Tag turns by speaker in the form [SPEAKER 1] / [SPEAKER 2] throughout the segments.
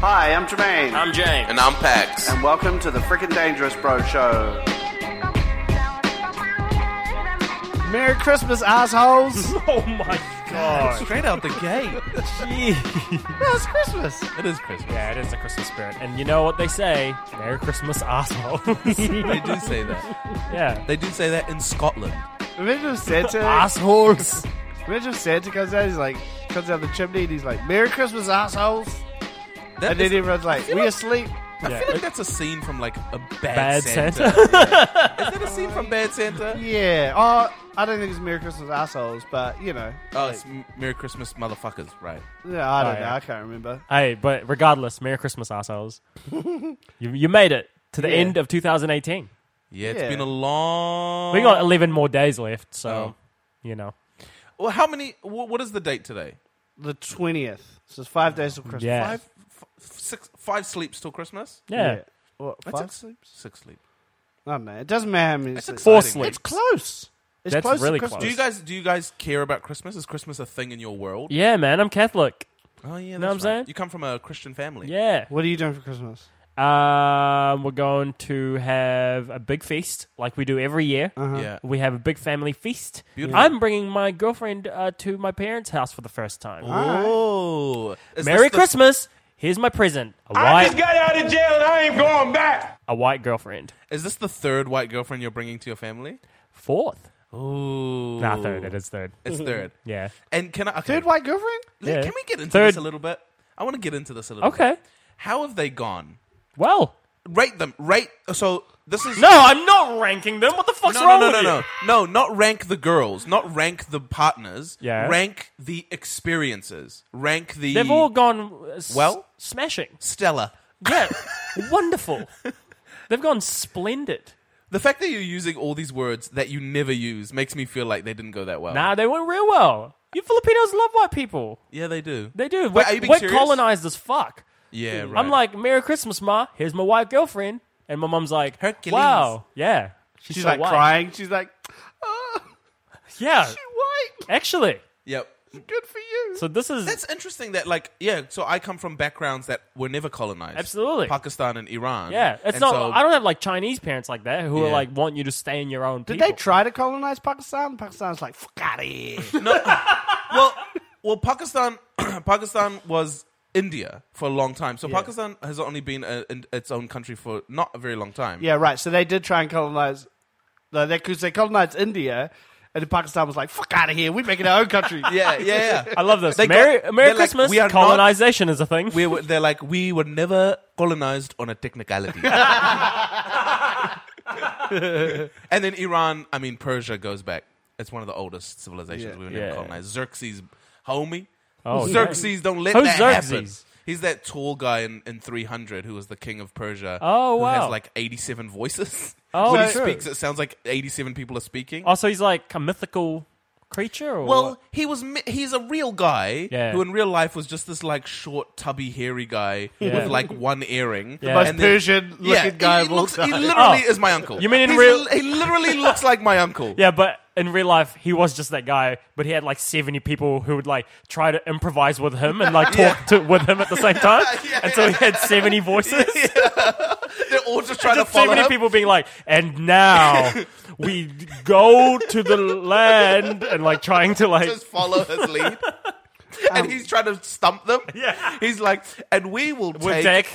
[SPEAKER 1] Hi, I'm Jermaine.
[SPEAKER 2] I'm James.
[SPEAKER 3] And I'm Pax.
[SPEAKER 1] and welcome to the Frickin' Dangerous Bro Show.
[SPEAKER 4] Merry Christmas, assholes!
[SPEAKER 2] Oh my god.
[SPEAKER 5] Straight out the gate.
[SPEAKER 4] it's Christmas.
[SPEAKER 5] It is Christmas.
[SPEAKER 2] Yeah, it is the Christmas spirit. And you know what they say? Merry Christmas, assholes.
[SPEAKER 5] They do say that.
[SPEAKER 2] yeah.
[SPEAKER 5] They do say that in Scotland.
[SPEAKER 4] Imagine if Santa,
[SPEAKER 2] Assholes.
[SPEAKER 4] imagine if Santa comes out. He's like, comes down the chimney and he's like, "Merry Christmas, assholes!"
[SPEAKER 5] That
[SPEAKER 4] and
[SPEAKER 5] is-
[SPEAKER 4] then everyone's like,
[SPEAKER 5] feel
[SPEAKER 4] "We
[SPEAKER 5] like-
[SPEAKER 4] asleep."
[SPEAKER 5] I feel like that's a scene from like a
[SPEAKER 2] Bad
[SPEAKER 5] Bad, Santa. Yeah. Is that a scene from Bad Santa?
[SPEAKER 4] Yeah. Oh, I don't think it's Merry Christmas, assholes, but you know,
[SPEAKER 5] Oh, it's M- Merry Christmas, motherfuckers. Right.
[SPEAKER 4] yeah, I don't
[SPEAKER 2] Oh,
[SPEAKER 4] know.
[SPEAKER 2] yeah.
[SPEAKER 4] I can't remember.
[SPEAKER 2] Hey, but regardless, Merry Christmas, assholes. you, you made it to the
[SPEAKER 4] Yeah.
[SPEAKER 2] end of 2018.
[SPEAKER 5] Yeah, it's
[SPEAKER 4] Yeah.
[SPEAKER 5] been a long.
[SPEAKER 2] We got 11 more days left, so,
[SPEAKER 5] Oh.
[SPEAKER 2] you know.
[SPEAKER 5] Well, how many? What, what is the date today?
[SPEAKER 4] The twentieth. So it's five days till Christmas.
[SPEAKER 2] Yeah.
[SPEAKER 5] Five, f- six, five sleeps till Christmas.
[SPEAKER 2] Yeah.
[SPEAKER 4] What,
[SPEAKER 5] That's
[SPEAKER 4] five
[SPEAKER 5] ex-
[SPEAKER 4] sleeps?
[SPEAKER 5] Six sleep.
[SPEAKER 4] I don't know. It doesn't matter how many
[SPEAKER 5] That's
[SPEAKER 4] sleeps.
[SPEAKER 5] exciting.
[SPEAKER 2] Four
[SPEAKER 5] It's
[SPEAKER 2] sleeps.
[SPEAKER 4] It's close. It's
[SPEAKER 2] That's
[SPEAKER 4] close to
[SPEAKER 2] really
[SPEAKER 4] Christmas.
[SPEAKER 2] close.
[SPEAKER 5] Do you guys do you guys care about Christmas? Is Christmas a thing in your world?
[SPEAKER 2] Yeah, man, I'm Catholic.
[SPEAKER 5] Oh yeah, that's
[SPEAKER 2] Know what I'm
[SPEAKER 5] right.
[SPEAKER 2] saying?
[SPEAKER 5] You come from a Christian family.
[SPEAKER 2] Yeah.
[SPEAKER 4] What are you doing for Christmas?
[SPEAKER 2] Um, we're going to have a big feast like we do every year.
[SPEAKER 5] yeah.
[SPEAKER 2] We have a big family feast.
[SPEAKER 5] Beautiful.
[SPEAKER 2] I'm bringing my girlfriend uh, to my parents' house for the first time.
[SPEAKER 5] Oh, Is
[SPEAKER 2] Merry
[SPEAKER 5] this the-
[SPEAKER 2] Christmas. Here's my present. A
[SPEAKER 6] I
[SPEAKER 2] white,
[SPEAKER 6] just got out of jail and I ain't going back.
[SPEAKER 2] a white girlfriend.
[SPEAKER 5] Is this the third white girlfriend you're bringing to your family?
[SPEAKER 2] Fourth.
[SPEAKER 5] Ooh,
[SPEAKER 2] Nah, third. It is third.
[SPEAKER 5] It's third.
[SPEAKER 2] Yeah.
[SPEAKER 5] And can I? Okay.
[SPEAKER 4] Dude, white girlfriend?
[SPEAKER 5] Can
[SPEAKER 2] Yeah.
[SPEAKER 5] can we get into
[SPEAKER 2] Third-
[SPEAKER 5] this a little bit? I want to get into this a little.
[SPEAKER 2] Okay.
[SPEAKER 5] Bit. How have they gone?
[SPEAKER 2] Well,
[SPEAKER 5] Rate them. Rate. So this is
[SPEAKER 2] no, I'm not ranking them. What the fuck's
[SPEAKER 5] No, no,
[SPEAKER 2] wrong
[SPEAKER 5] no,
[SPEAKER 2] with
[SPEAKER 5] no,
[SPEAKER 2] you?
[SPEAKER 5] no, no, not rank the girls, not rank the partners.
[SPEAKER 2] Yeah.
[SPEAKER 5] Rank the experiences. Rank the
[SPEAKER 2] They've all gone uh, s-
[SPEAKER 5] Well?
[SPEAKER 2] smashing.
[SPEAKER 5] Stella.
[SPEAKER 2] Yeah, wonderful. They've gone splendid.
[SPEAKER 5] The fact that you're using all these words that you never use makes me feel like they didn't go that well.
[SPEAKER 2] Nah, they went real well. You Filipinos love white people.
[SPEAKER 5] Yeah, they do.
[SPEAKER 2] They do.
[SPEAKER 5] Wait,
[SPEAKER 2] We're,
[SPEAKER 5] are you being
[SPEAKER 2] we're
[SPEAKER 5] serious?
[SPEAKER 2] colonized as fuck.
[SPEAKER 5] Yeah, right.
[SPEAKER 2] I'm like, Merry Christmas, Ma. Here's my white girlfriend. And my mom's like,
[SPEAKER 5] Hercules.
[SPEAKER 2] wow. Yeah. She's,
[SPEAKER 4] She's
[SPEAKER 2] so
[SPEAKER 4] like
[SPEAKER 2] white.
[SPEAKER 4] crying. She's like, oh,
[SPEAKER 2] Yeah.
[SPEAKER 4] white.
[SPEAKER 2] Actually,
[SPEAKER 5] Yep.
[SPEAKER 4] Good for you.
[SPEAKER 2] so this is
[SPEAKER 5] That's interesting that, like, yeah, so I come from backgrounds that were never colonized.
[SPEAKER 2] Absolutely.
[SPEAKER 5] Pakistan and Iran.
[SPEAKER 2] yeah. It's
[SPEAKER 5] And
[SPEAKER 2] not.
[SPEAKER 5] so-
[SPEAKER 2] I don't have like Chinese parents like that who are
[SPEAKER 5] Yeah.
[SPEAKER 2] like want you to stay in your own.
[SPEAKER 4] Did
[SPEAKER 2] people.
[SPEAKER 4] they try to colonize Pakistan? Pakistan's like, fuck out of here.
[SPEAKER 5] well, well, Pakistan, Pakistan was India for a long time. So Pakistan has only been a, in its own country for not a very long time.
[SPEAKER 4] yeah, right. So they did try and colonize. No, they because they colonized India, and then Pakistan was like, fuck out of here. We're making our own country.
[SPEAKER 5] yeah, yeah. yeah.
[SPEAKER 2] I love this.
[SPEAKER 5] They got-
[SPEAKER 2] Merry,
[SPEAKER 5] they're
[SPEAKER 2] Merry
[SPEAKER 5] like,
[SPEAKER 2] Christmas.
[SPEAKER 5] we are not-
[SPEAKER 2] Colonization is a thing.
[SPEAKER 5] we were, they're like, we were never colonized on a technicality. and then Iran, I mean, Persia goes back. It's one of the oldest civilizations
[SPEAKER 4] Yeah.
[SPEAKER 5] we were never
[SPEAKER 2] Yeah.
[SPEAKER 5] colonized. Xerxes, homie.
[SPEAKER 2] Oh,
[SPEAKER 5] Xerxes, don't let
[SPEAKER 2] Who's
[SPEAKER 5] that happen.
[SPEAKER 2] Xerxes?
[SPEAKER 5] He's that tall guy in, in 300 who was the king of Persia.
[SPEAKER 2] Oh,
[SPEAKER 5] Who
[SPEAKER 2] wow.
[SPEAKER 5] has like 87 voices.
[SPEAKER 2] Oh,
[SPEAKER 5] when he
[SPEAKER 2] true. Oh,
[SPEAKER 5] speaks, it sounds like 87 people are speaking.
[SPEAKER 2] Also, he's like a mythical creature. Or
[SPEAKER 5] Well, he was mi- he's a real guy
[SPEAKER 2] Yeah.
[SPEAKER 5] who in real life was just this like short, tubby, hairy guy
[SPEAKER 2] Yeah.
[SPEAKER 5] with like one earring.
[SPEAKER 2] Yeah. most
[SPEAKER 5] And then-
[SPEAKER 4] Persian-looking
[SPEAKER 5] yeah,
[SPEAKER 4] guy
[SPEAKER 5] He,
[SPEAKER 4] of all
[SPEAKER 5] looks, he
[SPEAKER 4] time.
[SPEAKER 5] literally
[SPEAKER 2] Oh.
[SPEAKER 5] is my uncle.
[SPEAKER 2] You mean in
[SPEAKER 5] He's
[SPEAKER 2] real-
[SPEAKER 5] li- he literally looks like my uncle.
[SPEAKER 2] yeah, but in real life, he was just that guy. But he had like seventy people who would like try to improvise with him and like talk to, with him at the same time.
[SPEAKER 5] Yeah,
[SPEAKER 2] and so he had seventy voices.
[SPEAKER 5] They're all just trying to
[SPEAKER 2] Just so
[SPEAKER 5] follow
[SPEAKER 2] many
[SPEAKER 5] him.
[SPEAKER 2] people being like, and now we go to the land and like trying to like,
[SPEAKER 5] just follow his lead. and he's trying to stump them.
[SPEAKER 2] Yeah.
[SPEAKER 5] He's like, and we will
[SPEAKER 2] We'll
[SPEAKER 5] take,
[SPEAKER 2] take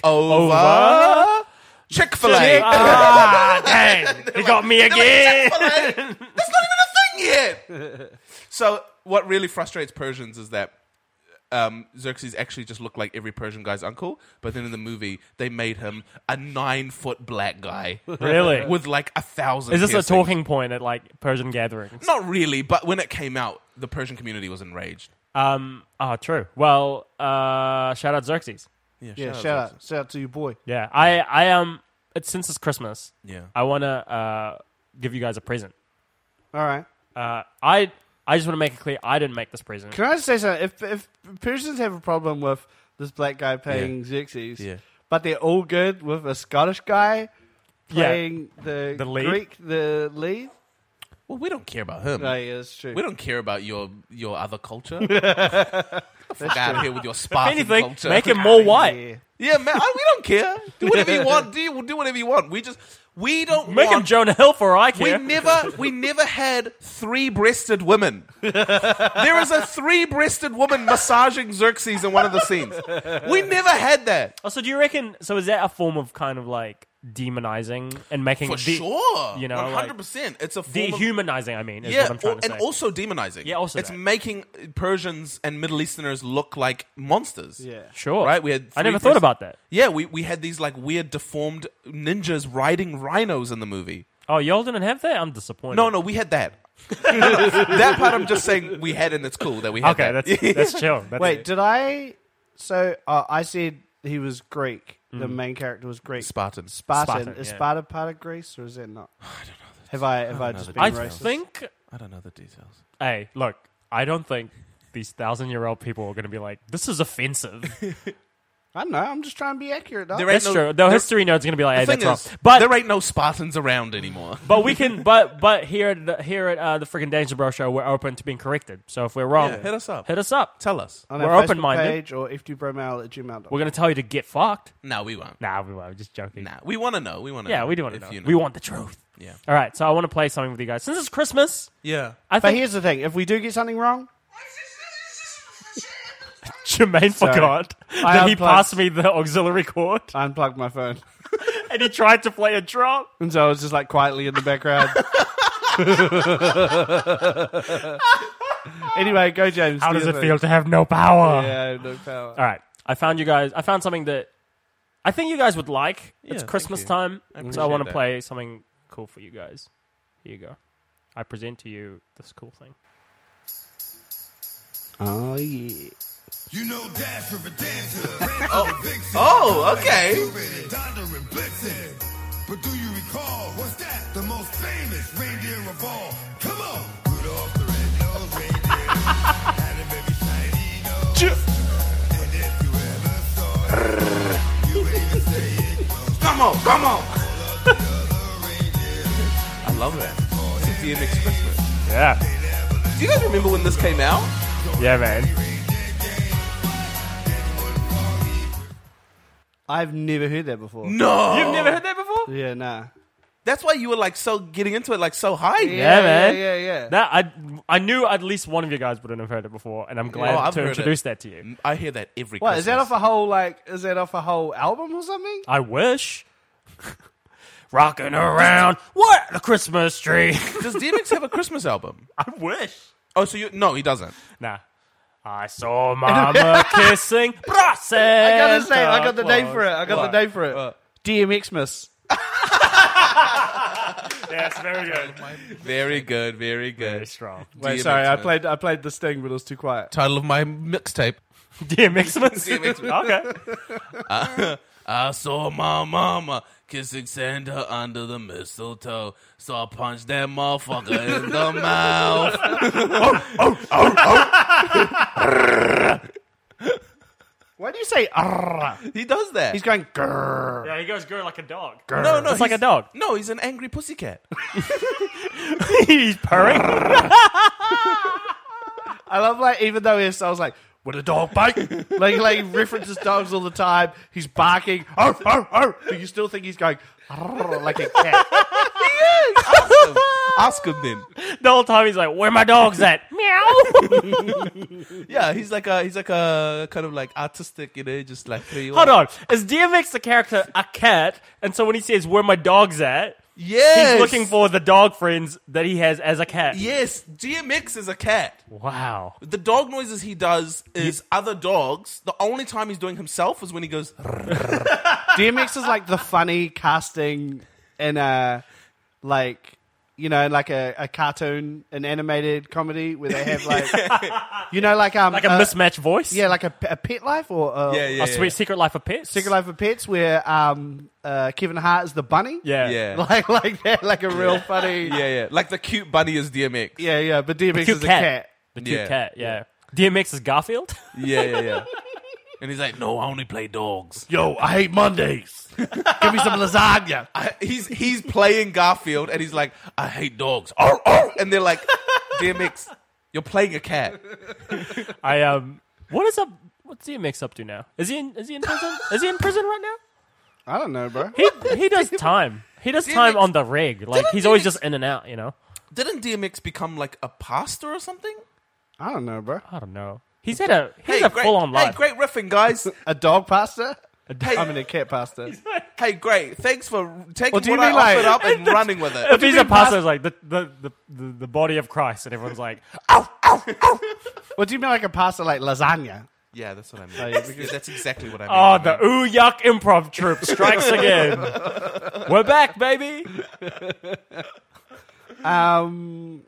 [SPEAKER 2] over
[SPEAKER 5] over, Chick-fil-A.
[SPEAKER 2] ah, dang, he got me again.
[SPEAKER 5] Chick-fil-A. That's not even a thing yet. So what really frustrates Persians is that um, Xerxes actually just looked like every Persian guy's uncle, but then in the movie they made him a nine foot black guy.
[SPEAKER 2] Really?
[SPEAKER 5] With like a thousand.
[SPEAKER 2] Is this a
[SPEAKER 5] piercings.
[SPEAKER 2] talking point at like Persian gatherings?
[SPEAKER 5] Not really, but when it came out, the Persian community was enraged.
[SPEAKER 2] Um, oh, true. Well, uh, shout out Xerxes.
[SPEAKER 4] Yeah, shout out, shout out to your boy.
[SPEAKER 2] Yeah, I, I um, it's, since it's Christmas,
[SPEAKER 5] Yeah.
[SPEAKER 2] I want to uh, give you guys a present.
[SPEAKER 4] All right.
[SPEAKER 2] Uh, I, I just want to make it clear, I didn't make this present.
[SPEAKER 4] Can I just say something? If if Persians have a problem with this black guy playing Xerxes,
[SPEAKER 5] Yeah.
[SPEAKER 4] but they're all good with a Scottish guy
[SPEAKER 2] Yeah.
[SPEAKER 4] playing the,
[SPEAKER 2] The lead?
[SPEAKER 4] Greek, the lead.
[SPEAKER 5] Well, we don't care about him.
[SPEAKER 4] No, yeah, that's true.
[SPEAKER 5] we don't care about your your other culture. Get the fuck out of here with your
[SPEAKER 2] If
[SPEAKER 5] Spartan
[SPEAKER 2] anything,
[SPEAKER 5] culture.
[SPEAKER 2] make it more white.
[SPEAKER 4] Yeah.
[SPEAKER 5] Yeah, man, I- we don't care. Do whatever you want. Do you do whatever you want. We just we don't
[SPEAKER 2] Make him
[SPEAKER 5] want.
[SPEAKER 2] Jonah Hill for all I
[SPEAKER 5] we
[SPEAKER 2] care.
[SPEAKER 5] never we never had three-breasted women. there is a three-breasted woman massaging Xerxes in one of the scenes. We never had that.
[SPEAKER 2] Oh, so do you reckon? So is that a form of kind of like demonizing and making
[SPEAKER 5] For
[SPEAKER 2] de-
[SPEAKER 5] sure.
[SPEAKER 2] you know, like,
[SPEAKER 5] 100%. it's a form of-
[SPEAKER 2] dehumanizing? I mean, is
[SPEAKER 5] yeah,
[SPEAKER 2] what I'm trying
[SPEAKER 5] or-
[SPEAKER 2] to
[SPEAKER 5] and
[SPEAKER 2] say.
[SPEAKER 5] also demonizing.
[SPEAKER 2] Yeah, also
[SPEAKER 5] it's
[SPEAKER 2] that.
[SPEAKER 5] making Persians and Middle Easterners look like monsters.
[SPEAKER 4] Yeah.
[SPEAKER 2] sure,
[SPEAKER 5] Right, we had
[SPEAKER 2] I never
[SPEAKER 5] three
[SPEAKER 2] thought
[SPEAKER 5] pres-
[SPEAKER 2] about that.
[SPEAKER 5] Yeah, we, we had these like weird deformed ninjas riding rhinos in the movie.
[SPEAKER 2] Oh, y'all didn't have that. I'm disappointed.
[SPEAKER 5] No, no, we had that. that part I'm just saying we had, and it's cool that we had.
[SPEAKER 2] Okay,
[SPEAKER 5] that.
[SPEAKER 2] that's that's chill. That's
[SPEAKER 4] Wait, did I? So uh, I said he was Greek. The main character was Greek.
[SPEAKER 5] Spartan.
[SPEAKER 4] Hmm. Spartan.
[SPEAKER 2] Spartan,
[SPEAKER 4] Is
[SPEAKER 2] yeah.
[SPEAKER 4] Sparta part of Greece, or is that not? I don't know. Have I have I, just been
[SPEAKER 2] I
[SPEAKER 4] racist?
[SPEAKER 2] think.
[SPEAKER 5] I don't know the details.
[SPEAKER 2] Hey, look, I don't think these thousand-year-old people are going to be like, "This is offensive."
[SPEAKER 4] I don't know. I'm just trying to be accurate. dog.
[SPEAKER 5] There ain't
[SPEAKER 2] that's
[SPEAKER 5] no,
[SPEAKER 2] true. The history node's going to be like, "Hey,
[SPEAKER 5] thing
[SPEAKER 2] that's wrong."
[SPEAKER 5] is,
[SPEAKER 2] But
[SPEAKER 5] there ain't no Spartans around anymore.
[SPEAKER 2] but we can. But but here at the, here at uh, the freaking Danger Bro Show, we're open to being corrected. So if we're wrong,
[SPEAKER 5] Yeah, hit us up.
[SPEAKER 2] Hit us up.
[SPEAKER 5] Tell us.
[SPEAKER 4] on
[SPEAKER 2] we're
[SPEAKER 4] our Facebook
[SPEAKER 2] open-minded.
[SPEAKER 4] page or fdbromail at gmail.
[SPEAKER 2] we're going to tell you to get fucked.
[SPEAKER 5] No, we won't.
[SPEAKER 2] Nah, we won't. We're just joking.
[SPEAKER 5] Nah, we want to know. We want to.
[SPEAKER 2] Yeah,
[SPEAKER 5] know
[SPEAKER 2] we do want to
[SPEAKER 5] if
[SPEAKER 2] know.
[SPEAKER 5] you
[SPEAKER 2] We want the truth.
[SPEAKER 5] Yeah.
[SPEAKER 2] All right, so I want to play something with you guys. Since it's Christmas,
[SPEAKER 5] Yeah.
[SPEAKER 2] I
[SPEAKER 4] But
[SPEAKER 2] think
[SPEAKER 4] here's the thing: if we do get something wrong,
[SPEAKER 2] Jermaine forgot
[SPEAKER 4] I
[SPEAKER 2] that he
[SPEAKER 4] unplugged-
[SPEAKER 2] passed me the auxiliary cord
[SPEAKER 4] I unplugged my phone,
[SPEAKER 2] and he tried to play a drop.
[SPEAKER 4] and so I was just like quietly in the background. anyway, go James.
[SPEAKER 2] How
[SPEAKER 4] do
[SPEAKER 2] does
[SPEAKER 4] your
[SPEAKER 2] it
[SPEAKER 4] thing.
[SPEAKER 2] feel to have no power?
[SPEAKER 4] Yeah, no power.
[SPEAKER 2] All right, I found you guys. I found something that I think you guys would like.
[SPEAKER 5] Yeah,
[SPEAKER 2] it's
[SPEAKER 5] thank
[SPEAKER 2] Christmas
[SPEAKER 5] you.
[SPEAKER 2] time, so I
[SPEAKER 5] appreciate
[SPEAKER 2] want to
[SPEAKER 5] that.
[SPEAKER 2] play something cool for you guys. Here you go. I present to you this cool thing.
[SPEAKER 4] Oh yeah.
[SPEAKER 3] You know Dash from a dancer. Vixen,
[SPEAKER 5] Oh, okay.
[SPEAKER 3] Cupid, Donder and Blitzen. But do you recall what's that? The most famous reindeer of all. Come on. Rudolph the red-nosed reindeer had a very shiny nose. And if you ever saw it, you would even say it was
[SPEAKER 5] Come on, come on. I love that. It's the next Christmas.
[SPEAKER 2] Yeah,
[SPEAKER 5] Do you guys remember when this came out?
[SPEAKER 2] yeah, man.
[SPEAKER 4] I've never heard that before.
[SPEAKER 5] No.
[SPEAKER 2] You've never heard that before?
[SPEAKER 4] Yeah, nah.
[SPEAKER 5] That's why you were like so getting into it like so high.
[SPEAKER 2] Yeah, man.
[SPEAKER 4] Yeah, yeah, yeah.
[SPEAKER 2] That I I knew at least one of you guys wouldn't have heard it before, and I'm glad
[SPEAKER 5] Oh, I've
[SPEAKER 2] to
[SPEAKER 5] heard
[SPEAKER 2] introduce
[SPEAKER 5] it.
[SPEAKER 2] that to you.
[SPEAKER 5] I hear that every
[SPEAKER 4] What
[SPEAKER 5] Christmas.
[SPEAKER 4] is that off a whole like? Is that off a whole album or something?
[SPEAKER 2] I wish. Rocking around, what the Christmas tree?
[SPEAKER 5] Does DMX have a Christmas album?
[SPEAKER 2] I wish.
[SPEAKER 5] Oh, so you? No, he doesn't.
[SPEAKER 2] Nah. I saw Mama kissing.
[SPEAKER 4] I
[SPEAKER 2] I
[SPEAKER 4] gotta say, I got the name for it. I got the name for it. DMXmas.
[SPEAKER 2] Yes, very good.
[SPEAKER 5] Very good, very good.
[SPEAKER 2] Very strong.
[SPEAKER 4] Wait,
[SPEAKER 5] DMX,
[SPEAKER 4] sorry, I
[SPEAKER 5] man.
[SPEAKER 4] played I played this thing, but it was too quiet.
[SPEAKER 5] uh, Title of my mixtape.
[SPEAKER 2] DMXmas.
[SPEAKER 5] DMXmas.
[SPEAKER 2] okay.
[SPEAKER 5] I saw my mama kissing Santa under the mistletoe, so I punched that motherfucker in the mouth.
[SPEAKER 4] Why do you say? "Arr"?
[SPEAKER 5] He does that.
[SPEAKER 4] He's going. Grr.
[SPEAKER 2] Yeah, he goes girl like a dog.
[SPEAKER 5] no, no,
[SPEAKER 2] It's like
[SPEAKER 5] he's-
[SPEAKER 2] a dog.
[SPEAKER 5] No, he's an angry pussycat.
[SPEAKER 2] He's purring.
[SPEAKER 4] I love like even though he's, I was like, would a dog bite? like like he references dogs all the time. He's barking. Oh oh oh! But you still think he's going "Arr" like a cat?
[SPEAKER 5] Ask him. Ask him then.
[SPEAKER 2] the whole time he's like, "Where my dogs at?" Meow.
[SPEAKER 5] Yeah, he's like a he's like a kind of like artistic, you know, just like
[SPEAKER 2] Hold on. Is DMX the character a cat? And so when he says, "Where my dogs at?"
[SPEAKER 5] Yes.
[SPEAKER 2] He's looking for the dog friends that he has as a cat.
[SPEAKER 5] Yes, DMX is a cat.
[SPEAKER 2] Wow.
[SPEAKER 5] The dog noises he does is other dogs. The only time he's doing himself is when he goes.
[SPEAKER 4] DMX is like the funny casting in a like you know like a, a cartoon, an animated comedy where they have like you know like um
[SPEAKER 5] Uh,
[SPEAKER 2] Like a mismatched voice?
[SPEAKER 4] yeah like a, a pet life or a,
[SPEAKER 5] Yeah, yeah,
[SPEAKER 2] A sweet secret life of pets?
[SPEAKER 4] Secret Life of Pets where um uh, Kevin Hart is the bunny
[SPEAKER 2] Yeah.
[SPEAKER 5] Yeah.
[SPEAKER 4] like like that like a real funny
[SPEAKER 5] yeah, yeah. Like the cute bunny is DMX.
[SPEAKER 4] yeah yeah but DMX
[SPEAKER 2] Cute
[SPEAKER 4] is a cat.
[SPEAKER 2] The cute
[SPEAKER 5] Yeah.
[SPEAKER 2] cat, yeah. DMX is Garfield?
[SPEAKER 5] Yeah, yeah, yeah. and he's like, no, I only play dogs.
[SPEAKER 4] Yo, I hate Mondays. Give me some lasagna.
[SPEAKER 5] He's he's playing Garfield, and he's like, I hate dogs. Arr, arr. And they're like, DMX, you're playing a cat.
[SPEAKER 2] I um what is up what's DMX up to now? Is he in is he in prison? is he in prison right now?
[SPEAKER 4] I don't know, bro.
[SPEAKER 2] He he does time. He does time
[SPEAKER 5] DMX
[SPEAKER 2] on the rig. Like
[SPEAKER 5] Didn't
[SPEAKER 2] he's always
[SPEAKER 5] DMX
[SPEAKER 2] just in and out, you know.
[SPEAKER 5] Didn't DMX become like a pastor or something?
[SPEAKER 4] I don't know, bro.
[SPEAKER 2] I don't know. He's had a he's
[SPEAKER 5] hey,
[SPEAKER 2] a
[SPEAKER 5] great,
[SPEAKER 2] full on
[SPEAKER 5] hey,
[SPEAKER 2] life.
[SPEAKER 5] great riffing, guys.
[SPEAKER 4] A dog pasta?
[SPEAKER 5] hey,
[SPEAKER 4] I mean, a cat pasta.
[SPEAKER 5] hey, great. Thanks for taking
[SPEAKER 4] Well, do you
[SPEAKER 5] what I
[SPEAKER 4] mean, like-
[SPEAKER 5] offered up and running with it.
[SPEAKER 2] if he's a pastor, it's like the the, the the the body of Christ, and everyone's like,
[SPEAKER 4] What do you mean, like a pasta, like lasagna?
[SPEAKER 5] Yeah, that's what I mean.
[SPEAKER 4] yeah,
[SPEAKER 5] Yeah, that's exactly what I mean.
[SPEAKER 2] "Oh, the ooh yuck improv troupe strikes again. We're back, baby."
[SPEAKER 4] Um,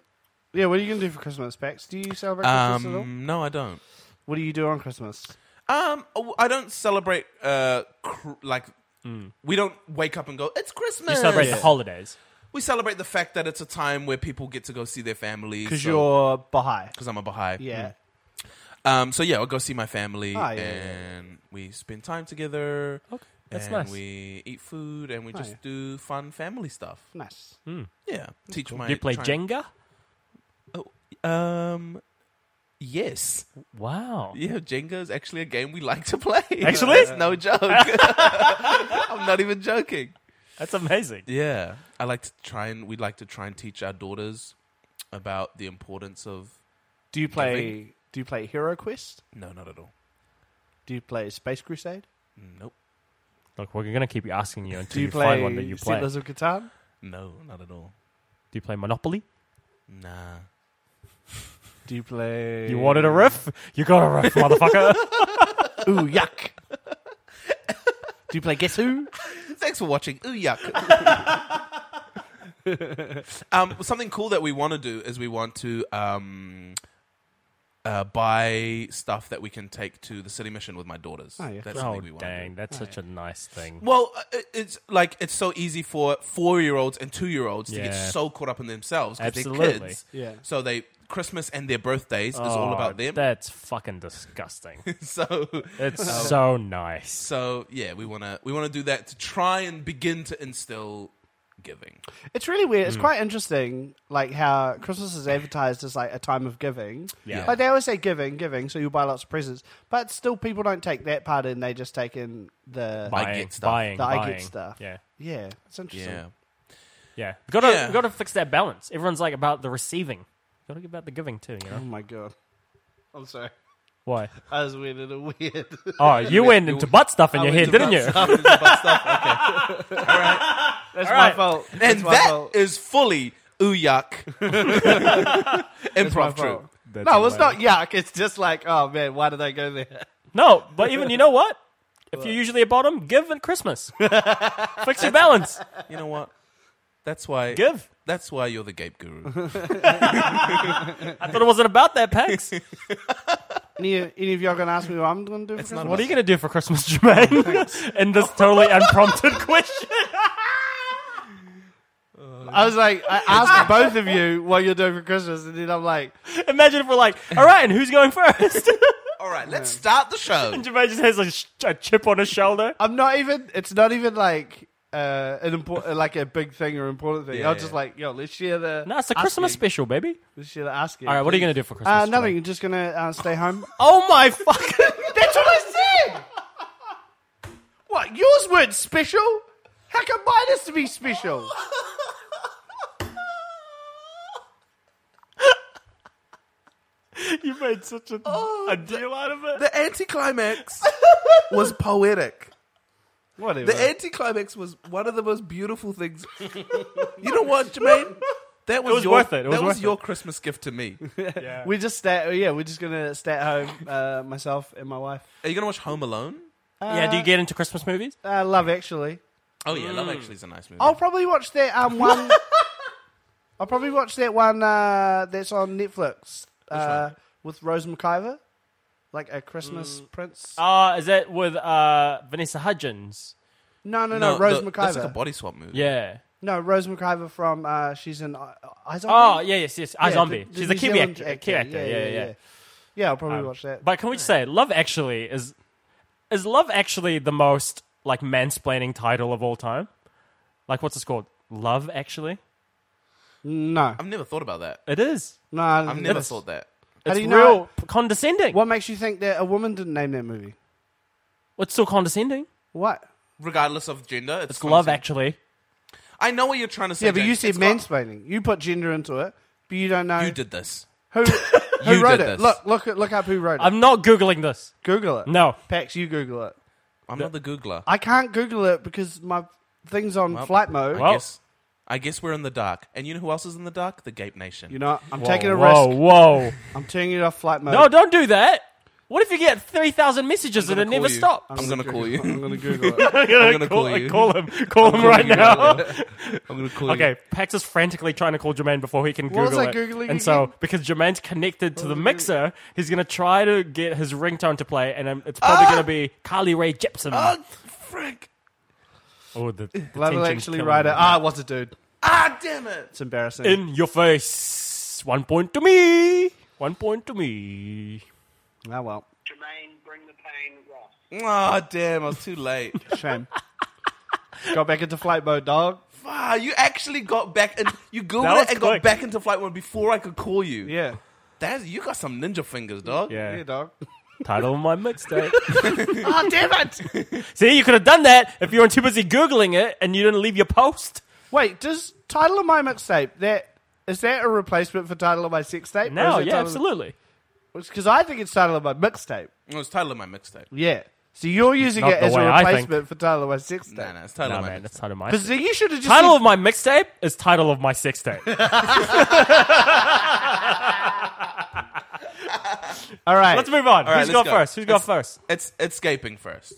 [SPEAKER 4] yeah. What are you gonna do for Christmas, Pax? Do you celebrate Christmas at all?
[SPEAKER 5] um, no, I don't.
[SPEAKER 4] What do you do on Christmas?
[SPEAKER 5] Um, oh, I don't celebrate. Uh, cr- like
[SPEAKER 4] Mm.
[SPEAKER 5] we don't wake up and go. It's Christmas.
[SPEAKER 2] You celebrate the holidays.
[SPEAKER 5] we celebrate the fact that it's a time where people get to go see their families.
[SPEAKER 4] Because
[SPEAKER 5] so-
[SPEAKER 4] you're Baha'i.
[SPEAKER 5] because I'm a Baha'i.
[SPEAKER 4] Yeah.
[SPEAKER 5] Um. So yeah, I'll go see my family
[SPEAKER 4] Ah, yeah, yeah, Oh, yeah.
[SPEAKER 5] and we spend time together. Okay,
[SPEAKER 2] that's
[SPEAKER 5] and
[SPEAKER 2] nice.
[SPEAKER 5] We eat food and we just
[SPEAKER 4] Oh, yeah.
[SPEAKER 5] do fun family stuff.
[SPEAKER 4] Nice.
[SPEAKER 5] Yeah. Teach my.
[SPEAKER 2] you play
[SPEAKER 5] try-
[SPEAKER 2] Jenga.
[SPEAKER 5] Oh, um. Yes.
[SPEAKER 2] Wow.
[SPEAKER 5] Yeah, Jenga is actually a game we like to play.
[SPEAKER 2] Actually?
[SPEAKER 5] It's no joke. I'm not even joking.
[SPEAKER 2] That's amazing.
[SPEAKER 5] Yeah, I like to try and we like to try and teach our daughters about the importance of
[SPEAKER 4] Do you play?
[SPEAKER 5] Giving?
[SPEAKER 4] Do you play Hero Quest?
[SPEAKER 5] no, not at all.
[SPEAKER 4] Do you play Space Crusade?
[SPEAKER 5] Nope.
[SPEAKER 2] Look, we're gonna keep asking you until
[SPEAKER 4] Do you,
[SPEAKER 2] you,
[SPEAKER 4] play
[SPEAKER 2] find one that you play.
[SPEAKER 4] Settlers
[SPEAKER 2] Do
[SPEAKER 4] of Catan?
[SPEAKER 5] No, not at all.
[SPEAKER 2] you play Monopoly?
[SPEAKER 5] Nah.
[SPEAKER 4] Do you play?
[SPEAKER 2] You wanted a riff? You got a riff, motherfucker.
[SPEAKER 4] Ooh, yuck. do you play Guess Who?
[SPEAKER 5] Thanks for watching. Ooh yuck. um, something cool that we want to do is we want to um, uh, buy stuff that we can take to the city mission with my daughters.
[SPEAKER 4] yeah.
[SPEAKER 5] That's
[SPEAKER 2] oh
[SPEAKER 5] something we want to do.
[SPEAKER 2] dang, that's such a nice thing.
[SPEAKER 5] Well, uh, it- it's like it's so easy for four-year-olds and two-year-olds to
[SPEAKER 2] Yeah.
[SPEAKER 5] get so caught up in themselves because they're
[SPEAKER 2] Absolutely.
[SPEAKER 5] kids.
[SPEAKER 4] Yeah.
[SPEAKER 5] So they Christmas and their birthdays is
[SPEAKER 2] Oh,
[SPEAKER 5] all about them.
[SPEAKER 2] That's fucking disgusting.
[SPEAKER 5] so
[SPEAKER 2] It's
[SPEAKER 5] Um,
[SPEAKER 2] so nice.
[SPEAKER 5] so yeah, we wanna we wanna do that to try and begin to instill giving.
[SPEAKER 4] It's really weird. It's quite interesting, like how Christmas is advertised as like a time of giving.
[SPEAKER 2] Yeah.
[SPEAKER 4] Like they always say giving, giving, so you buy lots of presents. But still, people don't take that part in. They just take in the
[SPEAKER 5] Buy- I
[SPEAKER 2] Buying,
[SPEAKER 5] get stuff.
[SPEAKER 2] buying,
[SPEAKER 4] the
[SPEAKER 2] buying.
[SPEAKER 4] I get stuff.
[SPEAKER 2] Yeah,
[SPEAKER 4] yeah, it's interesting.
[SPEAKER 5] Yeah.
[SPEAKER 2] yeah. Got to,
[SPEAKER 5] Yeah.
[SPEAKER 2] got to fix that balance. Everyone's like about the receiving. Got to get about the giving too. You
[SPEAKER 4] Oh
[SPEAKER 2] know
[SPEAKER 4] my god, I'm sorry.
[SPEAKER 2] why?
[SPEAKER 4] I was weird and weird.
[SPEAKER 2] Oh, you went into butt stuff in your head, didn't you?
[SPEAKER 4] That's my
[SPEAKER 2] right.
[SPEAKER 4] fault.
[SPEAKER 5] And
[SPEAKER 4] That's my
[SPEAKER 5] that
[SPEAKER 4] fault.
[SPEAKER 5] is fully ooh yuck
[SPEAKER 4] That's my fault.
[SPEAKER 5] improv troupe.
[SPEAKER 4] No, it's not yuck. It's just like, oh man, why did I go there?
[SPEAKER 2] No, but even you know what? If you're usually a bottom, give at Christmas. fix your balance.
[SPEAKER 5] You know what? That's why
[SPEAKER 2] Give.
[SPEAKER 5] That's why you're the gape guru.
[SPEAKER 2] I thought it wasn't about that, Pax.
[SPEAKER 4] Any, any of y'all gonna ask me what I'm gonna do? for Christmas?
[SPEAKER 2] What are you going to do for Christmas, Jermaine? In this totally unprompted question.
[SPEAKER 4] I was like, I asked both of you what you're doing for Christmas, and then I'm like,
[SPEAKER 2] Imagine if we're like, all right, and who's going first?
[SPEAKER 5] all right, let's start the show.
[SPEAKER 2] Jermaine just has a, sh- a chip on his shoulder.
[SPEAKER 4] I'm not even. It's not even like uh, an important, like a big thing or important thing.
[SPEAKER 5] Yeah,
[SPEAKER 4] I'm just
[SPEAKER 5] yeah.
[SPEAKER 4] like, yo, let's share the.
[SPEAKER 2] No, it's a Christmas
[SPEAKER 4] asking.
[SPEAKER 2] special, baby.
[SPEAKER 4] Let's share the asking.
[SPEAKER 2] All right, what are you going to do for Christmas?
[SPEAKER 4] Uh,
[SPEAKER 2] Jermaine?
[SPEAKER 4] nothing. Just gonna uh, stay home.
[SPEAKER 2] Oh my fucking.
[SPEAKER 4] That's what I said. what? Yours weren't special. How come mine is to be special?
[SPEAKER 2] you made such
[SPEAKER 4] Oh,
[SPEAKER 2] a, a deal out of it.
[SPEAKER 5] The anticlimax was poetic.
[SPEAKER 4] Whatever.
[SPEAKER 5] The anticlimax was one of the most beautiful things. you know what, Jermaine? That was,
[SPEAKER 2] was
[SPEAKER 5] your,
[SPEAKER 2] worth it. It
[SPEAKER 5] that
[SPEAKER 2] was
[SPEAKER 5] was
[SPEAKER 2] worth
[SPEAKER 5] your Christmas gift to me. Are
[SPEAKER 4] we just stay. Yeah, we're just gonna stay at home. Uh, myself and my wife.
[SPEAKER 5] you gonna watch Home Alone?
[SPEAKER 2] yeah, do you get into Christmas movies?
[SPEAKER 4] Uh, Love Actually.
[SPEAKER 5] Oh yeah,
[SPEAKER 2] Mm.
[SPEAKER 5] Love Actually is a nice movie.
[SPEAKER 4] I'll probably watch that um, one. I'll probably watch that one uh, that's on Netflix uh, with Rose McIver, like a Christmas prince.
[SPEAKER 2] Uh, is that with uh, Vanessa Hudgens?
[SPEAKER 4] no,
[SPEAKER 2] uh,
[SPEAKER 4] no, no, Rose
[SPEAKER 5] the-
[SPEAKER 4] McIver.
[SPEAKER 5] That's like a body swap movie.
[SPEAKER 2] Yeah.
[SPEAKER 4] no, Rose McIver from uh, she's in uh, Eyes on
[SPEAKER 2] Oh,
[SPEAKER 4] Me?
[SPEAKER 2] yeah, yes, yes. I
[SPEAKER 4] Yeah,
[SPEAKER 2] Zombie.
[SPEAKER 4] the- the
[SPEAKER 2] She's a
[SPEAKER 4] New
[SPEAKER 2] Kiwi
[SPEAKER 4] Zealand
[SPEAKER 2] actor. Kiwi actor. Yeah, yeah, yeah.
[SPEAKER 4] Yeah, I'll probably watch that.
[SPEAKER 2] But can we just say, Love Actually is is Love Actually the most like mansplaining title of all time? Like, what's it called? Love Actually.
[SPEAKER 4] no,
[SPEAKER 5] I've never thought about that.
[SPEAKER 2] It is.
[SPEAKER 4] no, I don't
[SPEAKER 5] I've
[SPEAKER 4] think
[SPEAKER 5] never
[SPEAKER 4] it's-
[SPEAKER 5] thought that.
[SPEAKER 4] How
[SPEAKER 2] It's
[SPEAKER 4] do you know
[SPEAKER 2] real
[SPEAKER 4] it?
[SPEAKER 2] p- condescending.
[SPEAKER 4] What makes you think that a woman didn't name that movie?
[SPEAKER 2] It's still condescending.
[SPEAKER 4] What?
[SPEAKER 5] Regardless of gender, it's,
[SPEAKER 2] It's Love
[SPEAKER 5] constant.
[SPEAKER 2] Actually.
[SPEAKER 5] I know what you're trying to say.
[SPEAKER 4] Yeah, but you
[SPEAKER 5] James.
[SPEAKER 4] said
[SPEAKER 5] It's got-
[SPEAKER 4] mansplaining. you put gender into it, but you don't know
[SPEAKER 5] You did this.
[SPEAKER 4] who who
[SPEAKER 5] You
[SPEAKER 4] wrote
[SPEAKER 5] did
[SPEAKER 4] it.
[SPEAKER 5] this.
[SPEAKER 4] Look, look, look up who wrote it.
[SPEAKER 2] I'm not googling this.
[SPEAKER 4] Google it.
[SPEAKER 2] No.
[SPEAKER 4] Pax, you Google it.
[SPEAKER 5] I'm not the Googler.
[SPEAKER 4] I can't Google it because my thing's on
[SPEAKER 5] Well,
[SPEAKER 4] flight mode.
[SPEAKER 5] I
[SPEAKER 2] Well-
[SPEAKER 5] guess. I guess we're in the dark. And you know who else is in the dark? The Gape Nation.
[SPEAKER 4] you know, I'm taking a
[SPEAKER 2] whoa,
[SPEAKER 4] risk.
[SPEAKER 2] whoa.
[SPEAKER 4] I'm turning it off flight mode.
[SPEAKER 2] no, don't do that. What if you get three thousand messages and it
[SPEAKER 5] gonna
[SPEAKER 2] never
[SPEAKER 5] call you.
[SPEAKER 2] stops?
[SPEAKER 5] Oh. I'm gonna call you.
[SPEAKER 4] I'm going to Google it.
[SPEAKER 2] I'm gonna,
[SPEAKER 5] gonna call you.
[SPEAKER 2] Call him. Call him
[SPEAKER 5] calling
[SPEAKER 2] right
[SPEAKER 5] you
[SPEAKER 2] now.
[SPEAKER 5] I'm gonna call you.
[SPEAKER 2] Okay, Pax is frantically trying to call Jermaine before he can
[SPEAKER 4] What was
[SPEAKER 2] Google
[SPEAKER 4] I
[SPEAKER 2] it.
[SPEAKER 4] Googling
[SPEAKER 2] and so,
[SPEAKER 4] again?
[SPEAKER 2] because Jermaine's connected to the mixer, he's going to try to get his ringtone to play, and um, it's probably going to be Carly Rae Jepsen.
[SPEAKER 5] Oh, Frank.
[SPEAKER 2] oh, the, the
[SPEAKER 4] Love
[SPEAKER 2] tension's
[SPEAKER 4] actually
[SPEAKER 2] killing
[SPEAKER 4] write
[SPEAKER 2] me.
[SPEAKER 4] it. Ah, what's it, dude?
[SPEAKER 5] Ah, damn it.
[SPEAKER 4] It's embarrassing.
[SPEAKER 2] In your face. One point to me. One point to me.
[SPEAKER 4] Ah, well.
[SPEAKER 7] Jermaine, bring the pain, Ross.
[SPEAKER 5] Ah, damn. I was too late.
[SPEAKER 4] Shame. Got back into flight mode, dog.
[SPEAKER 5] Fuck. You actually got back and you
[SPEAKER 2] That
[SPEAKER 5] googled
[SPEAKER 2] was
[SPEAKER 5] it and
[SPEAKER 2] quick.
[SPEAKER 5] got back into flight mode before I could call you.
[SPEAKER 4] Yeah.
[SPEAKER 5] That's you got some ninja fingers, dog.
[SPEAKER 4] Yeah,
[SPEAKER 2] Yeah.
[SPEAKER 4] dog.
[SPEAKER 2] Title of my mixtape.
[SPEAKER 4] Ah, damn it.
[SPEAKER 2] See, you could have done that if you weren't too busy Googling it and you didn't leave your post.
[SPEAKER 4] Wait, does title of my mixtape that is that a replacement for title of my sex tape?
[SPEAKER 2] No, yeah, absolutely.
[SPEAKER 4] Because I think it's title of my mixtape.
[SPEAKER 5] It was title of my mixtape.
[SPEAKER 4] Yeah. So you're using
[SPEAKER 2] Not
[SPEAKER 4] it
[SPEAKER 2] the
[SPEAKER 4] as a
[SPEAKER 2] way I think.
[SPEAKER 4] replacement for title of my sex tape.
[SPEAKER 5] Nah, nah, it's title
[SPEAKER 2] No,
[SPEAKER 5] of my
[SPEAKER 2] man,
[SPEAKER 5] mixtape.
[SPEAKER 2] that's title of my
[SPEAKER 4] Because you should have just
[SPEAKER 2] Title
[SPEAKER 4] said-
[SPEAKER 2] of my mixtape is title of my sex tape.
[SPEAKER 4] All right.
[SPEAKER 2] Let's move on.
[SPEAKER 5] All right,
[SPEAKER 2] Who's
[SPEAKER 5] let's
[SPEAKER 2] gone
[SPEAKER 5] go.
[SPEAKER 2] first? Who's gone
[SPEAKER 5] Let's-
[SPEAKER 2] first?
[SPEAKER 5] It's it's escaping first.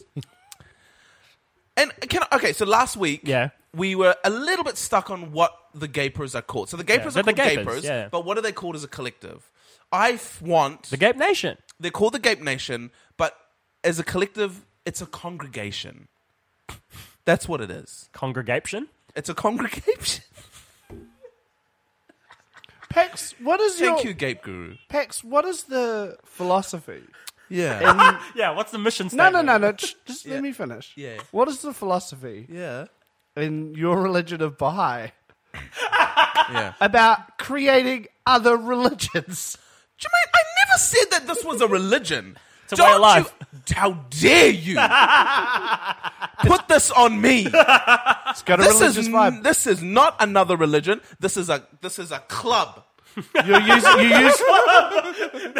[SPEAKER 5] and can I, okay, so last week
[SPEAKER 2] Yeah.
[SPEAKER 5] we were a little bit stuck on what the gapers are called. So the gapers
[SPEAKER 2] they're
[SPEAKER 5] are
[SPEAKER 2] the
[SPEAKER 5] called
[SPEAKER 2] gapers,
[SPEAKER 5] gapers,
[SPEAKER 2] yeah.
[SPEAKER 5] but what are they called as a collective? I f- want
[SPEAKER 2] The Gape Nation.
[SPEAKER 5] they're called the Gape Nation, but as a collective, it's a congregation. That's what it is.
[SPEAKER 2] Congregation.
[SPEAKER 5] It's a congregation.
[SPEAKER 4] Pax, what is
[SPEAKER 5] Thank
[SPEAKER 4] your
[SPEAKER 5] you, Gape Guru.
[SPEAKER 4] Pax? What is the philosophy?
[SPEAKER 5] Yeah,
[SPEAKER 2] Yeah, what's the mission
[SPEAKER 4] No,
[SPEAKER 2] statement?
[SPEAKER 4] no, no, no. sh- Just
[SPEAKER 5] Yeah.
[SPEAKER 4] let me finish.
[SPEAKER 5] Yeah.
[SPEAKER 4] What is the philosophy
[SPEAKER 5] yeah,
[SPEAKER 4] in your religion of Baha'i
[SPEAKER 5] yeah.
[SPEAKER 4] about creating other religions?
[SPEAKER 5] Jermaine, I never said that this was a religion.
[SPEAKER 2] It's a way of life.
[SPEAKER 5] You, how dare you put this on me?
[SPEAKER 4] It's got a
[SPEAKER 5] This
[SPEAKER 4] religious
[SPEAKER 5] is
[SPEAKER 4] vibe.
[SPEAKER 5] this is not another religion. This is a this is a club.
[SPEAKER 4] You're using, you use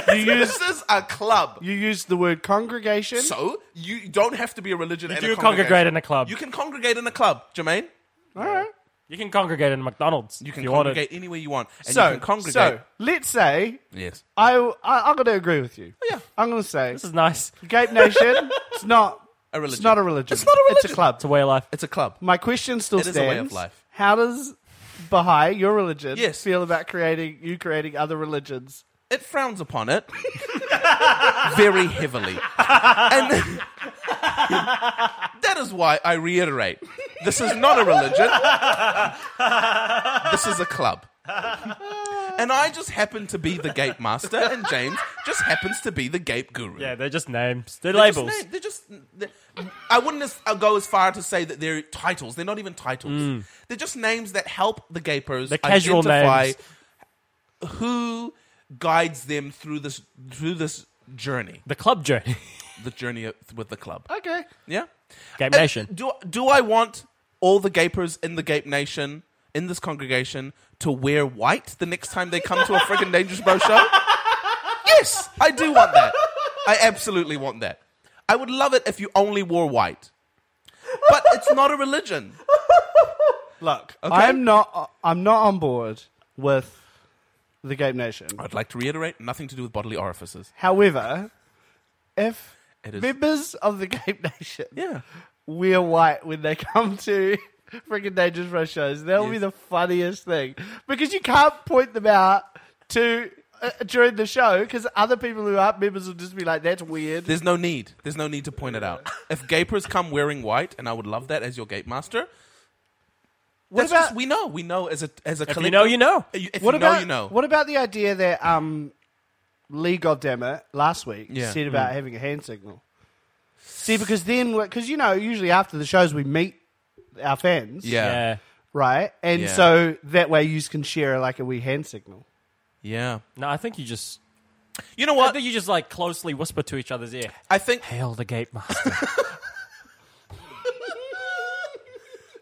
[SPEAKER 4] you use
[SPEAKER 5] This is a club.
[SPEAKER 4] you use the word congregation.
[SPEAKER 5] So you don't have to be a religion. You and
[SPEAKER 2] do
[SPEAKER 5] a
[SPEAKER 2] congregate
[SPEAKER 5] congregation.
[SPEAKER 2] in a club.
[SPEAKER 5] You can congregate in a club, Jermaine.
[SPEAKER 4] All right.
[SPEAKER 2] You can congregate in McDonald's.
[SPEAKER 5] You
[SPEAKER 2] if
[SPEAKER 5] can
[SPEAKER 2] you wanted.
[SPEAKER 5] congregate anywhere you want, and you
[SPEAKER 4] So,
[SPEAKER 5] can congregate.
[SPEAKER 4] so let's say
[SPEAKER 5] yes,
[SPEAKER 4] I, I I'm going to agree with you.
[SPEAKER 5] yeah.
[SPEAKER 4] I'm going to say
[SPEAKER 2] This is nice.
[SPEAKER 4] Gape Nation. it's not
[SPEAKER 5] a religion.
[SPEAKER 4] It's not a religion.
[SPEAKER 5] It's not a
[SPEAKER 4] It's a
[SPEAKER 5] religion.
[SPEAKER 4] club.
[SPEAKER 2] It's a way of life.
[SPEAKER 5] It's a club.
[SPEAKER 4] My question still
[SPEAKER 5] It is
[SPEAKER 4] stands.
[SPEAKER 5] a way of life.
[SPEAKER 4] How does Baha'i, your religion,
[SPEAKER 5] Yes.
[SPEAKER 4] feel about creating you creating other religions?
[SPEAKER 5] It frowns upon it very heavily. And that is why I reiterate this is not a religion, this is a club. And I just happen to be the gape master, and James just happens to be the gape guru.
[SPEAKER 2] Yeah, they're just names. They're,
[SPEAKER 5] They're just
[SPEAKER 2] labels.
[SPEAKER 5] na- They're just. they're- I wouldn't as, I'll go as far to say that they're titles. They're not even titles. They're just names that help the gapers
[SPEAKER 2] They're Mm. casual
[SPEAKER 5] identify
[SPEAKER 2] names.
[SPEAKER 5] who guides them through this through this journey,
[SPEAKER 2] The club journey.
[SPEAKER 5] the journey of- with the club.
[SPEAKER 4] Okay.
[SPEAKER 5] Yeah.
[SPEAKER 2] Gape
[SPEAKER 5] And
[SPEAKER 2] Nation.
[SPEAKER 5] Do do I want all the gapers in the gape nation in this congregation to wear white the next time they come to a freaking dangerous bro show? Yes, I do want that. I absolutely want that. I would love it if you only wore white. but it's not a religion.
[SPEAKER 4] Look, I'm not. I'm not on board with the Game Nation.
[SPEAKER 5] I'd like to reiterate, nothing to do with bodily orifices.
[SPEAKER 4] However, if
[SPEAKER 5] It is.
[SPEAKER 4] members of the Game Nation
[SPEAKER 5] Yeah.
[SPEAKER 4] we're white when they come to freaking Dangerous Road shows. That'll be
[SPEAKER 5] Yes.
[SPEAKER 4] the funniest thing because you can't point them out to uh, during the show because other people who aren't members will just be like, "That's weird."
[SPEAKER 5] There's no need. There's no need to point it out. If gapers come wearing white, and I would love that as your gate master. That's
[SPEAKER 4] about-
[SPEAKER 5] just, we know. We know as a as a
[SPEAKER 2] If
[SPEAKER 5] collective.
[SPEAKER 2] you know, you know.
[SPEAKER 5] If
[SPEAKER 4] what
[SPEAKER 5] you
[SPEAKER 4] about
[SPEAKER 5] know, you know.
[SPEAKER 4] what about the idea that um, Lee Goddammit last week
[SPEAKER 5] Yeah. Hmm.
[SPEAKER 4] said about having a hand signal? See, because then because you know usually after the shows we meet our fans,
[SPEAKER 5] yeah. yeah.
[SPEAKER 2] Yeah.
[SPEAKER 4] right, and
[SPEAKER 5] Yeah.
[SPEAKER 4] so that way you can share like a wee hand signal.
[SPEAKER 2] No, I think you just.
[SPEAKER 5] You know
[SPEAKER 2] I
[SPEAKER 5] what?
[SPEAKER 2] think you just like closely whisper to each other's ear.
[SPEAKER 5] I think
[SPEAKER 2] Hail the gate master.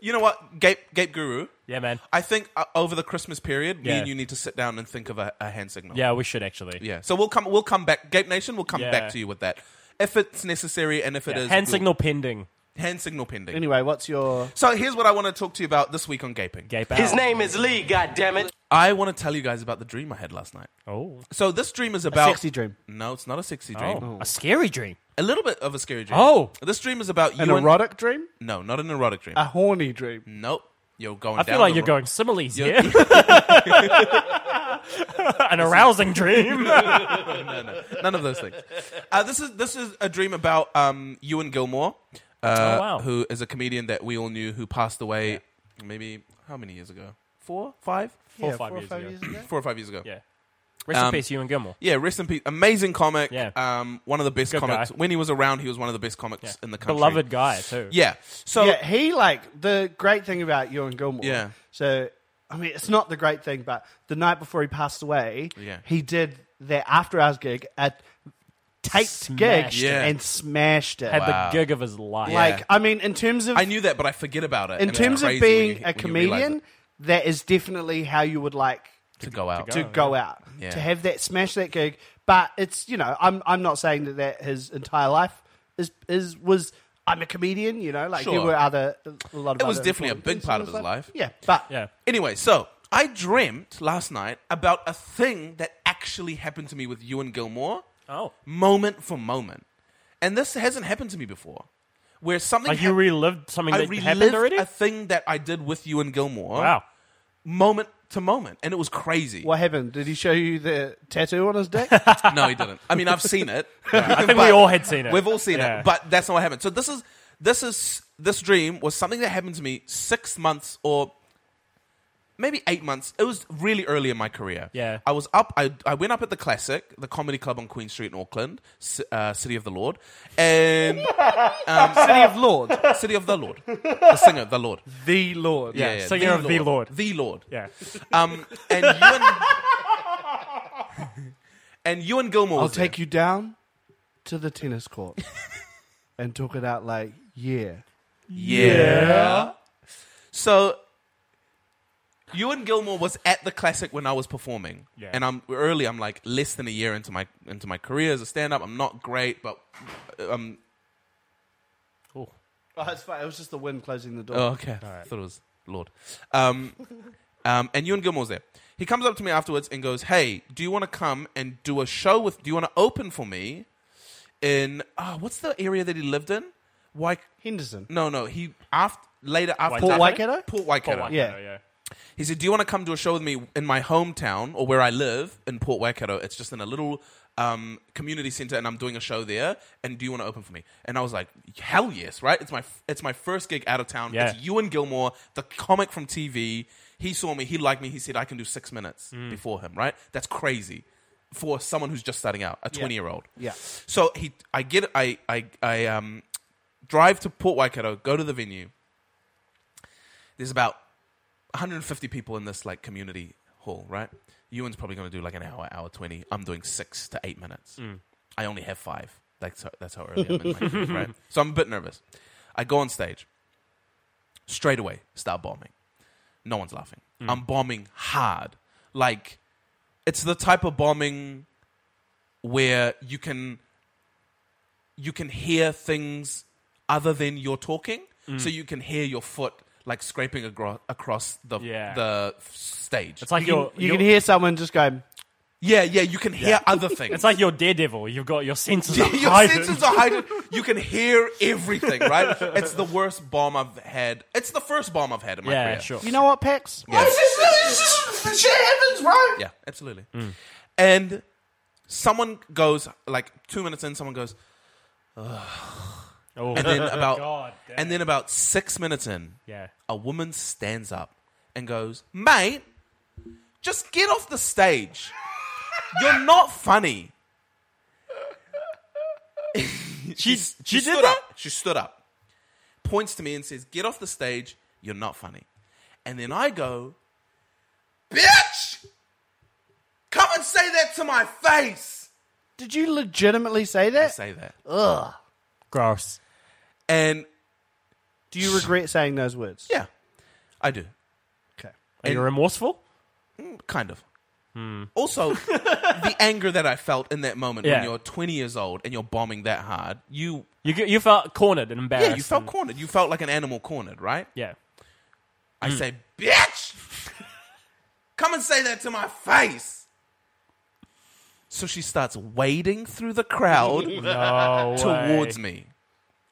[SPEAKER 5] you know what. Gape Gape Guru.
[SPEAKER 2] yeah, man.
[SPEAKER 5] I think uh, over the Christmas period, me
[SPEAKER 2] Yeah.
[SPEAKER 5] and you need to sit down and think of a, a hand signal.
[SPEAKER 2] Yeah, we should actually.
[SPEAKER 5] Yeah. So we'll come. We'll come back. Gape Nation. We'll come
[SPEAKER 2] Yeah.
[SPEAKER 5] back to you with that if it's necessary and if it is
[SPEAKER 2] Yeah, Hand
[SPEAKER 5] we'll-
[SPEAKER 2] signal pending.
[SPEAKER 5] Hand signal pending.
[SPEAKER 4] Anyway, what's your
[SPEAKER 5] So here's what I want to talk to you about this week on gaping.
[SPEAKER 2] Gape out.
[SPEAKER 8] His name is Lee, goddammit.
[SPEAKER 5] I want to tell you guys about the dream I had last night.
[SPEAKER 2] Oh.
[SPEAKER 5] So this dream is about
[SPEAKER 4] sexy dream?
[SPEAKER 5] No, it's not a sexy dream.
[SPEAKER 2] oh. A scary dream.
[SPEAKER 5] A little bit of a scary dream.
[SPEAKER 2] Oh. Ah.
[SPEAKER 5] this dream is about you.
[SPEAKER 4] an
[SPEAKER 5] Mm. and-
[SPEAKER 4] erotic dream?
[SPEAKER 5] No, not an erotic dream.
[SPEAKER 4] A horny dream.
[SPEAKER 5] nope. You're going.
[SPEAKER 2] I
[SPEAKER 5] down
[SPEAKER 2] feel like
[SPEAKER 5] the
[SPEAKER 2] you're
[SPEAKER 5] ro-
[SPEAKER 2] going similes
[SPEAKER 5] You're-
[SPEAKER 2] here. An arousing dream.
[SPEAKER 5] None of those things. Uh, this is this is a dream about um, Ewan Gilmore, uh,
[SPEAKER 2] Oh, wow.
[SPEAKER 5] who is a comedian that we all knew who passed away maybe how many years ago? Four, five,
[SPEAKER 2] Four
[SPEAKER 4] Yeah,
[SPEAKER 2] or five years ago.
[SPEAKER 5] four or five years ago.
[SPEAKER 2] Yeah. Rest in
[SPEAKER 5] Um,
[SPEAKER 2] peace, Ewan Gilmore.
[SPEAKER 5] Yeah, rest in peace. Amazing comic.
[SPEAKER 2] Yeah.
[SPEAKER 5] Um, one of the best
[SPEAKER 2] Good
[SPEAKER 5] comics.
[SPEAKER 2] guy.
[SPEAKER 5] When he was around, he was one of the best comics
[SPEAKER 2] Yeah.
[SPEAKER 5] in the country.
[SPEAKER 2] Beloved guy, too.
[SPEAKER 5] Yeah. So
[SPEAKER 4] Yeah, he like the great thing about Ewan Gilmore.
[SPEAKER 5] Yeah.
[SPEAKER 4] So I mean, it's not the great thing, but the night before he passed away,
[SPEAKER 5] Yeah.
[SPEAKER 4] he did the after hours gig at taped
[SPEAKER 2] Smashed
[SPEAKER 4] gig
[SPEAKER 5] it. Yeah.
[SPEAKER 4] and smashed it.
[SPEAKER 2] Had
[SPEAKER 5] Wow.
[SPEAKER 2] the gig of his life.
[SPEAKER 4] Like I mean, in terms of
[SPEAKER 5] I knew that, but I forget about it.
[SPEAKER 4] in
[SPEAKER 5] And it's
[SPEAKER 4] terms of
[SPEAKER 5] crazy when you-
[SPEAKER 4] being a
[SPEAKER 5] when you realize
[SPEAKER 4] comedian,
[SPEAKER 5] it.
[SPEAKER 4] that is definitely how you would like
[SPEAKER 5] to go out.
[SPEAKER 4] to go out
[SPEAKER 5] Yeah.
[SPEAKER 4] to have that smash that gig. But it's you know I'm I'm not saying that that his entire life is is was I'm a comedian. You know, like there
[SPEAKER 5] Sure.
[SPEAKER 4] were other a lot of
[SPEAKER 5] It was
[SPEAKER 4] other
[SPEAKER 5] definitely a
[SPEAKER 4] important
[SPEAKER 5] big
[SPEAKER 4] things in
[SPEAKER 5] part of his life.
[SPEAKER 4] Yeah, but
[SPEAKER 2] yeah.
[SPEAKER 5] Anyway, so I dreamt last night about a thing that actually happened to me with Ewan Gilmore,
[SPEAKER 2] Oh.
[SPEAKER 5] moment for moment, and this hasn't happened to me before, where something
[SPEAKER 2] Like you
[SPEAKER 5] hap-
[SPEAKER 2] relived something
[SPEAKER 5] I
[SPEAKER 2] that happened
[SPEAKER 5] relived
[SPEAKER 2] already?
[SPEAKER 5] a thing that I did with Ewan Gilmore,
[SPEAKER 2] wow.
[SPEAKER 5] moment to moment, and it was crazy.
[SPEAKER 4] what happened? Did he show you the tattoo on his dick?
[SPEAKER 5] No, he didn't. I mean, I've seen it.
[SPEAKER 2] I think we
[SPEAKER 5] But-
[SPEAKER 2] all had seen it.
[SPEAKER 5] We've all seen
[SPEAKER 2] Yeah.
[SPEAKER 5] it, but that's not what happened. So this is this is this dream was something that happened to me six months or maybe eight months. It was really early in my career.
[SPEAKER 2] Yeah.
[SPEAKER 5] I was up. I I went up at the Classic, the comedy club on Queen Street in Auckland, C- uh, City of the Lord, and um,
[SPEAKER 4] City of Lord,
[SPEAKER 5] City of the Lord, the singer, the Lord.
[SPEAKER 4] the Lord.
[SPEAKER 5] Yeah,
[SPEAKER 2] singer of the Lord.
[SPEAKER 5] the Lord.
[SPEAKER 2] Yeah.
[SPEAKER 5] Um, and Ewan, and Ewan Gilmore.
[SPEAKER 4] I'll
[SPEAKER 5] was there.
[SPEAKER 4] take you down to the tennis court and talk it out like yeah.
[SPEAKER 5] Yeah. So Ewan Gilmore was at the classic when I was performing.
[SPEAKER 2] Yeah.
[SPEAKER 5] And I'm early, I'm like less than a year into my into my career as a stand up. I'm not great, but um
[SPEAKER 2] Cool.
[SPEAKER 4] Oh, that's fine. It was just the wind closing the door.
[SPEAKER 5] oh, okay. I thought it was Lord. Um um and Ewan Gilmore's there. He comes up to me afterwards and goes, "Hey, do you want to come and do a show with do you want to open for me in ah what's the area that he lived in? Why
[SPEAKER 4] Henderson.
[SPEAKER 5] No, no, he after later after
[SPEAKER 2] Port
[SPEAKER 4] Waikato?
[SPEAKER 5] Port Waikato.
[SPEAKER 2] Paul
[SPEAKER 4] Yeah.
[SPEAKER 2] Wackano, yeah.
[SPEAKER 5] He said, "Do you want to come do a show with me in my hometown or where I live in Port Waikato? It's just in a little um, community center, and I'm doing a show there. And do you want to open for me?" And I was like, "Hell yes! Right? It's my it's my first gig out of town.
[SPEAKER 2] Yeah.
[SPEAKER 5] It's Ewan Gilmore, the comic from TV. He saw me. He liked me. He said I can do six minutes before him. Right? That's crazy." For someone who's just starting out, a twenty-year-old.
[SPEAKER 4] Yeah.
[SPEAKER 5] So he, I get, I, I, I um, drive to Port Waikato, go to the venue. There's about 150 people in this like community hall, right? Ewan's probably going to do like an hour, hour 20. I'm doing six to eight minutes. I only have five. That's how, that's how early I'm in my career, right? So I'm a bit nervous. I go on stage. Straight away, start bombing. No one's laughing.
[SPEAKER 2] Mm.
[SPEAKER 5] I'm bombing hard. Like, it's the type of bombing where you can you can hear things other than you're talking.
[SPEAKER 2] Mm.
[SPEAKER 5] so you can hear your foot like scraping agro- across the
[SPEAKER 2] Yeah.
[SPEAKER 5] the f- stage.
[SPEAKER 2] It's like
[SPEAKER 4] You,
[SPEAKER 2] your
[SPEAKER 4] you can hear someone just going,
[SPEAKER 5] yeah, yeah, you can hear other things.
[SPEAKER 2] It's like your Daredevil. You've got your senses.
[SPEAKER 5] your
[SPEAKER 2] are heightened.
[SPEAKER 5] senses are heightened. You can hear everything, right? It's the worst bomb I've had. It's the first bomb I've had in my
[SPEAKER 2] Yeah,
[SPEAKER 5] career.
[SPEAKER 2] sure.
[SPEAKER 4] you know what, Pax?
[SPEAKER 5] shit happens, right? Yeah, absolutely.
[SPEAKER 2] Mm.
[SPEAKER 5] And someone goes like two minutes in, someone goes,
[SPEAKER 2] Oh,
[SPEAKER 5] and then about,
[SPEAKER 2] God damn.
[SPEAKER 5] and then about six minutes in,
[SPEAKER 2] yeah.
[SPEAKER 5] a woman stands up and goes, "Mate, just get off the stage. You're not funny."
[SPEAKER 2] She,
[SPEAKER 5] s-
[SPEAKER 2] she,
[SPEAKER 5] stood
[SPEAKER 2] did that?
[SPEAKER 5] up. She stood up, points to me and says, "Get off the stage. You're not funny." And then I go, "Bitch, come and say that to my face."
[SPEAKER 4] Did you legitimately say
[SPEAKER 5] I
[SPEAKER 4] that?
[SPEAKER 5] say that,
[SPEAKER 2] Gross.
[SPEAKER 5] and
[SPEAKER 4] Do you regret saying those words?
[SPEAKER 5] yeah, I do,
[SPEAKER 4] Okay.
[SPEAKER 2] Are you remorseful?
[SPEAKER 5] kind of. Also, the anger that I felt in that moment when
[SPEAKER 2] Yeah.
[SPEAKER 5] you're 20 years old and you're bombing that hard, you
[SPEAKER 2] You, get- you felt cornered and embarrassed.
[SPEAKER 5] yeah, you felt
[SPEAKER 2] and-
[SPEAKER 5] cornered. You felt like an animal cornered, right?
[SPEAKER 2] Yeah.
[SPEAKER 5] I
[SPEAKER 2] Mm.
[SPEAKER 5] say, bitch, come and say that to my face. So she starts wading through the crowd
[SPEAKER 2] No
[SPEAKER 5] towards
[SPEAKER 2] way.
[SPEAKER 5] me.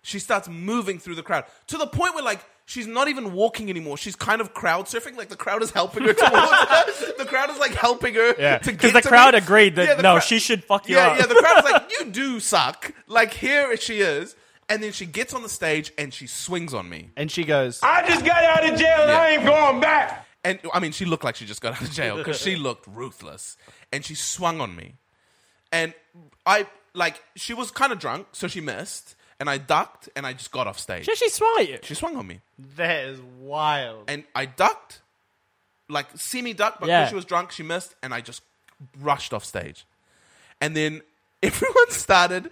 [SPEAKER 5] She starts moving through the crowd to the point where, like, she's not even walking anymore. She's kind of crowd surfing. Like, the crowd is helping her towards her. The crowd is, like, helping her
[SPEAKER 2] Yeah.
[SPEAKER 5] to get
[SPEAKER 2] Because the
[SPEAKER 5] to
[SPEAKER 2] crowd
[SPEAKER 5] me.
[SPEAKER 2] agreed that
[SPEAKER 5] Yeah, the
[SPEAKER 2] no,
[SPEAKER 5] crowd-
[SPEAKER 2] she should fuck you
[SPEAKER 5] yeah,
[SPEAKER 2] up.
[SPEAKER 5] yeah. The crowd's like, "You do suck." Like here she is, and then she gets on the stage and she swings on me.
[SPEAKER 4] And she goes,
[SPEAKER 6] I just got out of jail and I ain't going back.
[SPEAKER 5] And I mean, she looked like she just got out of jail because she looked ruthless, and she swung on me. And I like she was kind of drunk, so she missed, and I ducked, and I just got off stage.
[SPEAKER 2] she, she swung at you.
[SPEAKER 5] She swung on me,
[SPEAKER 4] that is wild.
[SPEAKER 5] and I ducked, like semi ducked, but
[SPEAKER 2] Yeah.
[SPEAKER 5] because she was drunk, she missed, and I just rushed off stage. And then everyone started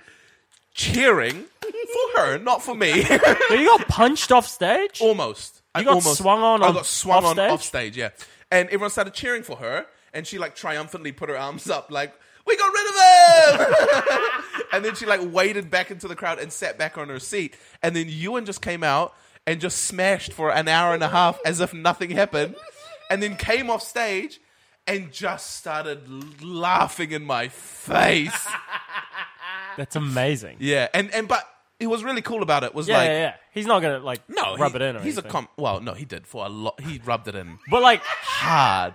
[SPEAKER 5] cheering for her, not for me.
[SPEAKER 2] So you got punched off stage?
[SPEAKER 5] almost. I
[SPEAKER 2] got
[SPEAKER 5] almost,
[SPEAKER 2] swung on
[SPEAKER 5] I
[SPEAKER 2] on-
[SPEAKER 5] got swung
[SPEAKER 2] off
[SPEAKER 5] on
[SPEAKER 2] stage?
[SPEAKER 5] off stage. Yeah, and everyone started cheering for her, and she like triumphantly put her arms up, like we got rid of him. and then she like waded back into the crowd and sat back on her seat. And then Ewan just came out and just smashed for an hour and a half as if nothing happened, and then came off stage. And just started l- laughing in my face.
[SPEAKER 2] That's amazing. Yeah,
[SPEAKER 5] Yeah, and and but it was really cool about it was
[SPEAKER 2] yeah,
[SPEAKER 5] like
[SPEAKER 2] yeah, He's not gonna like
[SPEAKER 5] no,
[SPEAKER 2] rub
[SPEAKER 5] he-
[SPEAKER 2] it in or
[SPEAKER 5] he's
[SPEAKER 2] anything.
[SPEAKER 5] a com. Well, no, he did for a lot. He rubbed it in
[SPEAKER 2] but like,
[SPEAKER 5] hard.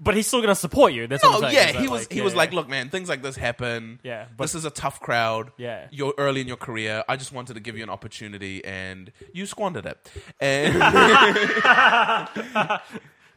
[SPEAKER 2] but he's still gonna support you. That's what
[SPEAKER 5] Oh
[SPEAKER 2] I'm saying,
[SPEAKER 5] yeah,
[SPEAKER 2] is that,
[SPEAKER 5] he was. he
[SPEAKER 2] yeah,
[SPEAKER 5] was
[SPEAKER 2] yeah.
[SPEAKER 5] like, look, man, things like this happen.
[SPEAKER 2] Yeah, but-
[SPEAKER 5] this is a tough crowd.
[SPEAKER 2] Yeah.
[SPEAKER 5] you're early in your career. I just wanted to give you an opportunity, and you squandered it. And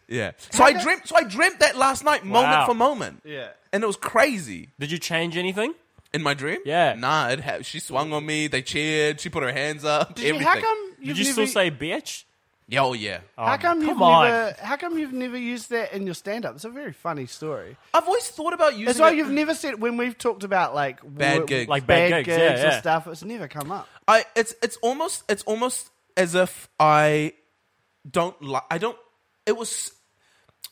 [SPEAKER 5] yeah, so I dreamt. So I dreamt that last night, moment
[SPEAKER 2] Wow.
[SPEAKER 5] for moment.
[SPEAKER 4] Yeah.
[SPEAKER 5] and it was crazy
[SPEAKER 2] Did you change anything?
[SPEAKER 5] in my dream.
[SPEAKER 2] Yeah.
[SPEAKER 5] nah, it ha- she swung on me. They cheered. She put her hands up.
[SPEAKER 4] Did you,
[SPEAKER 5] everything.
[SPEAKER 4] how come you've
[SPEAKER 2] Did you
[SPEAKER 4] never,
[SPEAKER 2] still say bitch?
[SPEAKER 5] Yeah, oh yeah.
[SPEAKER 4] how come you've
[SPEAKER 2] come on.
[SPEAKER 4] never how come you've never used that in your stand up? It's a very funny story.
[SPEAKER 5] I've always thought about using.
[SPEAKER 4] That's why
[SPEAKER 5] it-
[SPEAKER 4] you've never said when we've talked about like
[SPEAKER 5] Bad
[SPEAKER 4] wo-
[SPEAKER 5] gigs.
[SPEAKER 2] Like
[SPEAKER 4] bad,
[SPEAKER 2] bad
[SPEAKER 4] gigs,
[SPEAKER 2] gigs, yeah,
[SPEAKER 4] and
[SPEAKER 2] yeah.
[SPEAKER 4] stuff. It's never come up.
[SPEAKER 5] I it's it's almost it's almost as if I don't like I don't it was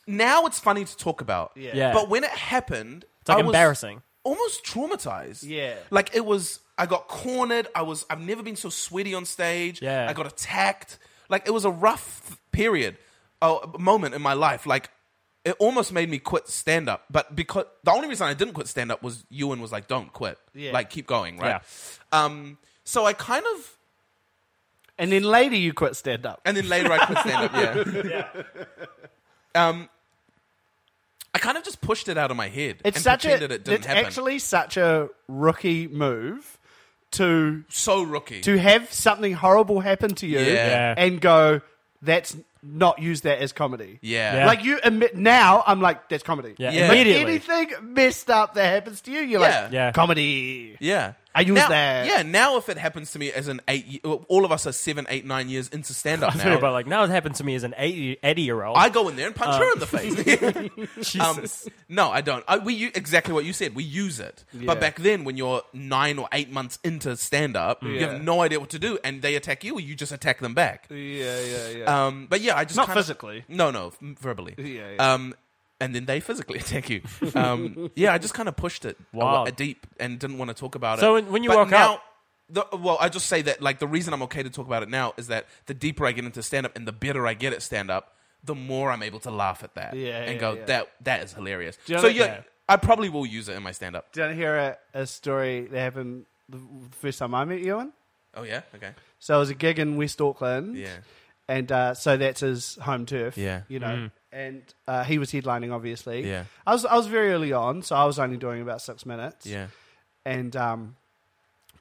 [SPEAKER 5] now it's funny to talk about.
[SPEAKER 2] Yeah.
[SPEAKER 5] But when it happened
[SPEAKER 2] It's like
[SPEAKER 5] I was
[SPEAKER 2] embarrassing.
[SPEAKER 5] Almost traumatized.
[SPEAKER 4] Yeah.
[SPEAKER 5] Like it was I got cornered. I was I've never been so sweaty on stage.
[SPEAKER 2] Yeah.
[SPEAKER 5] I got attacked. Like it was a rough period oh, moment in my life. Like it almost made me quit stand up. But because the only reason I didn't quit stand up was Ewan was like, Don't quit.
[SPEAKER 4] Yeah.
[SPEAKER 5] Like keep going, right? Um so I kind of
[SPEAKER 4] And then later you quit stand up.
[SPEAKER 5] and then later I quit stand up. Yeah. Um, I kind of just pushed it out of my head
[SPEAKER 4] It's
[SPEAKER 5] and
[SPEAKER 4] such a
[SPEAKER 5] pretended it didn't
[SPEAKER 4] it's
[SPEAKER 5] happen.
[SPEAKER 4] actually such a rookie move to
[SPEAKER 5] so rookie.
[SPEAKER 4] to have something horrible happen to you
[SPEAKER 5] Yeah.
[SPEAKER 2] Yeah.
[SPEAKER 4] and go, that's not use that as comedy.
[SPEAKER 5] yeah.
[SPEAKER 2] Yeah.
[SPEAKER 4] Like you admit now, I'm like, that's comedy.
[SPEAKER 2] Yeah,
[SPEAKER 5] Yeah.
[SPEAKER 2] immediately.
[SPEAKER 4] Anything messed up that happens to you, you're
[SPEAKER 5] Yeah.
[SPEAKER 4] like,
[SPEAKER 2] Yeah.
[SPEAKER 4] comedy.
[SPEAKER 5] Yeah.
[SPEAKER 4] I use
[SPEAKER 5] now,
[SPEAKER 4] that.
[SPEAKER 5] Yeah. Now, if it happens to me as an eight, ye- all of us are seven, eight, nine years into stand up now.
[SPEAKER 2] But like now it happened to me as an 80, 80 year old.
[SPEAKER 5] I go in there and punch her in the face. Um,
[SPEAKER 2] Jesus.
[SPEAKER 5] no, I don't. I, we u- exactly what you said. We use it,
[SPEAKER 4] Yeah.
[SPEAKER 5] but back then, when you're nine or eight months into stand up, you
[SPEAKER 4] Yeah.
[SPEAKER 5] have no idea what to do, and they attack you, or you just attack them back.
[SPEAKER 4] Yeah, yeah, yeah.
[SPEAKER 5] Um, but yeah, I just
[SPEAKER 4] Not
[SPEAKER 5] kinda-
[SPEAKER 4] physically.
[SPEAKER 5] No, no, f- verbally.
[SPEAKER 4] Yeah, yeah.
[SPEAKER 5] Um, and then they physically attack you. Um, yeah, I just kind of pushed it a
[SPEAKER 2] Wow.
[SPEAKER 5] wa- deep and didn't want to talk about it.
[SPEAKER 2] So when- when you
[SPEAKER 5] But
[SPEAKER 2] woke
[SPEAKER 5] now,
[SPEAKER 2] up-
[SPEAKER 5] the, well, I just say that like the reason I'm okay to talk about it now is that the deeper I get into stand up and the better I get at stand up, the more I'm able to laugh at that
[SPEAKER 4] Yeah,
[SPEAKER 5] and
[SPEAKER 4] yeah,
[SPEAKER 5] go
[SPEAKER 4] yeah.
[SPEAKER 5] that that is hilarious.
[SPEAKER 4] you know
[SPEAKER 5] so
[SPEAKER 4] that-
[SPEAKER 5] yeah,
[SPEAKER 4] yeah.
[SPEAKER 5] I probably will use it in my stand up.
[SPEAKER 4] Did I hear a, a story that happened the first time I met Ewan?
[SPEAKER 5] Oh yeah, okay,
[SPEAKER 4] So it was a gig in West Auckland.
[SPEAKER 5] Yeah.
[SPEAKER 4] And uh, so that's his home turf.
[SPEAKER 5] Yeah.
[SPEAKER 4] You know.
[SPEAKER 2] Mm.
[SPEAKER 4] And uh, he was headlining, obviously.
[SPEAKER 5] Yeah.
[SPEAKER 4] I was I was very early on, so I was only doing about six minutes.
[SPEAKER 5] yeah,
[SPEAKER 4] And um,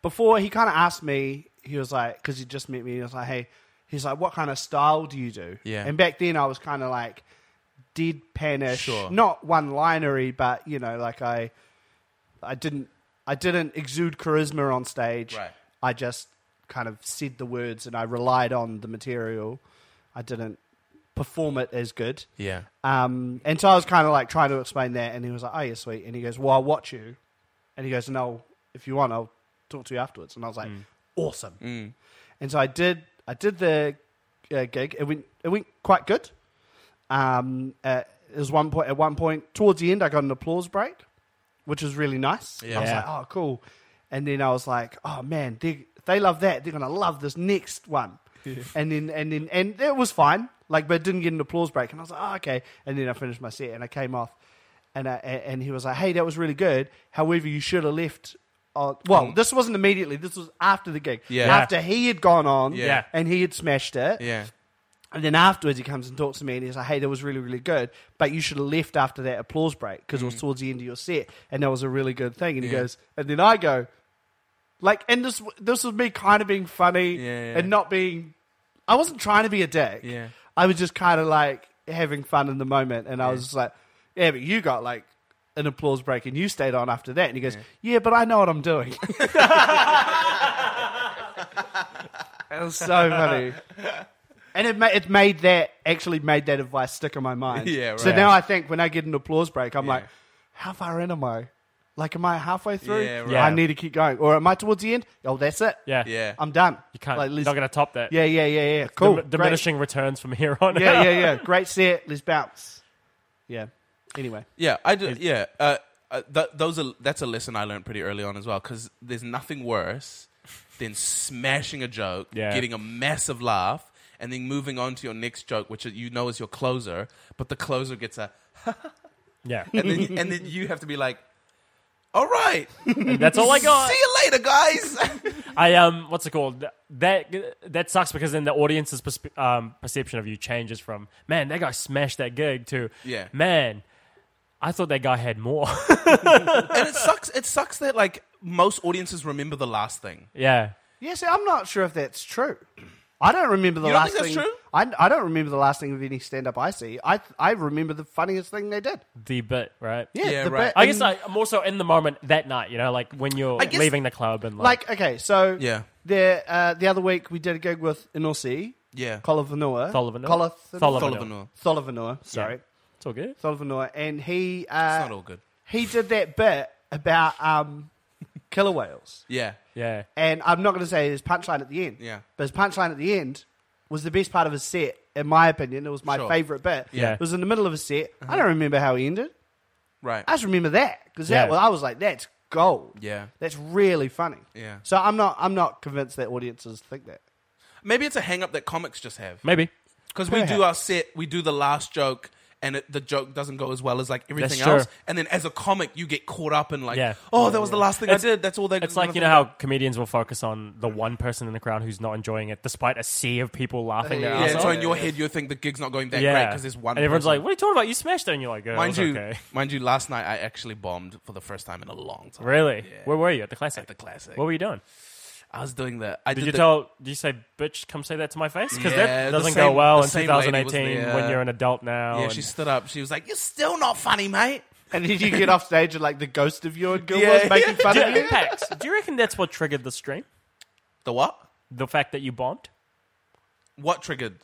[SPEAKER 4] before he kind of asked me, he was like, because he just met me, he was like, hey, he's like, what kind of style do you do?
[SPEAKER 5] Yeah.
[SPEAKER 4] And back then I was kind of like deadpanish,
[SPEAKER 5] Sure.
[SPEAKER 4] not one linery, but you know, like I, I didn't, I didn't exude charisma on stage.
[SPEAKER 5] Right.
[SPEAKER 4] I just kind of said the words and I relied on the material. I didn't perform it as good.
[SPEAKER 5] yeah,
[SPEAKER 4] Um, and so I was kind of like trying to explain that, and he was like, "Oh, yeah, sweet." And he goes, "Well, I'll watch you." And he goes, "No, if you want, I'll talk to you afterwards." And I was like, "Awesome." And so I did. I did the uh, gig. It went. It went quite good. Um, uh, it was one point. At one point, towards the end, I got an applause break, which was really nice. I was
[SPEAKER 2] Yeah.
[SPEAKER 4] like, "Oh, cool." And then I was like, "Oh man, they they love that. They're gonna love this next one." And then and then and it was fine. Like, but it didn't get an applause break. And I was like, "Oh, okay." And then I finished my set and I came off, and I, and and he was like, "Hey, that was really good. However, you should have left." On, well, this wasn't immediately. This was after the gig.
[SPEAKER 5] Yeah.
[SPEAKER 4] After he had gone on.
[SPEAKER 5] Yeah.
[SPEAKER 4] And he had smashed it.
[SPEAKER 5] yeah.
[SPEAKER 4] And then afterwards, he comes and talks to me, and he's like, "Hey, that was really, really good, but you should have left after that applause break because it was towards the end of your set, and that was a really good thing." And he
[SPEAKER 5] Mm. Yeah.
[SPEAKER 4] goes, and then I go, like, and this this was me kind of being funny
[SPEAKER 5] Yeah, yeah.
[SPEAKER 4] and not being. I wasn't trying to be a dick.
[SPEAKER 5] Yeah.
[SPEAKER 4] I was just kind of like having fun in the moment, and I was just like, "Yeah, but you got like an applause break, and you stayed on after that." And he goes, "Yeah, but I know what I'm doing." it was so funny. And it, ma- it made that actually made that advice stick in my mind.
[SPEAKER 5] Yeah,
[SPEAKER 4] So
[SPEAKER 5] right.
[SPEAKER 4] now I think when I get an applause break, I'm
[SPEAKER 5] Yeah.
[SPEAKER 4] like, how far in am I? Like, am I halfway through?
[SPEAKER 5] Yeah, right.
[SPEAKER 2] Yeah.
[SPEAKER 4] I need to keep going. Or am I towards the end? Oh, that's it.
[SPEAKER 2] Yeah.
[SPEAKER 5] Yeah.
[SPEAKER 4] I'm done.
[SPEAKER 2] You can't,
[SPEAKER 4] Like,
[SPEAKER 2] you're
[SPEAKER 4] let's-
[SPEAKER 2] not going to top that.
[SPEAKER 4] Yeah, yeah, yeah, yeah.
[SPEAKER 2] Dim-
[SPEAKER 4] Cool. Great.
[SPEAKER 2] diminishing returns from here on.
[SPEAKER 4] Yeah, yeah, yeah. Great set. Let's bounce. Yeah. Anyway.
[SPEAKER 5] Yeah, I do. Yeah, uh, uh, th- those are that's a lesson I learned pretty early on as well because there's nothing worse than smashing a joke,
[SPEAKER 2] Yeah.
[SPEAKER 5] getting a massive laugh, and then moving on to your next joke, which you know is your closer, but the closer gets a,
[SPEAKER 2] yeah.
[SPEAKER 5] and then and then you have to be like, all right,
[SPEAKER 2] That's all I got.
[SPEAKER 5] see you later, guys.
[SPEAKER 2] I um, what's it called? That that sucks because then the audience's perspe- um, perception of you changes from man, that guy smashed that gig to
[SPEAKER 5] Yeah.
[SPEAKER 2] man, I thought that guy had more.
[SPEAKER 5] and it sucks. It sucks that like most audiences remember the last thing.
[SPEAKER 2] yeah,
[SPEAKER 4] Yeah, see, I'm not sure if that's true. I don't remember the
[SPEAKER 5] You don't
[SPEAKER 4] last
[SPEAKER 5] think that's
[SPEAKER 4] thing.
[SPEAKER 5] true?
[SPEAKER 4] I, I don't remember the last thing of any stand up I see. I I remember the funniest thing they did.
[SPEAKER 2] the bit right.
[SPEAKER 4] Yeah,
[SPEAKER 5] Yeah,
[SPEAKER 4] the
[SPEAKER 5] right.
[SPEAKER 4] bit
[SPEAKER 2] I guess
[SPEAKER 4] in-
[SPEAKER 2] like, I'm also in the moment that night. You know, like when you're
[SPEAKER 5] I guess-
[SPEAKER 2] leaving the club and like,
[SPEAKER 4] like okay, so
[SPEAKER 5] Yeah.
[SPEAKER 4] the uh, the other week we did a gig with Inorsi,
[SPEAKER 5] Yeah.
[SPEAKER 4] Colavanua,
[SPEAKER 2] Tholivanua?
[SPEAKER 4] Colavanua,
[SPEAKER 2] Tholivanua.
[SPEAKER 4] Tholivanua, sorry,
[SPEAKER 2] it's all good.
[SPEAKER 4] Tholivanua, and he uh,
[SPEAKER 5] It's not all good.
[SPEAKER 4] he did that bit about um, killer whales,
[SPEAKER 5] Yeah.
[SPEAKER 2] Yeah,
[SPEAKER 4] and I'm not going to say his punchline at the end,
[SPEAKER 5] Yeah.
[SPEAKER 4] but his punchline at the end was the best part of his set, in my opinion. It was my
[SPEAKER 5] Sure. Uh-huh.
[SPEAKER 4] favorite bit.
[SPEAKER 2] Yeah.
[SPEAKER 4] it was in the middle of his set. I don't remember how he ended.
[SPEAKER 5] Right.
[SPEAKER 4] I just remember that because
[SPEAKER 2] Yeah.
[SPEAKER 4] that well, I was like, that's gold.
[SPEAKER 5] Yeah.
[SPEAKER 4] that's really funny.
[SPEAKER 5] Yeah.
[SPEAKER 4] So I'm not I'm not convinced that audiences think that.
[SPEAKER 5] Maybe it's a hang up that comics just have.
[SPEAKER 2] maybe.
[SPEAKER 5] Because we do
[SPEAKER 4] Perhaps.
[SPEAKER 5] our set, we do the last joke, and it, the joke doesn't go as well as like everything
[SPEAKER 2] That's true.
[SPEAKER 5] else. And then as a comic, you get caught up in like,
[SPEAKER 2] Yeah.
[SPEAKER 5] oh, that was the last thing
[SPEAKER 2] It's-
[SPEAKER 5] I did. That's all they.
[SPEAKER 2] It's like you know how comedians will focus on the one person in the crowd who's not enjoying it, despite a sea of people laughing their
[SPEAKER 5] Yeah,
[SPEAKER 2] ass
[SPEAKER 5] so
[SPEAKER 2] off.
[SPEAKER 5] in your head, you think the gig's not going that
[SPEAKER 2] Yeah.
[SPEAKER 5] great because there's one.
[SPEAKER 2] and everyone's
[SPEAKER 5] person.
[SPEAKER 2] like, "What are you talking about? You smashed it!" And you're like, oh,
[SPEAKER 5] mind
[SPEAKER 2] it was
[SPEAKER 5] you,
[SPEAKER 2] okay."
[SPEAKER 5] mind you, last night I actually bombed for the first time in a long time.
[SPEAKER 2] Really?
[SPEAKER 5] Yeah.
[SPEAKER 2] Where were you at the classic?
[SPEAKER 5] At the classic.
[SPEAKER 2] What were you doing?
[SPEAKER 5] I was doing the. I
[SPEAKER 2] Did,
[SPEAKER 5] did
[SPEAKER 2] you
[SPEAKER 5] the-
[SPEAKER 2] tell? Did you say, "Bitch, come say that to my face"? Because
[SPEAKER 5] Yeah,
[SPEAKER 2] that
[SPEAKER 5] the
[SPEAKER 2] doesn't
[SPEAKER 5] same-
[SPEAKER 2] go well
[SPEAKER 5] the
[SPEAKER 2] in
[SPEAKER 5] same lady was
[SPEAKER 2] 2018
[SPEAKER 5] there.
[SPEAKER 2] when you're an adult now.
[SPEAKER 5] Yeah,
[SPEAKER 2] and-
[SPEAKER 5] she stood up. She was like, "You're still not funny, mate."
[SPEAKER 4] And then you get off stage and like the ghost of you and Gilmore
[SPEAKER 5] Yeah.
[SPEAKER 4] was making fun
[SPEAKER 2] Yeah,
[SPEAKER 4] of you.
[SPEAKER 2] impacts. Do you reckon that's what triggered the stream?
[SPEAKER 5] The what?
[SPEAKER 2] The fact that you bombed?
[SPEAKER 5] What triggered?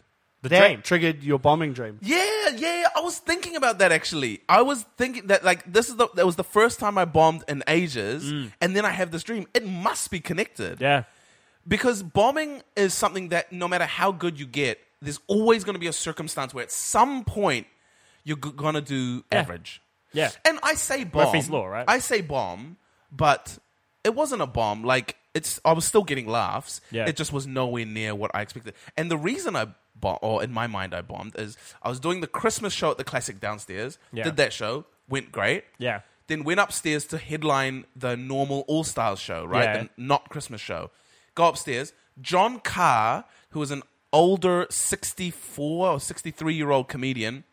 [SPEAKER 2] The
[SPEAKER 4] That
[SPEAKER 2] dream.
[SPEAKER 4] triggered your bombing dream.
[SPEAKER 5] Yeah, yeah, I was thinking about that actually. I was thinking that like this is the that was the first time I bombed in ages, and then I have this dream. It must be connected.
[SPEAKER 2] Mm. yeah.
[SPEAKER 5] Because bombing is something that no matter how good you get, there's always going to be a circumstance where at some point you're g- going to do average.
[SPEAKER 2] Yeah.
[SPEAKER 5] And I say bomb.
[SPEAKER 2] Murphy's Law, right?
[SPEAKER 5] I say bomb, but it wasn't a bomb. Like it's I was still getting laughs.
[SPEAKER 2] Yeah.
[SPEAKER 5] It just was nowhere near what I expected. And the reason I bombed, or in my mind I bombed, is I was doing the Christmas show at the Classic downstairs.
[SPEAKER 2] Yeah.
[SPEAKER 5] Did that show, went great.
[SPEAKER 2] Yeah.
[SPEAKER 5] Then went upstairs to headline the normal All Stars show, right?
[SPEAKER 2] Yeah.
[SPEAKER 5] The not Christmas show. Go upstairs. John Carr, who is an older 64 or 63 year old comedian,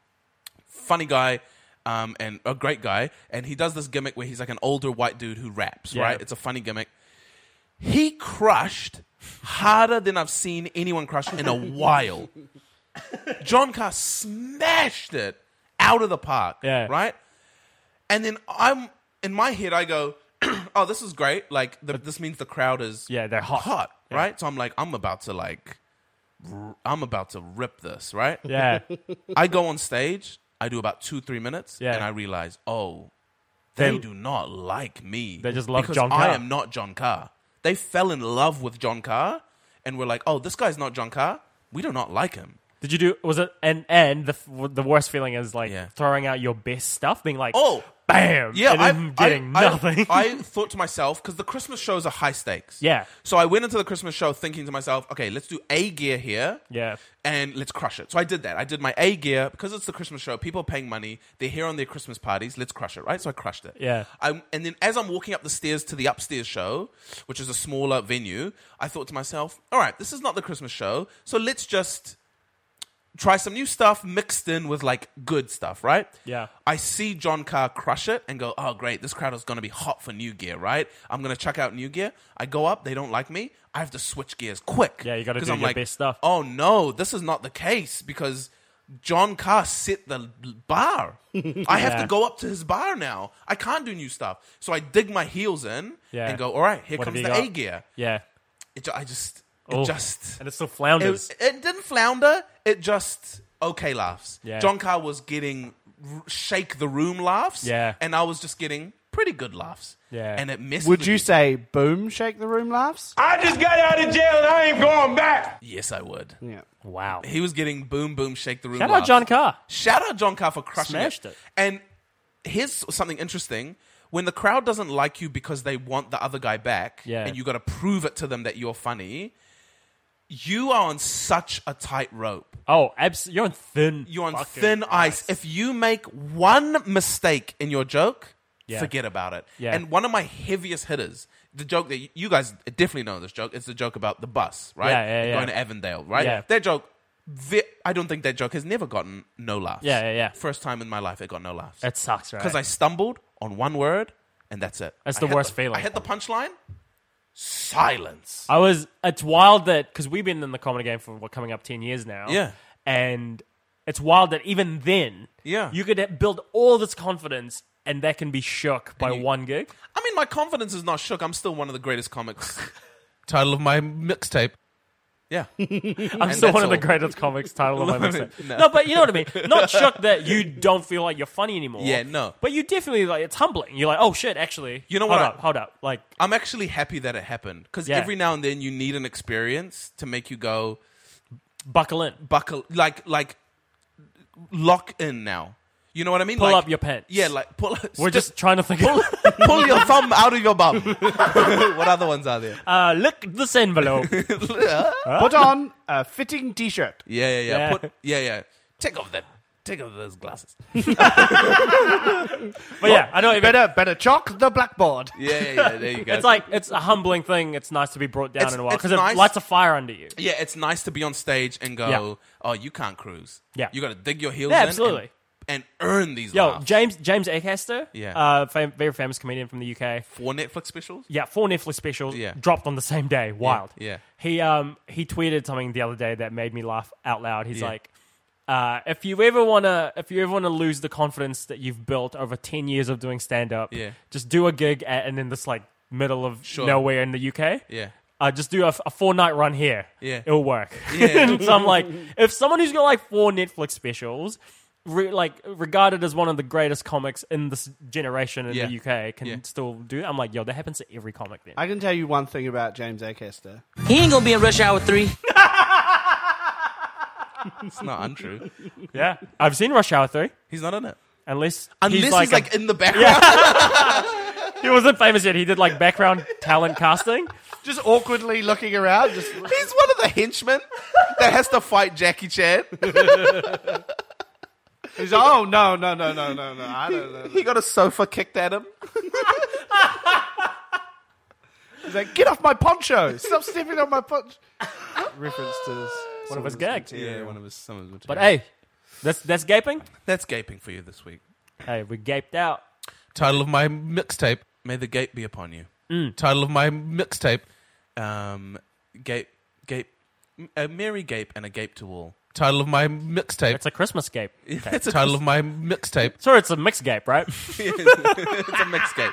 [SPEAKER 5] funny guy um, and a great guy. And he does this gimmick where he's like an older white dude who raps,
[SPEAKER 2] Yeah.
[SPEAKER 5] right? It's a funny gimmick. He crushed harder than I've seen anyone crush in a while. John Carr smashed it out of the park,
[SPEAKER 2] Yeah.
[SPEAKER 5] right? And then I'm in my head, I go, "Oh, this is great! Like the, this means the crowd is
[SPEAKER 2] Yeah, they're hot.
[SPEAKER 5] hot, right?" So I'm like, "I'm about to like, r- I'm about to rip this, right?"
[SPEAKER 2] Yeah.
[SPEAKER 5] I go on stage, I do about two, three minutes,
[SPEAKER 2] Yeah.
[SPEAKER 5] and I realize, oh, they,
[SPEAKER 2] They-
[SPEAKER 5] do not like me.
[SPEAKER 2] They just love
[SPEAKER 5] because
[SPEAKER 2] John
[SPEAKER 5] I
[SPEAKER 2] Carr.
[SPEAKER 5] am not John Carr. They fell in love with John Carr and were like, oh, this guy's not John Carr. We do not like him.
[SPEAKER 2] Did you do? Was it and and the f- the worst feeling is like
[SPEAKER 5] Yeah.
[SPEAKER 2] throwing out your best stuff, being like,
[SPEAKER 5] Oh,
[SPEAKER 2] bam,
[SPEAKER 5] Yeah,
[SPEAKER 2] and
[SPEAKER 5] I'm
[SPEAKER 2] then getting
[SPEAKER 5] I,
[SPEAKER 2] nothing.
[SPEAKER 5] I, I thought to myself because the Christmas shows are high stakes.
[SPEAKER 2] Yeah.
[SPEAKER 5] So I went into the Christmas show thinking to myself, okay, let's do A gear here.
[SPEAKER 2] Yeah.
[SPEAKER 5] And let's crush it. So I did that. I did my A gear because it's the Christmas show. People are paying money. They're here on their Christmas parties. Let's crush it, right? So I crushed it.
[SPEAKER 2] Yeah.
[SPEAKER 5] I, and then as I'm walking up the stairs to the upstairs show, which is a smaller venue, I thought to myself, all right, this is not the Christmas show. So let's just try some new stuff mixed in with like good stuff, right?
[SPEAKER 2] Yeah.
[SPEAKER 5] I see John Carr crush it and go, oh, great, this crowd is going to be hot for New Gear, right? I'm going to check out New Gear. I go up, they don't like me. I have to switch gears quick.
[SPEAKER 2] Yeah, you gotta
[SPEAKER 5] 'Cause
[SPEAKER 2] do
[SPEAKER 5] I'm
[SPEAKER 2] your
[SPEAKER 5] like,
[SPEAKER 2] best stuff.
[SPEAKER 5] Oh, no, this is not the case because John Carr set the l- bar. I have
[SPEAKER 2] Yeah.
[SPEAKER 5] to go up to his bar now. I can't do new stuff. So I dig my heels in
[SPEAKER 2] Yeah.
[SPEAKER 5] and go, all right, here
[SPEAKER 2] What have
[SPEAKER 5] comes
[SPEAKER 2] you
[SPEAKER 5] the
[SPEAKER 2] got?
[SPEAKER 5] A gear.
[SPEAKER 2] yeah,
[SPEAKER 5] It, ju- I just, it
[SPEAKER 2] Oh,
[SPEAKER 5] just
[SPEAKER 2] and it still
[SPEAKER 5] it,
[SPEAKER 2] flounders.
[SPEAKER 5] was- it didn't flounder. It just okay laughs.
[SPEAKER 2] Yeah.
[SPEAKER 5] John Carr was getting r- shake the room laughs.
[SPEAKER 2] Yeah.
[SPEAKER 5] and I was just getting pretty good laughs.
[SPEAKER 2] Yeah.
[SPEAKER 5] and it missed.
[SPEAKER 4] Would you say boom, shake the room laughs?
[SPEAKER 5] Ah.
[SPEAKER 6] I just got out of jail and I ain't going back.
[SPEAKER 5] Yes, I would.
[SPEAKER 4] Yeah.
[SPEAKER 2] wow.
[SPEAKER 5] He was getting boom boom shake the room.
[SPEAKER 2] Shout out
[SPEAKER 5] laughs.
[SPEAKER 2] John Carr.
[SPEAKER 5] Shout out John Carr for crushing
[SPEAKER 2] Smashed it.
[SPEAKER 5] And here's something interesting. When the crowd doesn't like you because they want the other guy back,
[SPEAKER 2] Yeah.
[SPEAKER 5] and you got to prove it to them that you're funny, you are on such a tight rope.
[SPEAKER 2] Oh, abs- you're on thin.
[SPEAKER 5] you're on
[SPEAKER 2] fucking
[SPEAKER 5] thin ice. If you make one mistake in your joke,
[SPEAKER 2] Yeah.
[SPEAKER 5] forget about it.
[SPEAKER 2] Yeah.
[SPEAKER 5] And one of my heaviest hitters, the joke that you- you guys definitely know this joke, it's the joke about the bus, right?
[SPEAKER 2] Yeah, yeah, yeah.
[SPEAKER 5] Going to Avondale, right?
[SPEAKER 2] Yeah.
[SPEAKER 5] That joke, ve- I don't think that joke has never gotten no laughs.
[SPEAKER 2] Yeah, yeah, yeah.
[SPEAKER 5] First time in my life it got no laughs.
[SPEAKER 2] It sucks, right?
[SPEAKER 5] Because I stumbled on one word and that's it.
[SPEAKER 2] That's
[SPEAKER 5] I
[SPEAKER 2] the
[SPEAKER 5] hit
[SPEAKER 2] worst feeling.
[SPEAKER 5] I hit the punchline, silence.
[SPEAKER 2] I was. It's wild that because we've been in the comedy game for what coming up ten years now.
[SPEAKER 5] Yeah.
[SPEAKER 2] and it's wild that even then,
[SPEAKER 5] Yeah.
[SPEAKER 2] you could ha- build all this confidence, and that can be shook by
[SPEAKER 5] you-
[SPEAKER 2] one gig.
[SPEAKER 5] I mean, my confidence is not shook. I'm still one of the greatest comics. Title of my mixtape. Yeah.
[SPEAKER 2] I'm still
[SPEAKER 5] that's
[SPEAKER 2] one of the
[SPEAKER 5] all.
[SPEAKER 2] greatest comics title of my mixtape.
[SPEAKER 5] No.
[SPEAKER 2] no. but you know what I mean. Not shook that you don't feel like you're funny anymore.
[SPEAKER 5] Yeah, no.
[SPEAKER 2] But you definitely like it's humbling. You're like, oh shit, actually.
[SPEAKER 5] You know
[SPEAKER 2] hold
[SPEAKER 5] what I-
[SPEAKER 2] Up, hold up. Like,
[SPEAKER 5] I'm actually happy that it happened because
[SPEAKER 2] Yeah.
[SPEAKER 5] every now and then you need an experience to make you go
[SPEAKER 2] buckle in.
[SPEAKER 5] buckle, like like lock in now. You know what I mean?
[SPEAKER 2] Pull
[SPEAKER 5] Like-
[SPEAKER 2] up your pants.
[SPEAKER 5] Yeah, like pull.
[SPEAKER 2] We're just trying to think.
[SPEAKER 5] pull, pull your thumb out of your bum. what other ones are there?
[SPEAKER 2] Uh, look at this envelope.
[SPEAKER 4] Put on a fitting t-shirt.
[SPEAKER 5] Yeah, yeah, yeah.
[SPEAKER 2] Yeah.
[SPEAKER 5] Put, yeah, yeah. Take off that. Take off those glasses.
[SPEAKER 2] but yeah, I know. what you mean.
[SPEAKER 4] Better, better chalk the blackboard.
[SPEAKER 5] Yeah, yeah, yeah. There you go.
[SPEAKER 2] It's like it's a humbling thing. It's nice to be brought down
[SPEAKER 5] It's-
[SPEAKER 2] in a while
[SPEAKER 5] it's
[SPEAKER 2] because it
[SPEAKER 5] nice-
[SPEAKER 2] lights a fire under you.
[SPEAKER 5] yeah, it's nice to be on stage and go,
[SPEAKER 2] Yeah.
[SPEAKER 5] oh, you can't cruise.
[SPEAKER 2] Yeah.
[SPEAKER 5] you got to dig your heels
[SPEAKER 2] Yeah,
[SPEAKER 5] in and-
[SPEAKER 2] absolutely.
[SPEAKER 5] and, earn these.
[SPEAKER 2] Yo,
[SPEAKER 5] laughs.
[SPEAKER 2] James James Acaster,
[SPEAKER 5] Yeah.
[SPEAKER 2] uh, fam- very famous comedian from the UK.
[SPEAKER 5] four Netflix specials.
[SPEAKER 2] Yeah, four Netflix specials
[SPEAKER 5] Yeah.
[SPEAKER 2] dropped on the same day. Wild.
[SPEAKER 5] yeah.
[SPEAKER 2] He um he tweeted something the other day that made me laugh out loud. He's
[SPEAKER 5] Yeah.
[SPEAKER 2] like, uh, if you ever wanna if you ever wanna lose the confidence that you've built over ten years of doing stand up,
[SPEAKER 5] Yeah.
[SPEAKER 2] just do a gig at, and in this like middle of
[SPEAKER 5] Sure.
[SPEAKER 2] nowhere in the UK.
[SPEAKER 5] Yeah.
[SPEAKER 2] Uh, just do a, a four night run here.
[SPEAKER 5] Yeah.
[SPEAKER 2] It'll work.
[SPEAKER 5] Yeah.
[SPEAKER 2] and so I'm like, if someone who's got like four Netflix specials, re- like regarded as one of the greatest comics in this generation in
[SPEAKER 5] Yeah.
[SPEAKER 2] the UK, can
[SPEAKER 5] Yeah.
[SPEAKER 2] still do. I'm like, yo, that happens to every comic then.
[SPEAKER 4] I can tell you one thing about James Acaster.
[SPEAKER 8] He ain't gonna be in Rush Hour 3.
[SPEAKER 5] It's not untrue.
[SPEAKER 2] yeah, I've seen Rush Hour three.
[SPEAKER 5] He's not in it.
[SPEAKER 2] Unless
[SPEAKER 5] Unless he's
[SPEAKER 2] a-
[SPEAKER 5] like, in the background.
[SPEAKER 2] He wasn't famous yet. He did like background talent casting.
[SPEAKER 4] Just awkwardly looking around. Just
[SPEAKER 5] He's one of the henchmen that has to fight Jackie Chan.
[SPEAKER 4] he's oh no no no no no no I don't know.
[SPEAKER 5] He got a sofa kicked at him.
[SPEAKER 4] He's like get off my poncho. Stop stepping on my poncho. Reference to this.
[SPEAKER 2] One of his gags.
[SPEAKER 5] Yeah, one of his someone's
[SPEAKER 2] But hey, that's that's gaping.
[SPEAKER 5] that's gaping for you this week.
[SPEAKER 2] Hey, we gaped out.
[SPEAKER 5] Title of my mixtape: May the Gape be upon you.
[SPEAKER 2] Mm.
[SPEAKER 5] Title of my mixtape: um, Gape, Gape, a merry gape and a gape to all. Title of my mixtape.
[SPEAKER 2] It's a Christmas gape.
[SPEAKER 5] It's a title of my mixtape.
[SPEAKER 2] Sorry, it's a mixed gape, right?
[SPEAKER 5] It's a mixtape.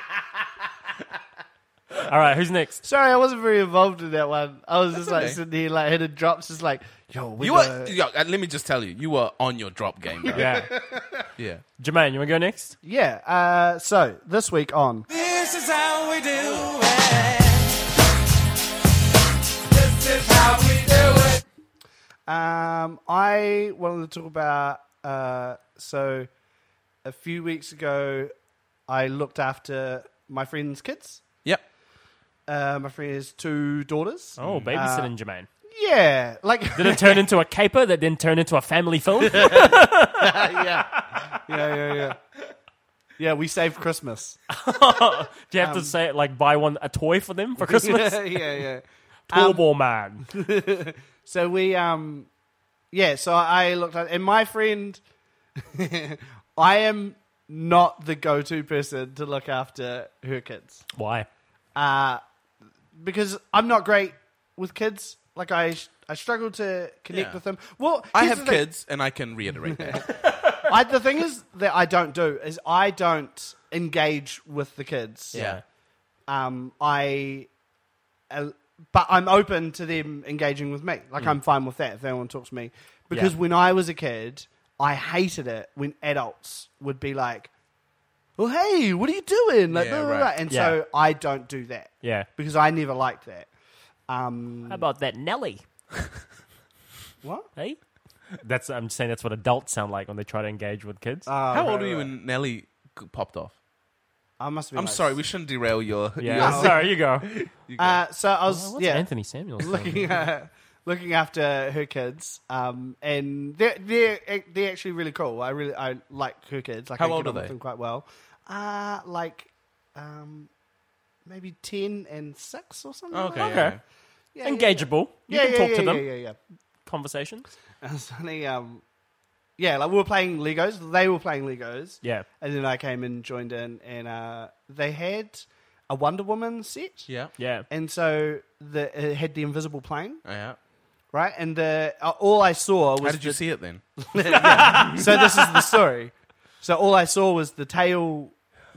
[SPEAKER 2] All right, who's next?
[SPEAKER 4] Sorry, I wasn't very involved in that one. I was just like
[SPEAKER 5] okay.
[SPEAKER 4] sitting here, like headed drops, just like yo. We
[SPEAKER 5] You
[SPEAKER 4] gotta-
[SPEAKER 5] were, yo, uh, let me just tell you, you were on your drop game. Bro.
[SPEAKER 2] Yeah,
[SPEAKER 5] yeah.
[SPEAKER 2] Jermaine, you want to go next?
[SPEAKER 4] Yeah. Uh, so this week on
[SPEAKER 3] This is how we do it. This is how we do it.
[SPEAKER 4] Um, I wanted to talk about. Uh, so, a few weeks ago, I looked after my friend's kids.
[SPEAKER 5] Yep.
[SPEAKER 4] Uh, my friend has two daughters.
[SPEAKER 2] Oh, babysitting Jermaine.
[SPEAKER 4] Yeah, like
[SPEAKER 2] Did it turn into a caper that then turned into a family film?
[SPEAKER 4] yeah, yeah, yeah. Yeah, we saved Christmas.
[SPEAKER 2] Do you have
[SPEAKER 5] Um,
[SPEAKER 2] to say like buy one a toy for them for Christmas?
[SPEAKER 4] yeah, yeah.
[SPEAKER 5] um,
[SPEAKER 2] Turbo man.
[SPEAKER 4] So we, um, yeah. So I looked at, and my friend, I am not the go-to person to look after her kids.
[SPEAKER 2] Why?
[SPEAKER 4] uh, because I'm not great with kids. Like I, I struggle to connect
[SPEAKER 5] Yeah.
[SPEAKER 4] with them. Well,
[SPEAKER 5] I
[SPEAKER 4] here's
[SPEAKER 5] have
[SPEAKER 4] the thing.
[SPEAKER 5] kids, and I can reiterate that.
[SPEAKER 4] I, the thing is that I don't do is I don't engage with the kids.
[SPEAKER 5] Yeah.
[SPEAKER 4] Um, I, uh, but I'm open to them engaging with me. Like I'm fine with that if they want to talk to me. Because
[SPEAKER 2] Yeah.
[SPEAKER 4] when I was a kid, I hated it when adults would be like, "Well, hey, what are you doing?" Like,
[SPEAKER 5] Yeah,
[SPEAKER 4] blah, blah,
[SPEAKER 5] right.
[SPEAKER 4] blah. and
[SPEAKER 2] Yeah.
[SPEAKER 4] so I don't do that.
[SPEAKER 2] Yeah.
[SPEAKER 4] because I never liked that. Um,
[SPEAKER 2] How about that Nelly?
[SPEAKER 4] What?
[SPEAKER 2] Hey? That's I'm just saying that's what adults sound like when they try to engage with kids.
[SPEAKER 4] Uh,
[SPEAKER 5] How old are you when Nelly g- popped off?
[SPEAKER 4] I must have been
[SPEAKER 5] I'm
[SPEAKER 4] like-
[SPEAKER 5] sorry, we shouldn't derail your.
[SPEAKER 2] yeah. Sorry, you go. Oh,
[SPEAKER 4] Uh, so I was
[SPEAKER 2] What's
[SPEAKER 4] yeah
[SPEAKER 2] Anthony Samuels? doing?
[SPEAKER 4] looking, uh, looking after her kids, um, and they're they're they're actually really cool. I really I like her kids. Like
[SPEAKER 5] How
[SPEAKER 4] I get
[SPEAKER 5] old are
[SPEAKER 4] on with
[SPEAKER 5] they?
[SPEAKER 4] Them quite well. Uh like um, maybe ten and six or something.
[SPEAKER 5] Okay.
[SPEAKER 4] Like that.
[SPEAKER 5] yeah.
[SPEAKER 4] Yeah,
[SPEAKER 2] Engageable. You
[SPEAKER 4] Yeah,
[SPEAKER 2] can
[SPEAKER 4] yeah,
[SPEAKER 2] talk
[SPEAKER 4] yeah,
[SPEAKER 2] to them.
[SPEAKER 4] Yeah, yeah, yeah.
[SPEAKER 2] Conversations.
[SPEAKER 4] And suddenly, um, yeah, like we were playing Legos. They were playing Legos.
[SPEAKER 2] Yeah.
[SPEAKER 4] and then I came and joined in, and uh, they had a Wonder Woman set.
[SPEAKER 5] Yeah.
[SPEAKER 2] Yeah.
[SPEAKER 4] and so the it had the invisible plane,
[SPEAKER 5] Yeah.
[SPEAKER 4] right? And the uh, all I saw
[SPEAKER 5] How
[SPEAKER 4] was
[SPEAKER 5] did you see it then?
[SPEAKER 4] so this is the story. So all I saw was the tail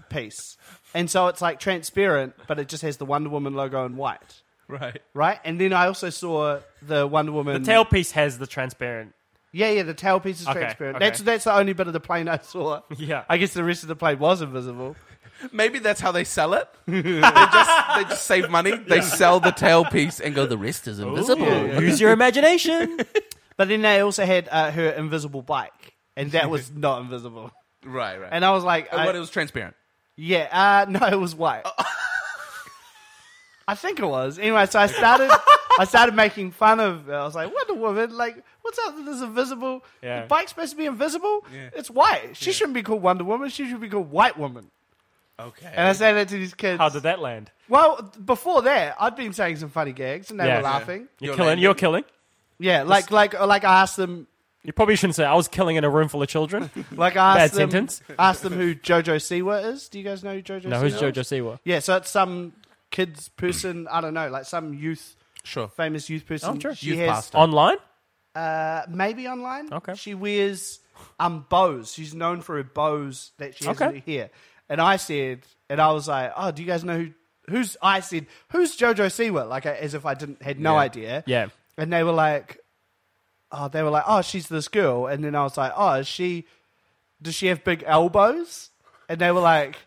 [SPEAKER 4] piece, and so it's like transparent, but it just has the Wonder Woman logo in white,
[SPEAKER 5] Right.
[SPEAKER 4] right? And then I also saw the Wonder Woman
[SPEAKER 2] The tailpiece has the transparent.
[SPEAKER 4] Yeah, yeah, the tailpiece is
[SPEAKER 2] Okay,
[SPEAKER 4] transparent.
[SPEAKER 2] okay.
[SPEAKER 4] That's that's the only bit of the plane I saw.
[SPEAKER 2] Yeah.
[SPEAKER 4] I guess the rest of the plane was invisible.
[SPEAKER 5] Maybe that's how they sell it. they just they just save money. They sell the tailpiece and go. The rest is invisible.
[SPEAKER 2] Use your imagination.
[SPEAKER 4] But then they also had uh, her invisible bike, and that was not invisible.
[SPEAKER 5] Right. Right.
[SPEAKER 4] And I was like,
[SPEAKER 5] Uh,
[SPEAKER 4] I-
[SPEAKER 5] what it was transparent.
[SPEAKER 4] Yeah, uh, no, it was white. I think it was. Anyway, so I started I started making fun of it. I was like, Wonder Woman, like, what's up with this invisible
[SPEAKER 2] Yeah.
[SPEAKER 4] the bike's supposed to be invisible? It's white. She shouldn't be called Wonder Woman, she should be called White Woman.
[SPEAKER 5] Okay.
[SPEAKER 4] And I say that to these kids.
[SPEAKER 2] How did that land?
[SPEAKER 4] well, before that, I'd been saying some funny gags and they
[SPEAKER 2] Yeah.
[SPEAKER 4] were laughing.
[SPEAKER 2] You're,
[SPEAKER 5] You're
[SPEAKER 2] killing.
[SPEAKER 5] landing.
[SPEAKER 2] You're killing.
[SPEAKER 4] Yeah, like like like I asked them
[SPEAKER 2] You probably shouldn't say I was killing in a room full of children.
[SPEAKER 4] like I asked
[SPEAKER 2] Bad
[SPEAKER 4] them,
[SPEAKER 2] sentence.
[SPEAKER 4] asked them who Jojo Siwa is. Do you guys know who Jojo
[SPEAKER 2] no,
[SPEAKER 4] Siwa
[SPEAKER 2] who's
[SPEAKER 4] is?
[SPEAKER 2] Jojo Siwa?
[SPEAKER 4] Yeah, so it's some kids person, I don't know, like some youth
[SPEAKER 5] sure.
[SPEAKER 4] famous youth person.
[SPEAKER 2] Oh, sure.
[SPEAKER 4] She
[SPEAKER 5] Youth
[SPEAKER 4] has
[SPEAKER 5] pastor.
[SPEAKER 2] Online?
[SPEAKER 4] uh, maybe online.
[SPEAKER 2] Okay.
[SPEAKER 4] She wears um bows. She's known for her bows that she has in
[SPEAKER 2] Okay.
[SPEAKER 4] her hair. And I said, and I was like, oh, do you guys know who? Who's I said? Who's JoJo Siwa? Like as if I didn't had no
[SPEAKER 5] Yeah.
[SPEAKER 4] idea.
[SPEAKER 2] Yeah.
[SPEAKER 4] And they were like, oh, they were like, oh, she's this girl. And then I was like, oh, is she? Does she have big elbows? And they were like.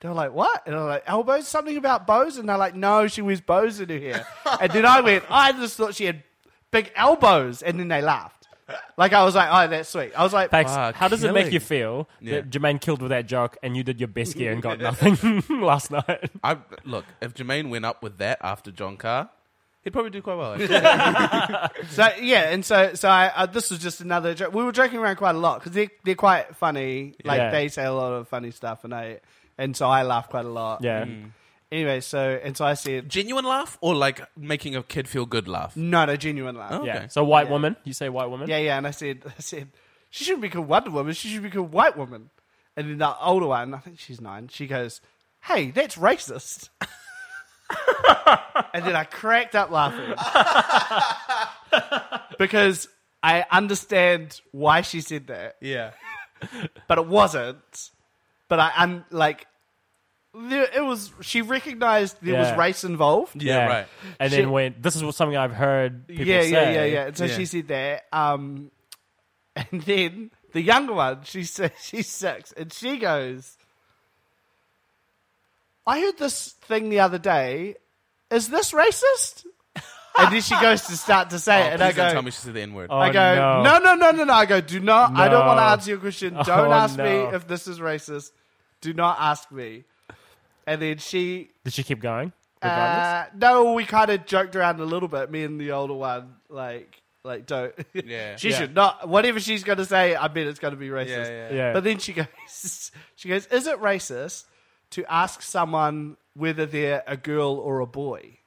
[SPEAKER 4] They were like, what? And I was like, elbows? Something about bows? And they're like, no, she wears bows in her hair. and then I went, I just thought she had big elbows. And then they laughed. Like I was like, oh, that's sweet. I was like,
[SPEAKER 2] Thanks.
[SPEAKER 5] Fuck,
[SPEAKER 2] How does it make
[SPEAKER 5] killing.
[SPEAKER 2] you feel
[SPEAKER 5] Yeah.
[SPEAKER 2] that Jermaine killed with that joke and you did your best gear and got nothing last night?
[SPEAKER 5] I look if Jermaine went up with that after John Carr, he'd probably do quite well. actually.
[SPEAKER 4] so yeah, and so so I, uh, this was just another joke. We were joking around quite a lot because they they're quite funny. Like
[SPEAKER 2] Yeah.
[SPEAKER 4] they say a lot of funny stuff, and I and so I laugh quite a lot.
[SPEAKER 2] Yeah.
[SPEAKER 4] Anyway, so and so I said,
[SPEAKER 5] Genuine laugh or like making a kid feel good laugh.
[SPEAKER 4] no, no, genuine laugh.
[SPEAKER 5] Oh.
[SPEAKER 2] Yeah.
[SPEAKER 5] Okay.
[SPEAKER 2] So white woman, you say white woman?
[SPEAKER 4] Yeah, yeah. And I said, I said, she shouldn't be called Wonder Woman. She should be called White Woman. And then the older one, I think she's nine. She goes, "Hey, that's racist." and then I cracked up laughing because I understand why she said that.
[SPEAKER 5] Yeah.
[SPEAKER 4] but it wasn't. But I un like. There, it was. She recognized there
[SPEAKER 2] Yeah.
[SPEAKER 4] was race involved.
[SPEAKER 5] Yeah, right.
[SPEAKER 2] And
[SPEAKER 4] She-
[SPEAKER 2] then went, this is what- something I've heard people
[SPEAKER 4] yeah,
[SPEAKER 2] say.
[SPEAKER 4] yeah, yeah, yeah. And so
[SPEAKER 5] Yeah.
[SPEAKER 4] she said that. Um, and then the younger one, she says she's six, and she goes, "I heard this thing the other day. Is this racist?" And then she goes to start to say
[SPEAKER 5] Oh,
[SPEAKER 4] it,
[SPEAKER 5] please
[SPEAKER 4] and I
[SPEAKER 5] don't
[SPEAKER 4] go,
[SPEAKER 5] tell me she said the N word.
[SPEAKER 2] Oh,
[SPEAKER 4] I go,
[SPEAKER 2] no.
[SPEAKER 4] no. no, no, no, no, I go, do not. I don't want to
[SPEAKER 2] No.
[SPEAKER 4] answer your question. Don't
[SPEAKER 2] Oh,
[SPEAKER 4] ask
[SPEAKER 2] no.
[SPEAKER 4] me if this is racist. Do not ask me. And then she
[SPEAKER 2] Did she keep going? Regardless?
[SPEAKER 4] uh, no, we kind of joked around a little bit. Me and the older one, like, like don't.
[SPEAKER 5] Yeah.
[SPEAKER 4] she
[SPEAKER 2] Yeah.
[SPEAKER 4] should not. Whatever she's going to say, I bet it's going to be racist.
[SPEAKER 5] Yeah, yeah.
[SPEAKER 2] Yeah.
[SPEAKER 4] But then she goes, she goes, is it racist to ask someone whether they're a girl or a boy?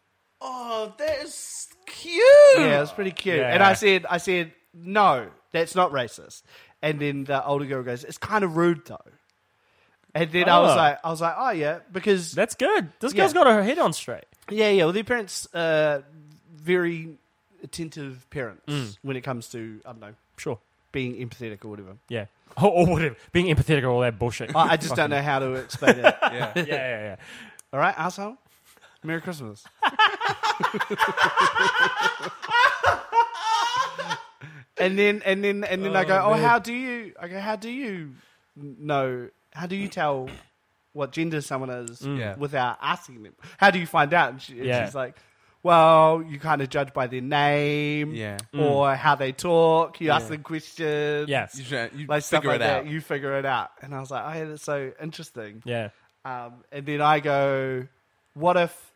[SPEAKER 5] Oh, that is cute.
[SPEAKER 4] Yeah, it was pretty cute.
[SPEAKER 2] Yeah.
[SPEAKER 4] And I said, I said, no, that's not racist. And then the older girl goes, it's kind of rude though. And then I was
[SPEAKER 2] Oh.
[SPEAKER 4] like, I was like, oh yeah, because
[SPEAKER 2] That's good. This
[SPEAKER 4] Yeah.
[SPEAKER 2] girl's got her head on straight.
[SPEAKER 4] Yeah, yeah. Well, their parents, uh, very attentive parents when it comes to I don't know
[SPEAKER 2] Sure.
[SPEAKER 4] being empathetic or whatever.
[SPEAKER 2] Yeah. Oh, or whatever. Being empathetic or all that bullshit.
[SPEAKER 4] I, I just don't know how to explain it.
[SPEAKER 2] yeah, yeah, yeah.
[SPEAKER 4] All right, asshole. Merry Christmas. and then and then and then I go, oh, how do you? I go, how do you know? How do you tell what gender someone is
[SPEAKER 5] Yeah.
[SPEAKER 4] without asking them? How do you find out? And, she, and
[SPEAKER 2] Yeah.
[SPEAKER 4] she's like. Well, you kind of judge by their name,
[SPEAKER 5] Yeah.
[SPEAKER 4] or how they talk. You ask them questions,
[SPEAKER 2] Yes.
[SPEAKER 5] You, should- you
[SPEAKER 4] like stuff
[SPEAKER 5] figure
[SPEAKER 4] like
[SPEAKER 5] it out.
[SPEAKER 4] that. You figure it out, and I was like, "Oh, yeah, that's so interesting."
[SPEAKER 2] Yeah.
[SPEAKER 4] Um, and then I go, what if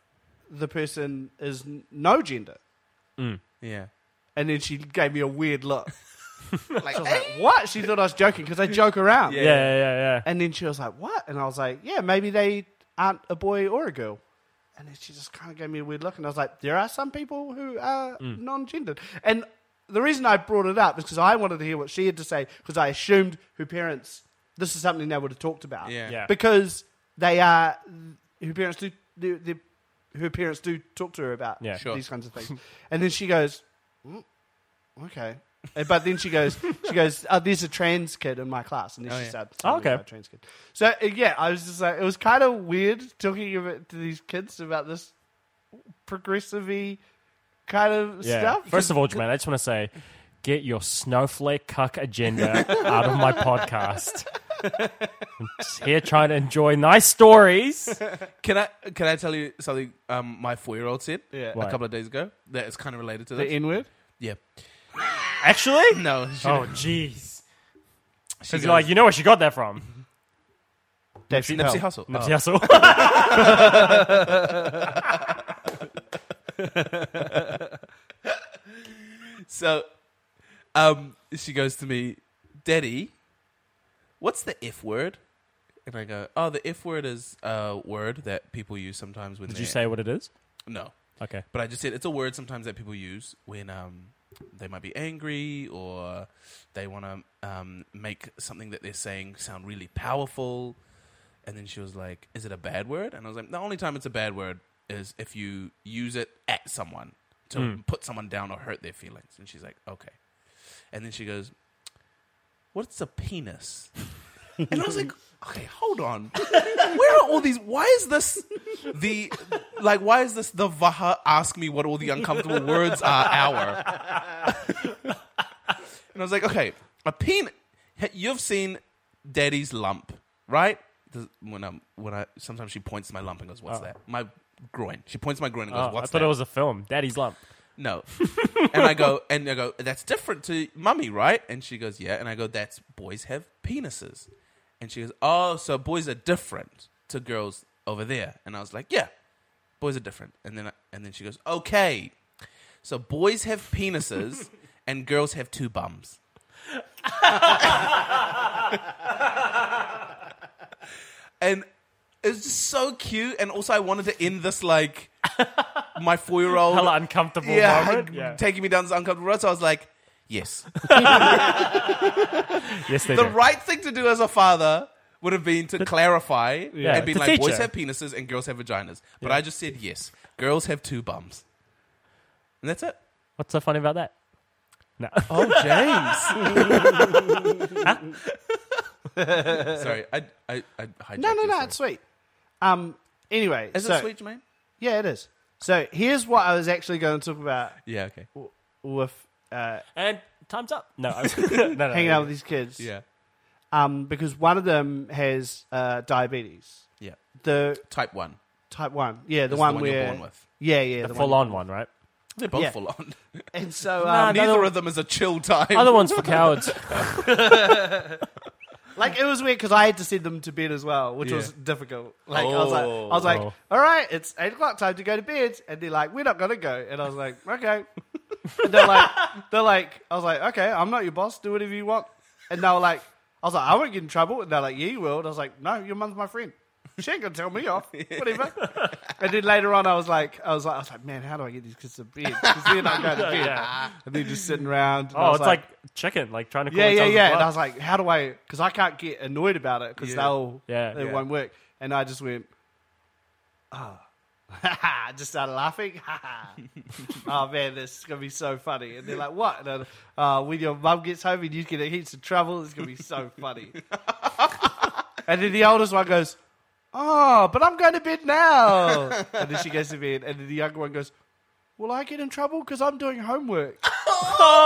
[SPEAKER 4] the person is n- no gender?
[SPEAKER 5] yeah.
[SPEAKER 4] And then she gave me a weird look. like, I was like, what? She thought I was joking because I joke around.
[SPEAKER 2] Yeah, yeah, yeah, yeah.
[SPEAKER 4] And then she was like, what? And I was like, yeah, maybe they aren't a boy or a girl. And then she just kind of gave me a weird look. And I was like, there are some people who are non gendered. And the reason I brought it up is because I wanted to hear what she had to say because I assumed her parents, this is something they would have talked about
[SPEAKER 5] Yeah.
[SPEAKER 2] Yeah.
[SPEAKER 4] because they are her parents do they, they, her parents do talk to her about
[SPEAKER 2] Yeah. Sure.
[SPEAKER 4] these kinds of things, and then she goes, "Mm, okay, And- but then she goes she goes oh, there's a trans kid in my class, and then she
[SPEAKER 5] yeah.
[SPEAKER 4] started
[SPEAKER 2] Oh,
[SPEAKER 4] telling me
[SPEAKER 2] okay.
[SPEAKER 4] about a trans kid. So uh, yeah, I was just like it was kind of weird talking about, to these kids about this progressive kind of
[SPEAKER 2] yeah.
[SPEAKER 4] stuff.
[SPEAKER 2] First of all, Jermaine, I just want to say, get your snowflake cuck agenda out of my podcast. I'm just here trying to enjoy nice stories.
[SPEAKER 5] Can I can I tell you something um, my four year old said
[SPEAKER 4] Yeah.
[SPEAKER 5] a
[SPEAKER 4] What?
[SPEAKER 5] couple of days ago that is kind of related to
[SPEAKER 4] the
[SPEAKER 5] this?
[SPEAKER 4] N word.
[SPEAKER 5] yeah.
[SPEAKER 2] Actually?
[SPEAKER 5] No. she-
[SPEAKER 2] Oh, jeez.
[SPEAKER 5] she
[SPEAKER 2] She's
[SPEAKER 5] goes,
[SPEAKER 2] like, you know where she got that from?
[SPEAKER 4] Dave
[SPEAKER 5] Nipsey
[SPEAKER 4] Chappelle.
[SPEAKER 5] Hussle.
[SPEAKER 2] Nipsey
[SPEAKER 5] Oh.
[SPEAKER 2] Hussle.
[SPEAKER 5] So, um, she goes to me, Daddy, what's the if word? And I go, Oh, the if word is a word that people use sometimes when
[SPEAKER 2] Did
[SPEAKER 5] they
[SPEAKER 2] you say what it is?
[SPEAKER 5] no.
[SPEAKER 2] Okay.
[SPEAKER 5] But I just said it's a word sometimes that people use when um, they might be angry or they want to um, make something that they're saying sound really powerful. And then she was like, Is it a bad word? And I was like, The only time it's a bad word is if you use it at someone to
[SPEAKER 2] Hmm.
[SPEAKER 5] put someone down or hurt their feelings. And she's like, Okay. And then she goes, What's a penis? And I was like, okay, hold on. Where are all these? Why is this the like? Why is this the Vaha? Ask me what all the uncomfortable words are. Hour. and I was like, okay, a penis. You've seen Daddy's lump, right? The- When I when I sometimes she points to my lump and goes, "What's that?" My groin. She points to my groin and
[SPEAKER 2] Oh,
[SPEAKER 5] goes,
[SPEAKER 2] Ah. I
[SPEAKER 5] "What's
[SPEAKER 2] thought
[SPEAKER 5] that?"
[SPEAKER 2] it was a film. Daddy's Lump.
[SPEAKER 5] no. and I go, and I go, that's different to mummy, right? And she goes, yeah. And I go, that's boys have penises. And she goes, oh, so boys are different to girls over there. And I was like, yeah, boys are different. And then, I, and then she goes, okay, so boys have penises and girls have two bums. and it was just so cute. And also, I wanted to end this like my four year old
[SPEAKER 2] Hella uncomfortable
[SPEAKER 5] yeah,
[SPEAKER 2] moment.
[SPEAKER 5] had
[SPEAKER 2] Yeah.
[SPEAKER 5] taking me down this uncomfortable road. So I was like, yes.
[SPEAKER 2] yes, they
[SPEAKER 5] the
[SPEAKER 2] do.
[SPEAKER 5] right thing to do as a father would have been to clarify
[SPEAKER 2] Yeah,
[SPEAKER 5] and be
[SPEAKER 2] to
[SPEAKER 5] like,
[SPEAKER 2] teach
[SPEAKER 5] boys
[SPEAKER 2] her.
[SPEAKER 5] have penises and girls have vaginas. But I just said yes. Girls have two bums. And that's it.
[SPEAKER 2] What's so funny about that? No.
[SPEAKER 5] Oh, James. Sorry, I, I, I hijacked
[SPEAKER 4] No, no,
[SPEAKER 5] you,
[SPEAKER 4] no,
[SPEAKER 5] sorry.
[SPEAKER 4] it's sweet. Um, anyway,
[SPEAKER 5] Is
[SPEAKER 4] so,
[SPEAKER 5] it sweet, Jermaine?
[SPEAKER 4] Yeah, it is. So here's what I was actually going to talk about
[SPEAKER 5] Yeah, okay.
[SPEAKER 4] with uh,
[SPEAKER 2] And time's up. No, I was- no, no,
[SPEAKER 4] hanging
[SPEAKER 2] no.
[SPEAKER 4] out with these kids.
[SPEAKER 5] Yeah.
[SPEAKER 4] Um, because one of them has uh, diabetes.
[SPEAKER 5] Yeah.
[SPEAKER 4] The
[SPEAKER 5] Type 1.
[SPEAKER 4] type one. Yeah, the
[SPEAKER 5] It's the
[SPEAKER 4] one
[SPEAKER 5] one you're
[SPEAKER 4] where.
[SPEAKER 5] born with.
[SPEAKER 4] Yeah, yeah, the,
[SPEAKER 2] Full
[SPEAKER 4] one.
[SPEAKER 2] on one, right?
[SPEAKER 5] They're both
[SPEAKER 4] Yeah.
[SPEAKER 5] full on.
[SPEAKER 4] And so, um,
[SPEAKER 5] Neither of them is a chill time.
[SPEAKER 2] Other one's for cowards.
[SPEAKER 4] like, it was weird because I had to send them to bed as well, which
[SPEAKER 5] Yeah.
[SPEAKER 4] was difficult. Like, I was like, I was like,
[SPEAKER 2] Oh.
[SPEAKER 4] all right, it's eight o'clock, time to go to bed, and they're like, we're not gonna go, and I was like, okay. And they're like, they're like, I was like, okay, I'm not your boss, do whatever you want, and they were like, I was like, I won't get in trouble, and they're like, yeah, you will, and I was like, no, your mum's my friend. She ain't gonna tell me off. Whatever. and then later on, I was like, I was like, I was like, man, how do I get these kids to bed? Because they're not going to bed,
[SPEAKER 2] yeah.
[SPEAKER 4] and they're just sitting around. and I
[SPEAKER 2] Oh,
[SPEAKER 4] was
[SPEAKER 2] it's like, chicken, like trying to call
[SPEAKER 4] yeah, yeah,
[SPEAKER 2] themselves a
[SPEAKER 4] yeah. And
[SPEAKER 2] club.
[SPEAKER 4] I was like, how do I? Because I can't get annoyed about it because
[SPEAKER 5] Yeah.
[SPEAKER 4] they'll
[SPEAKER 2] Yeah,
[SPEAKER 4] it
[SPEAKER 2] yeah.
[SPEAKER 4] won't work. And I just went, oh, I just started laughing. oh man, this is gonna be so funny. And they're like, what? And I'm, uh, when your mum gets home and you get in heaps of trouble, it's gonna be so funny. and then the oldest one goes, oh, but I'm going to bed now. and then she goes to bed, and then the younger one goes. Will I get in trouble because I'm doing homework?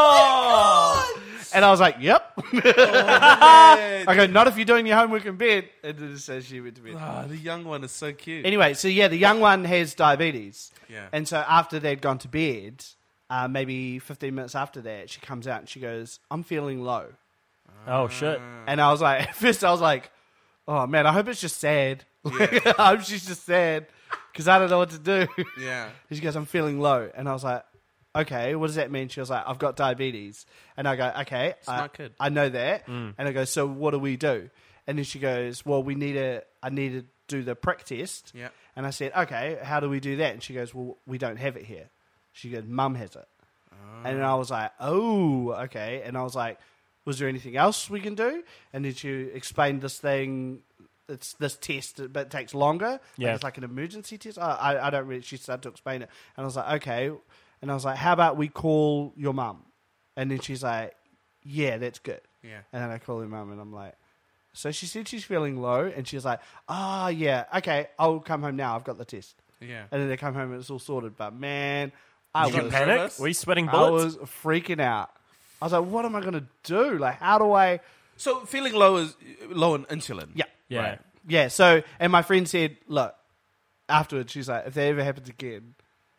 [SPEAKER 2] Oh,
[SPEAKER 4] and I was like, "Yep." I go, not if you're doing your homework in bed. And then it says she went to bed.
[SPEAKER 5] Ah, the young one is so cute.
[SPEAKER 4] Anyway, so yeah, the young one has diabetes.
[SPEAKER 5] Yeah.
[SPEAKER 4] And so after they'd gone to bed, uh, maybe 15 minutes after that, she comes out and she goes, I'm feeling low.
[SPEAKER 2] oh, shit.
[SPEAKER 4] And I was like, at first I was like, oh man, I hope it's just sad. Like, I hope she's just sad because I don't know what to do.
[SPEAKER 5] yeah.
[SPEAKER 4] And she goes, I'm feeling low. And I was like, okay, what does that mean? She was like, I've got diabetes. And I go, okay, I,
[SPEAKER 5] Smart kid. Mm.
[SPEAKER 4] I know that. And I go, so what do we do? And then she goes, well, we need a, I need to do the prick test.
[SPEAKER 5] Yeah.
[SPEAKER 4] And I said, okay, how do we do that? And she goes, well, we don't have it here. She goes, mum has it. And I was like, oh, okay. And I was like, was there anything else we can do? And then she explained this thing. It's this test, but it takes longer. Like,
[SPEAKER 2] Yeah.
[SPEAKER 4] it's like an emergency test. I, I, I don't really. She started to explain it, and I was like, okay. And I was like, how about we call your mum? And then she's like, yeah, that's good.
[SPEAKER 5] Yeah.
[SPEAKER 4] And then I call her mum, and I'm like, so she said she's feeling low, and she's like, ah, yeah, okay, I'll come home now. I've got the test.
[SPEAKER 5] Yeah.
[SPEAKER 4] And then they come home, and it's all sorted. But man, I
[SPEAKER 5] You got
[SPEAKER 4] was
[SPEAKER 5] Nervous?
[SPEAKER 2] Panic? Were you sweating
[SPEAKER 4] I
[SPEAKER 2] bullets?
[SPEAKER 4] was freaking out. I was like, what am I going to do? Like, how do I?
[SPEAKER 5] So feeling low is low in insulin.
[SPEAKER 4] Yeah.
[SPEAKER 2] yeah.
[SPEAKER 5] Right.
[SPEAKER 4] Yeah. So, and my friend said, look, afterwards, she's like, if that ever happens again,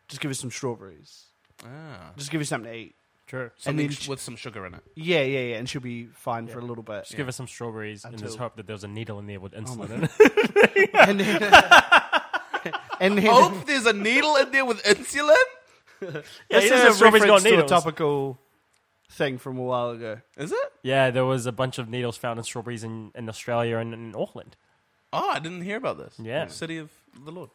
[SPEAKER 4] just give us some strawberries.
[SPEAKER 5] Ah.
[SPEAKER 4] Just give us something to eat.
[SPEAKER 2] True. So
[SPEAKER 4] And
[SPEAKER 5] Something
[SPEAKER 4] then
[SPEAKER 5] sh- with some sugar in it.
[SPEAKER 4] Yeah, yeah, yeah. And she'll be fine for a little bit.
[SPEAKER 2] give us some strawberries and just
[SPEAKER 4] Until-
[SPEAKER 2] hope that there was a needle in there
[SPEAKER 4] Oh
[SPEAKER 2] with insulin in it.
[SPEAKER 4] And then, and then
[SPEAKER 5] Hope there's a needle in there with insulin.
[SPEAKER 4] this
[SPEAKER 2] you know
[SPEAKER 4] is a
[SPEAKER 2] strawberries
[SPEAKER 4] reference
[SPEAKER 2] got
[SPEAKER 4] to a
[SPEAKER 2] needles.
[SPEAKER 4] topical thing from a while ago.
[SPEAKER 5] Is it?
[SPEAKER 2] Yeah, there was a bunch of needles found in strawberries in, in Australia and in Auckland.
[SPEAKER 5] Oh, I didn't hear about this.
[SPEAKER 2] Yeah.
[SPEAKER 5] City of the Lord.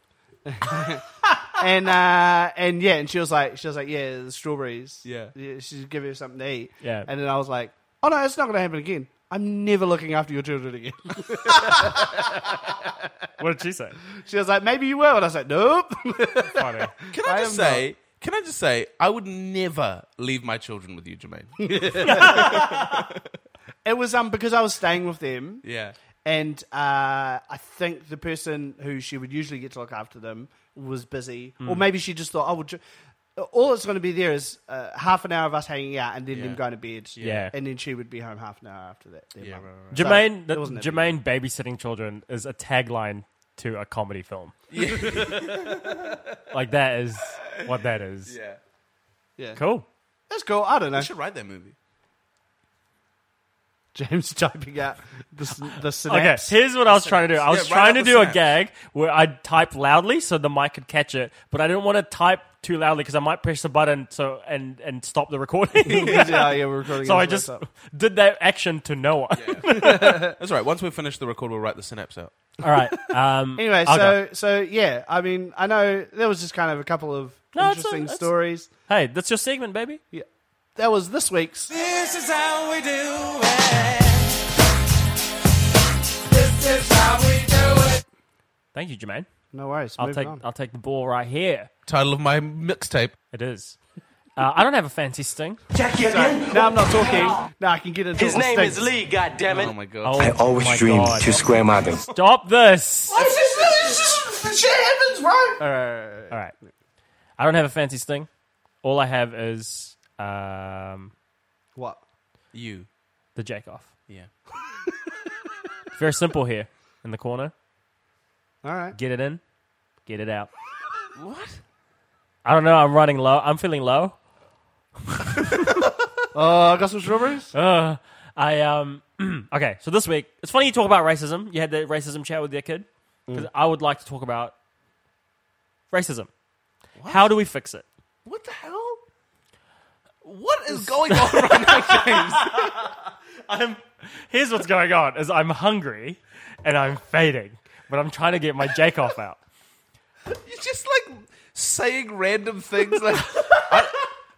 [SPEAKER 4] and uh, and yeah, and she was like, she was like, yeah, the strawberries.
[SPEAKER 5] Yeah.
[SPEAKER 4] she's giving her something to eat.
[SPEAKER 2] Yeah.
[SPEAKER 4] and then I was like, oh no, it's not going to happen again. I'm never looking after your children again.
[SPEAKER 2] What did she say?
[SPEAKER 4] she was like, maybe you will, and I was like, nope.
[SPEAKER 2] Funny.
[SPEAKER 5] Can I,
[SPEAKER 4] I
[SPEAKER 5] just
[SPEAKER 4] am not-
[SPEAKER 5] say? Can I just say? I would never leave my children with you, Jermaine.
[SPEAKER 4] it was um because I was staying with them,
[SPEAKER 5] yeah.
[SPEAKER 4] and uh, I think the person who she would usually get to look after them was busy,
[SPEAKER 2] Hmm.
[SPEAKER 4] or maybe she just thought, oh, well, ju- all it's going to be there is uh, half an hour of us hanging out, and then them going to bed.
[SPEAKER 2] Yeah.
[SPEAKER 4] and then she would be home half an hour after that. their mum.
[SPEAKER 2] Jermaine,
[SPEAKER 4] So,
[SPEAKER 2] the-
[SPEAKER 4] it wasn't
[SPEAKER 2] Jermaine babysitting children is a tagline to a comedy film. like that is what that is.
[SPEAKER 5] Yeah.
[SPEAKER 4] Yeah.
[SPEAKER 2] Cool.
[SPEAKER 4] That's cool. I don't know.
[SPEAKER 5] I should write that movie.
[SPEAKER 4] James typing out the, s- the
[SPEAKER 2] Okay,
[SPEAKER 4] synapse.
[SPEAKER 2] here's what I was trying to do. I
[SPEAKER 5] Yeah,
[SPEAKER 2] was
[SPEAKER 5] right
[SPEAKER 2] trying to
[SPEAKER 5] out the
[SPEAKER 2] do a
[SPEAKER 5] synapse.
[SPEAKER 2] gag where I'd type loudly so the mic could catch it, but I didn't want to type too loudly because I might press the button so and and stop the recording.
[SPEAKER 4] yeah, yeah, we're recording.
[SPEAKER 2] so
[SPEAKER 4] on
[SPEAKER 2] I
[SPEAKER 4] the
[SPEAKER 2] just
[SPEAKER 4] laptop.
[SPEAKER 2] did that action to no one.
[SPEAKER 5] That's all right. Once we finish the record, we'll write the synapse out.
[SPEAKER 2] All right. Um,
[SPEAKER 4] Anyway,
[SPEAKER 2] I'll
[SPEAKER 4] so
[SPEAKER 2] go.
[SPEAKER 4] so yeah, I mean, I know there was just kind of a couple of
[SPEAKER 2] No, it's a-
[SPEAKER 4] interesting
[SPEAKER 2] it's-
[SPEAKER 4] stories.
[SPEAKER 2] hey, that's your segment, baby.
[SPEAKER 4] Yeah. That was this week's.
[SPEAKER 3] This is how we do it. This is how we do it.
[SPEAKER 2] Thank you, Jermaine.
[SPEAKER 4] No worries.
[SPEAKER 2] I'll
[SPEAKER 4] moving
[SPEAKER 2] take
[SPEAKER 4] on.
[SPEAKER 2] I'll take the ball right here.
[SPEAKER 5] Title of my mixtape.
[SPEAKER 2] It is. Uh, I don't have a fancy sting.
[SPEAKER 4] Now I'm not talking. Now I can get into
[SPEAKER 8] His
[SPEAKER 4] all
[SPEAKER 8] name is
[SPEAKER 4] things.
[SPEAKER 8] Lee, goddammit.
[SPEAKER 5] Oh my god.
[SPEAKER 2] I always dreamed to square my bill. Stop this. All right. I don't have a fancy sting. All I have is um,
[SPEAKER 4] What?
[SPEAKER 5] You.
[SPEAKER 2] the jack off.
[SPEAKER 5] Yeah.
[SPEAKER 2] Very simple here in the corner.
[SPEAKER 4] All right.
[SPEAKER 2] Get it in, get it out.
[SPEAKER 5] What?
[SPEAKER 2] I don't know. I'm running low. I'm feeling low.
[SPEAKER 4] Uh, I got some strawberries.
[SPEAKER 2] Uh, I um. okay, so this week it's funny you talk about racism. You had that racism chat with your kid because I would like to talk about racism. How do we fix it?
[SPEAKER 5] What the hell? What is going on right now, James?
[SPEAKER 2] Here's what's going on: is I'm hungry and I'm fading, but I'm trying to get my Jake off out.
[SPEAKER 5] You're just like saying random things like I-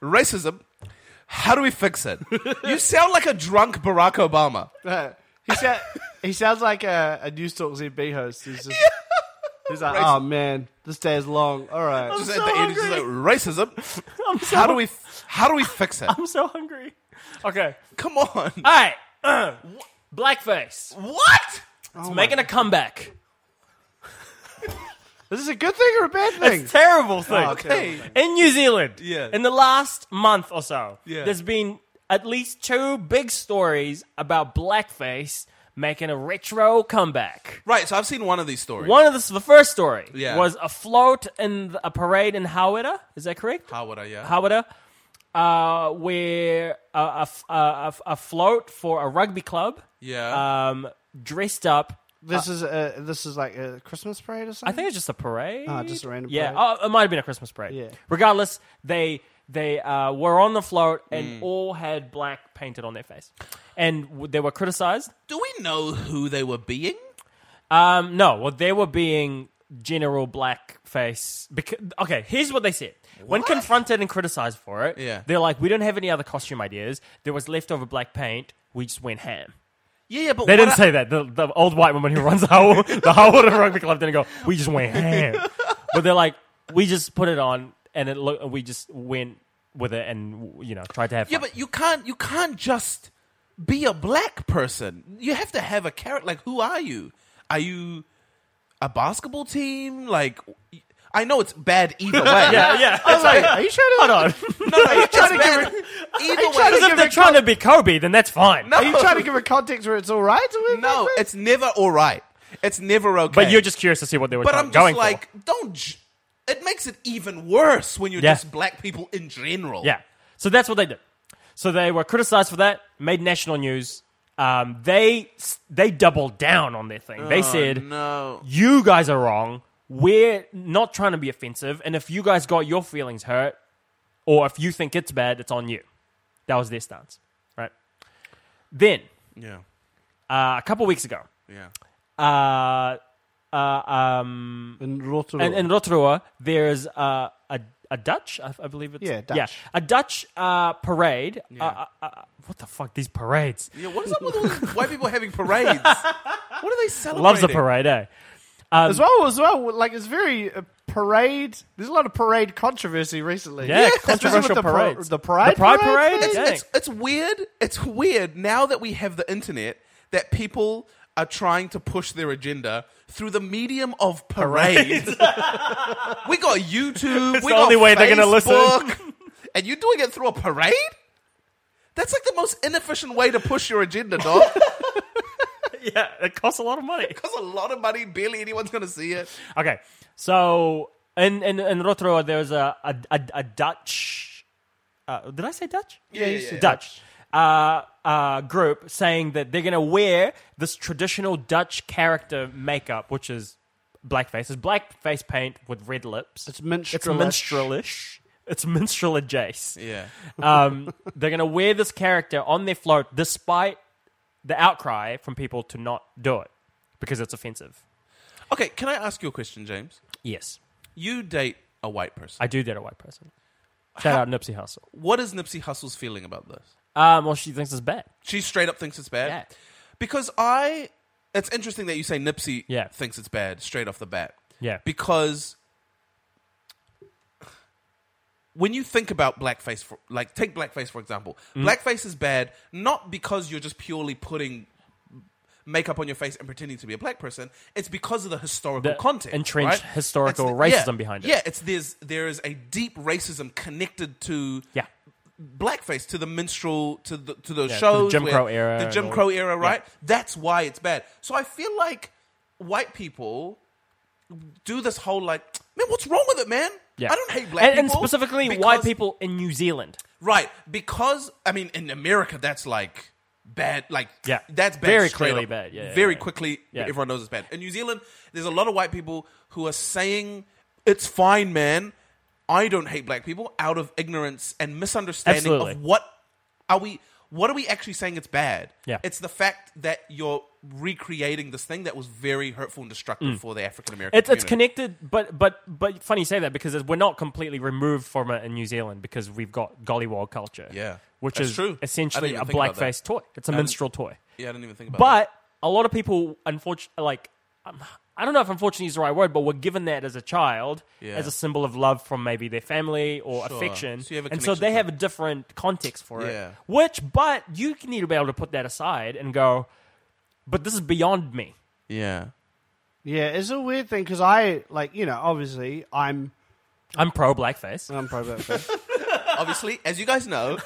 [SPEAKER 5] racism. How do we fix it? You sound like a drunk Barack Obama.
[SPEAKER 4] Uh, he sa- he sounds like a, a news talk ZB host. He's just. He's like, oh man, this day is long. All right.
[SPEAKER 5] Just
[SPEAKER 2] so
[SPEAKER 5] at the end, he's just like, racism.
[SPEAKER 2] I'm so,
[SPEAKER 5] How do we? f- How do we fix it?
[SPEAKER 2] I'm so hungry. Okay.
[SPEAKER 5] Come on.
[SPEAKER 2] All right. Uh, blackface.
[SPEAKER 5] What?
[SPEAKER 2] It's making a comeback.
[SPEAKER 4] This is a good thing or a bad thing?
[SPEAKER 2] It's a terrible thing.
[SPEAKER 5] Hey,
[SPEAKER 2] In New Zealand,
[SPEAKER 5] Ah, Yeah.
[SPEAKER 2] in the last month or so,
[SPEAKER 5] Yeah.
[SPEAKER 2] there's been at least two big stories about blackface making a retro comeback.
[SPEAKER 5] right. So I've seen one of these stories.
[SPEAKER 2] One of the, the first story
[SPEAKER 5] Yeah.
[SPEAKER 2] was a float in the- a parade in Hawera. Is that correct?
[SPEAKER 5] How would I? Yeah.
[SPEAKER 2] Hawera, uh, where a, a f- a- a f- a float for a rugby club
[SPEAKER 5] yeah.
[SPEAKER 2] um, dressed up
[SPEAKER 4] this is a, this is like a Christmas parade or
[SPEAKER 2] I
[SPEAKER 4] something.
[SPEAKER 2] think it's just a parade.
[SPEAKER 4] Ah, just a random
[SPEAKER 2] Yeah,
[SPEAKER 4] parade.
[SPEAKER 2] Oh, it might have been a Christmas parade.
[SPEAKER 4] Yeah.
[SPEAKER 2] Regardless, they they uh, were on the float and all had black painted on their face, and w- they were criticized.
[SPEAKER 5] do we know who they were being?
[SPEAKER 2] Um, no, well, they were being general blackface. Because, okay, here's what they said. When confronted and criticized for it,
[SPEAKER 5] Yeah.
[SPEAKER 2] they're like, "We don't have any other costume ideas. There was leftover black paint. We just went ham."
[SPEAKER 5] Yeah, yeah. But
[SPEAKER 2] They
[SPEAKER 5] what
[SPEAKER 2] didn't
[SPEAKER 5] I-
[SPEAKER 2] say that. The, the old white woman who runs the whole the whole of the rugby club didn't go. We just went ham. but they're like, we just put it on, and it look. We just went with it, and you know, tried to have.
[SPEAKER 5] Yeah,
[SPEAKER 2] fun.
[SPEAKER 5] but you can't. You can't just be a black person. You have to have a character. Like, who are you? Are you a basketball team? Like, I know it's bad either way.
[SPEAKER 2] yeah, yeah. It's
[SPEAKER 4] Hey,
[SPEAKER 2] like,
[SPEAKER 4] are you trying to?
[SPEAKER 2] hold on.
[SPEAKER 5] No, no, it's bad either way.
[SPEAKER 2] Because if they're trying to be Kobe, then that's fine.
[SPEAKER 4] Are you trying to give a context where it's all right? To wear
[SPEAKER 5] No,
[SPEAKER 4] blackface?
[SPEAKER 5] it's never all right. It's never okay.
[SPEAKER 2] But you're just curious to see what they were
[SPEAKER 5] But
[SPEAKER 2] try-
[SPEAKER 5] I'm just
[SPEAKER 2] going for.
[SPEAKER 5] like, don't. J- it makes it even worse when you're
[SPEAKER 2] Yeah.
[SPEAKER 5] just black people in general.
[SPEAKER 2] Yeah. So that's what they did. So they were criticized for that, made national news. Um, they they doubled down on their thing. They said,
[SPEAKER 5] Oh, No.
[SPEAKER 2] you guys are wrong. We're not trying to be offensive. And if you guys got your feelings hurt, or if you think it's bad, it's on you. That was their stance, right? Then,
[SPEAKER 5] Yeah.
[SPEAKER 2] uh, a couple weeks ago,
[SPEAKER 5] Yeah.
[SPEAKER 2] uh, uh, um,
[SPEAKER 4] In Rotorua.
[SPEAKER 2] and in Rotorua, there's uh, a a Dutch, I, I believe it's
[SPEAKER 4] Yeah, Dutch.
[SPEAKER 2] a Dutch uh, parade. Uh, uh, uh, what the fuck? These parades.
[SPEAKER 5] Yeah, what is up with all these white people having parades? What are they celebrating?
[SPEAKER 2] Loves a parade, eh?
[SPEAKER 8] um,
[SPEAKER 4] as well as well, like it's very uh, parade. There's a lot of parade controversy recently.
[SPEAKER 2] Yeah,
[SPEAKER 4] Especially with
[SPEAKER 2] controversial
[SPEAKER 4] the pro-
[SPEAKER 2] parades.
[SPEAKER 4] the Pride
[SPEAKER 2] the Pride
[SPEAKER 4] Parade
[SPEAKER 2] parade.
[SPEAKER 4] thing?
[SPEAKER 2] dang.
[SPEAKER 5] It's, it's weird. It's weird now that we have the internet that people are trying to push their agenda through the medium of parades. we got YouTube. we
[SPEAKER 2] the
[SPEAKER 5] got
[SPEAKER 2] only way they're gonna listen.
[SPEAKER 5] Facebook, and you're doing it through a parade? That's like the most inefficient way to push your agenda, dog.
[SPEAKER 2] yeah, it costs a lot of money.
[SPEAKER 5] That's a lot of money. Barely anyone's going to see it.
[SPEAKER 2] Okay, so in in, in Rotorua, there's a a, a, a Dutch uh, did I say Dutch?
[SPEAKER 5] Yeah, yeah, yeah.
[SPEAKER 2] Dutch. Uh, uh, group saying that they're going to wear this traditional Dutch character makeup, which is blackface. It's blackface paint with red lips.
[SPEAKER 4] It's minstrelish.
[SPEAKER 2] It's minstrelish. It's minstrel adjacent.
[SPEAKER 5] Yeah.
[SPEAKER 2] Um, they're going to wear this character on their float despite the outcry from people to not do it because it's offensive.
[SPEAKER 5] Okay, can I ask you a question, James?
[SPEAKER 2] Yes.
[SPEAKER 5] You date a white person.
[SPEAKER 2] I do date a white person. Shout out Nipsey Hussle.
[SPEAKER 5] What is Nipsey Hussle's feeling about this?
[SPEAKER 2] Um, well, she thinks it's bad.
[SPEAKER 5] She straight up thinks it's bad.
[SPEAKER 2] Yeah.
[SPEAKER 5] Because I, it's interesting that you say Nipsey
[SPEAKER 2] Yeah.
[SPEAKER 5] thinks it's bad straight off the bat.
[SPEAKER 2] Yeah.
[SPEAKER 5] Because when you think about blackface, for, like take blackface for example,
[SPEAKER 2] Mm.
[SPEAKER 5] blackface is bad not because you're just purely putting makeup on your face and pretending to be a black person. It's because of the historical
[SPEAKER 2] The
[SPEAKER 5] context,
[SPEAKER 2] entrenched
[SPEAKER 5] right?
[SPEAKER 2] historical
[SPEAKER 5] It's the- yeah,
[SPEAKER 2] racism behind it.
[SPEAKER 5] Yeah, it's there's there is a deep racism connected to
[SPEAKER 2] Yeah.
[SPEAKER 5] blackface to the minstrel to the to the
[SPEAKER 2] the
[SPEAKER 5] shows
[SPEAKER 2] Jim
[SPEAKER 5] where-
[SPEAKER 2] Crow era
[SPEAKER 5] the
[SPEAKER 2] and
[SPEAKER 5] Jim
[SPEAKER 2] all-
[SPEAKER 5] Crow era
[SPEAKER 2] yeah.
[SPEAKER 5] right that's why it's bad so I feel like white people do this whole like man what's wrong with it man
[SPEAKER 2] Yeah.
[SPEAKER 5] I don't hate black
[SPEAKER 2] and, and
[SPEAKER 5] people
[SPEAKER 2] specifically
[SPEAKER 5] because-
[SPEAKER 2] white people in New Zealand.
[SPEAKER 5] right because I mean in America that's like bad like
[SPEAKER 2] Yeah.
[SPEAKER 5] that's bad
[SPEAKER 2] Very
[SPEAKER 5] straight
[SPEAKER 2] clearly
[SPEAKER 5] up.
[SPEAKER 2] bad. Yeah, yeah,
[SPEAKER 5] very
[SPEAKER 2] yeah.
[SPEAKER 5] quickly
[SPEAKER 2] Yeah.
[SPEAKER 5] everyone knows it's bad in New Zealand there's a lot of white people who are saying it's fine man I don't hate black people out of ignorance and misunderstanding
[SPEAKER 2] Absolutely.
[SPEAKER 5] of what are we what are we actually saying it's bad
[SPEAKER 2] Yeah.
[SPEAKER 5] it's the fact that you're recreating this thing that was very hurtful and destructive for the African American
[SPEAKER 2] Mm. It's it's connected, but but but funny you say that because we're not completely removed from it in New Zealand because we've got gollywog culture.
[SPEAKER 5] Yeah.
[SPEAKER 2] which
[SPEAKER 5] That's
[SPEAKER 2] is
[SPEAKER 5] true. I didn't
[SPEAKER 2] essentially
[SPEAKER 5] even
[SPEAKER 2] a
[SPEAKER 5] think about that. Um,
[SPEAKER 2] blackface toy. It's a minstrel toy.
[SPEAKER 5] yeah I didn't even think about that.
[SPEAKER 2] But a lot of people, unfortunately, like um, I don't know if unfortunately is the right word, but were given that as a child
[SPEAKER 5] Yeah.
[SPEAKER 2] as a symbol of love from maybe their family or
[SPEAKER 5] Sure.
[SPEAKER 2] affection,
[SPEAKER 5] So you have a
[SPEAKER 2] and so
[SPEAKER 5] connection
[SPEAKER 2] they
[SPEAKER 5] to
[SPEAKER 2] have a different context for it.
[SPEAKER 5] Yeah.
[SPEAKER 2] Which, but you need to be able to put that aside and go, but this is beyond me.
[SPEAKER 5] yeah
[SPEAKER 4] Yeah, it's a weird thing because I like you know obviously I'm
[SPEAKER 2] I'm pro blackface,
[SPEAKER 4] I'm pro blackface.
[SPEAKER 5] obviously as you guys know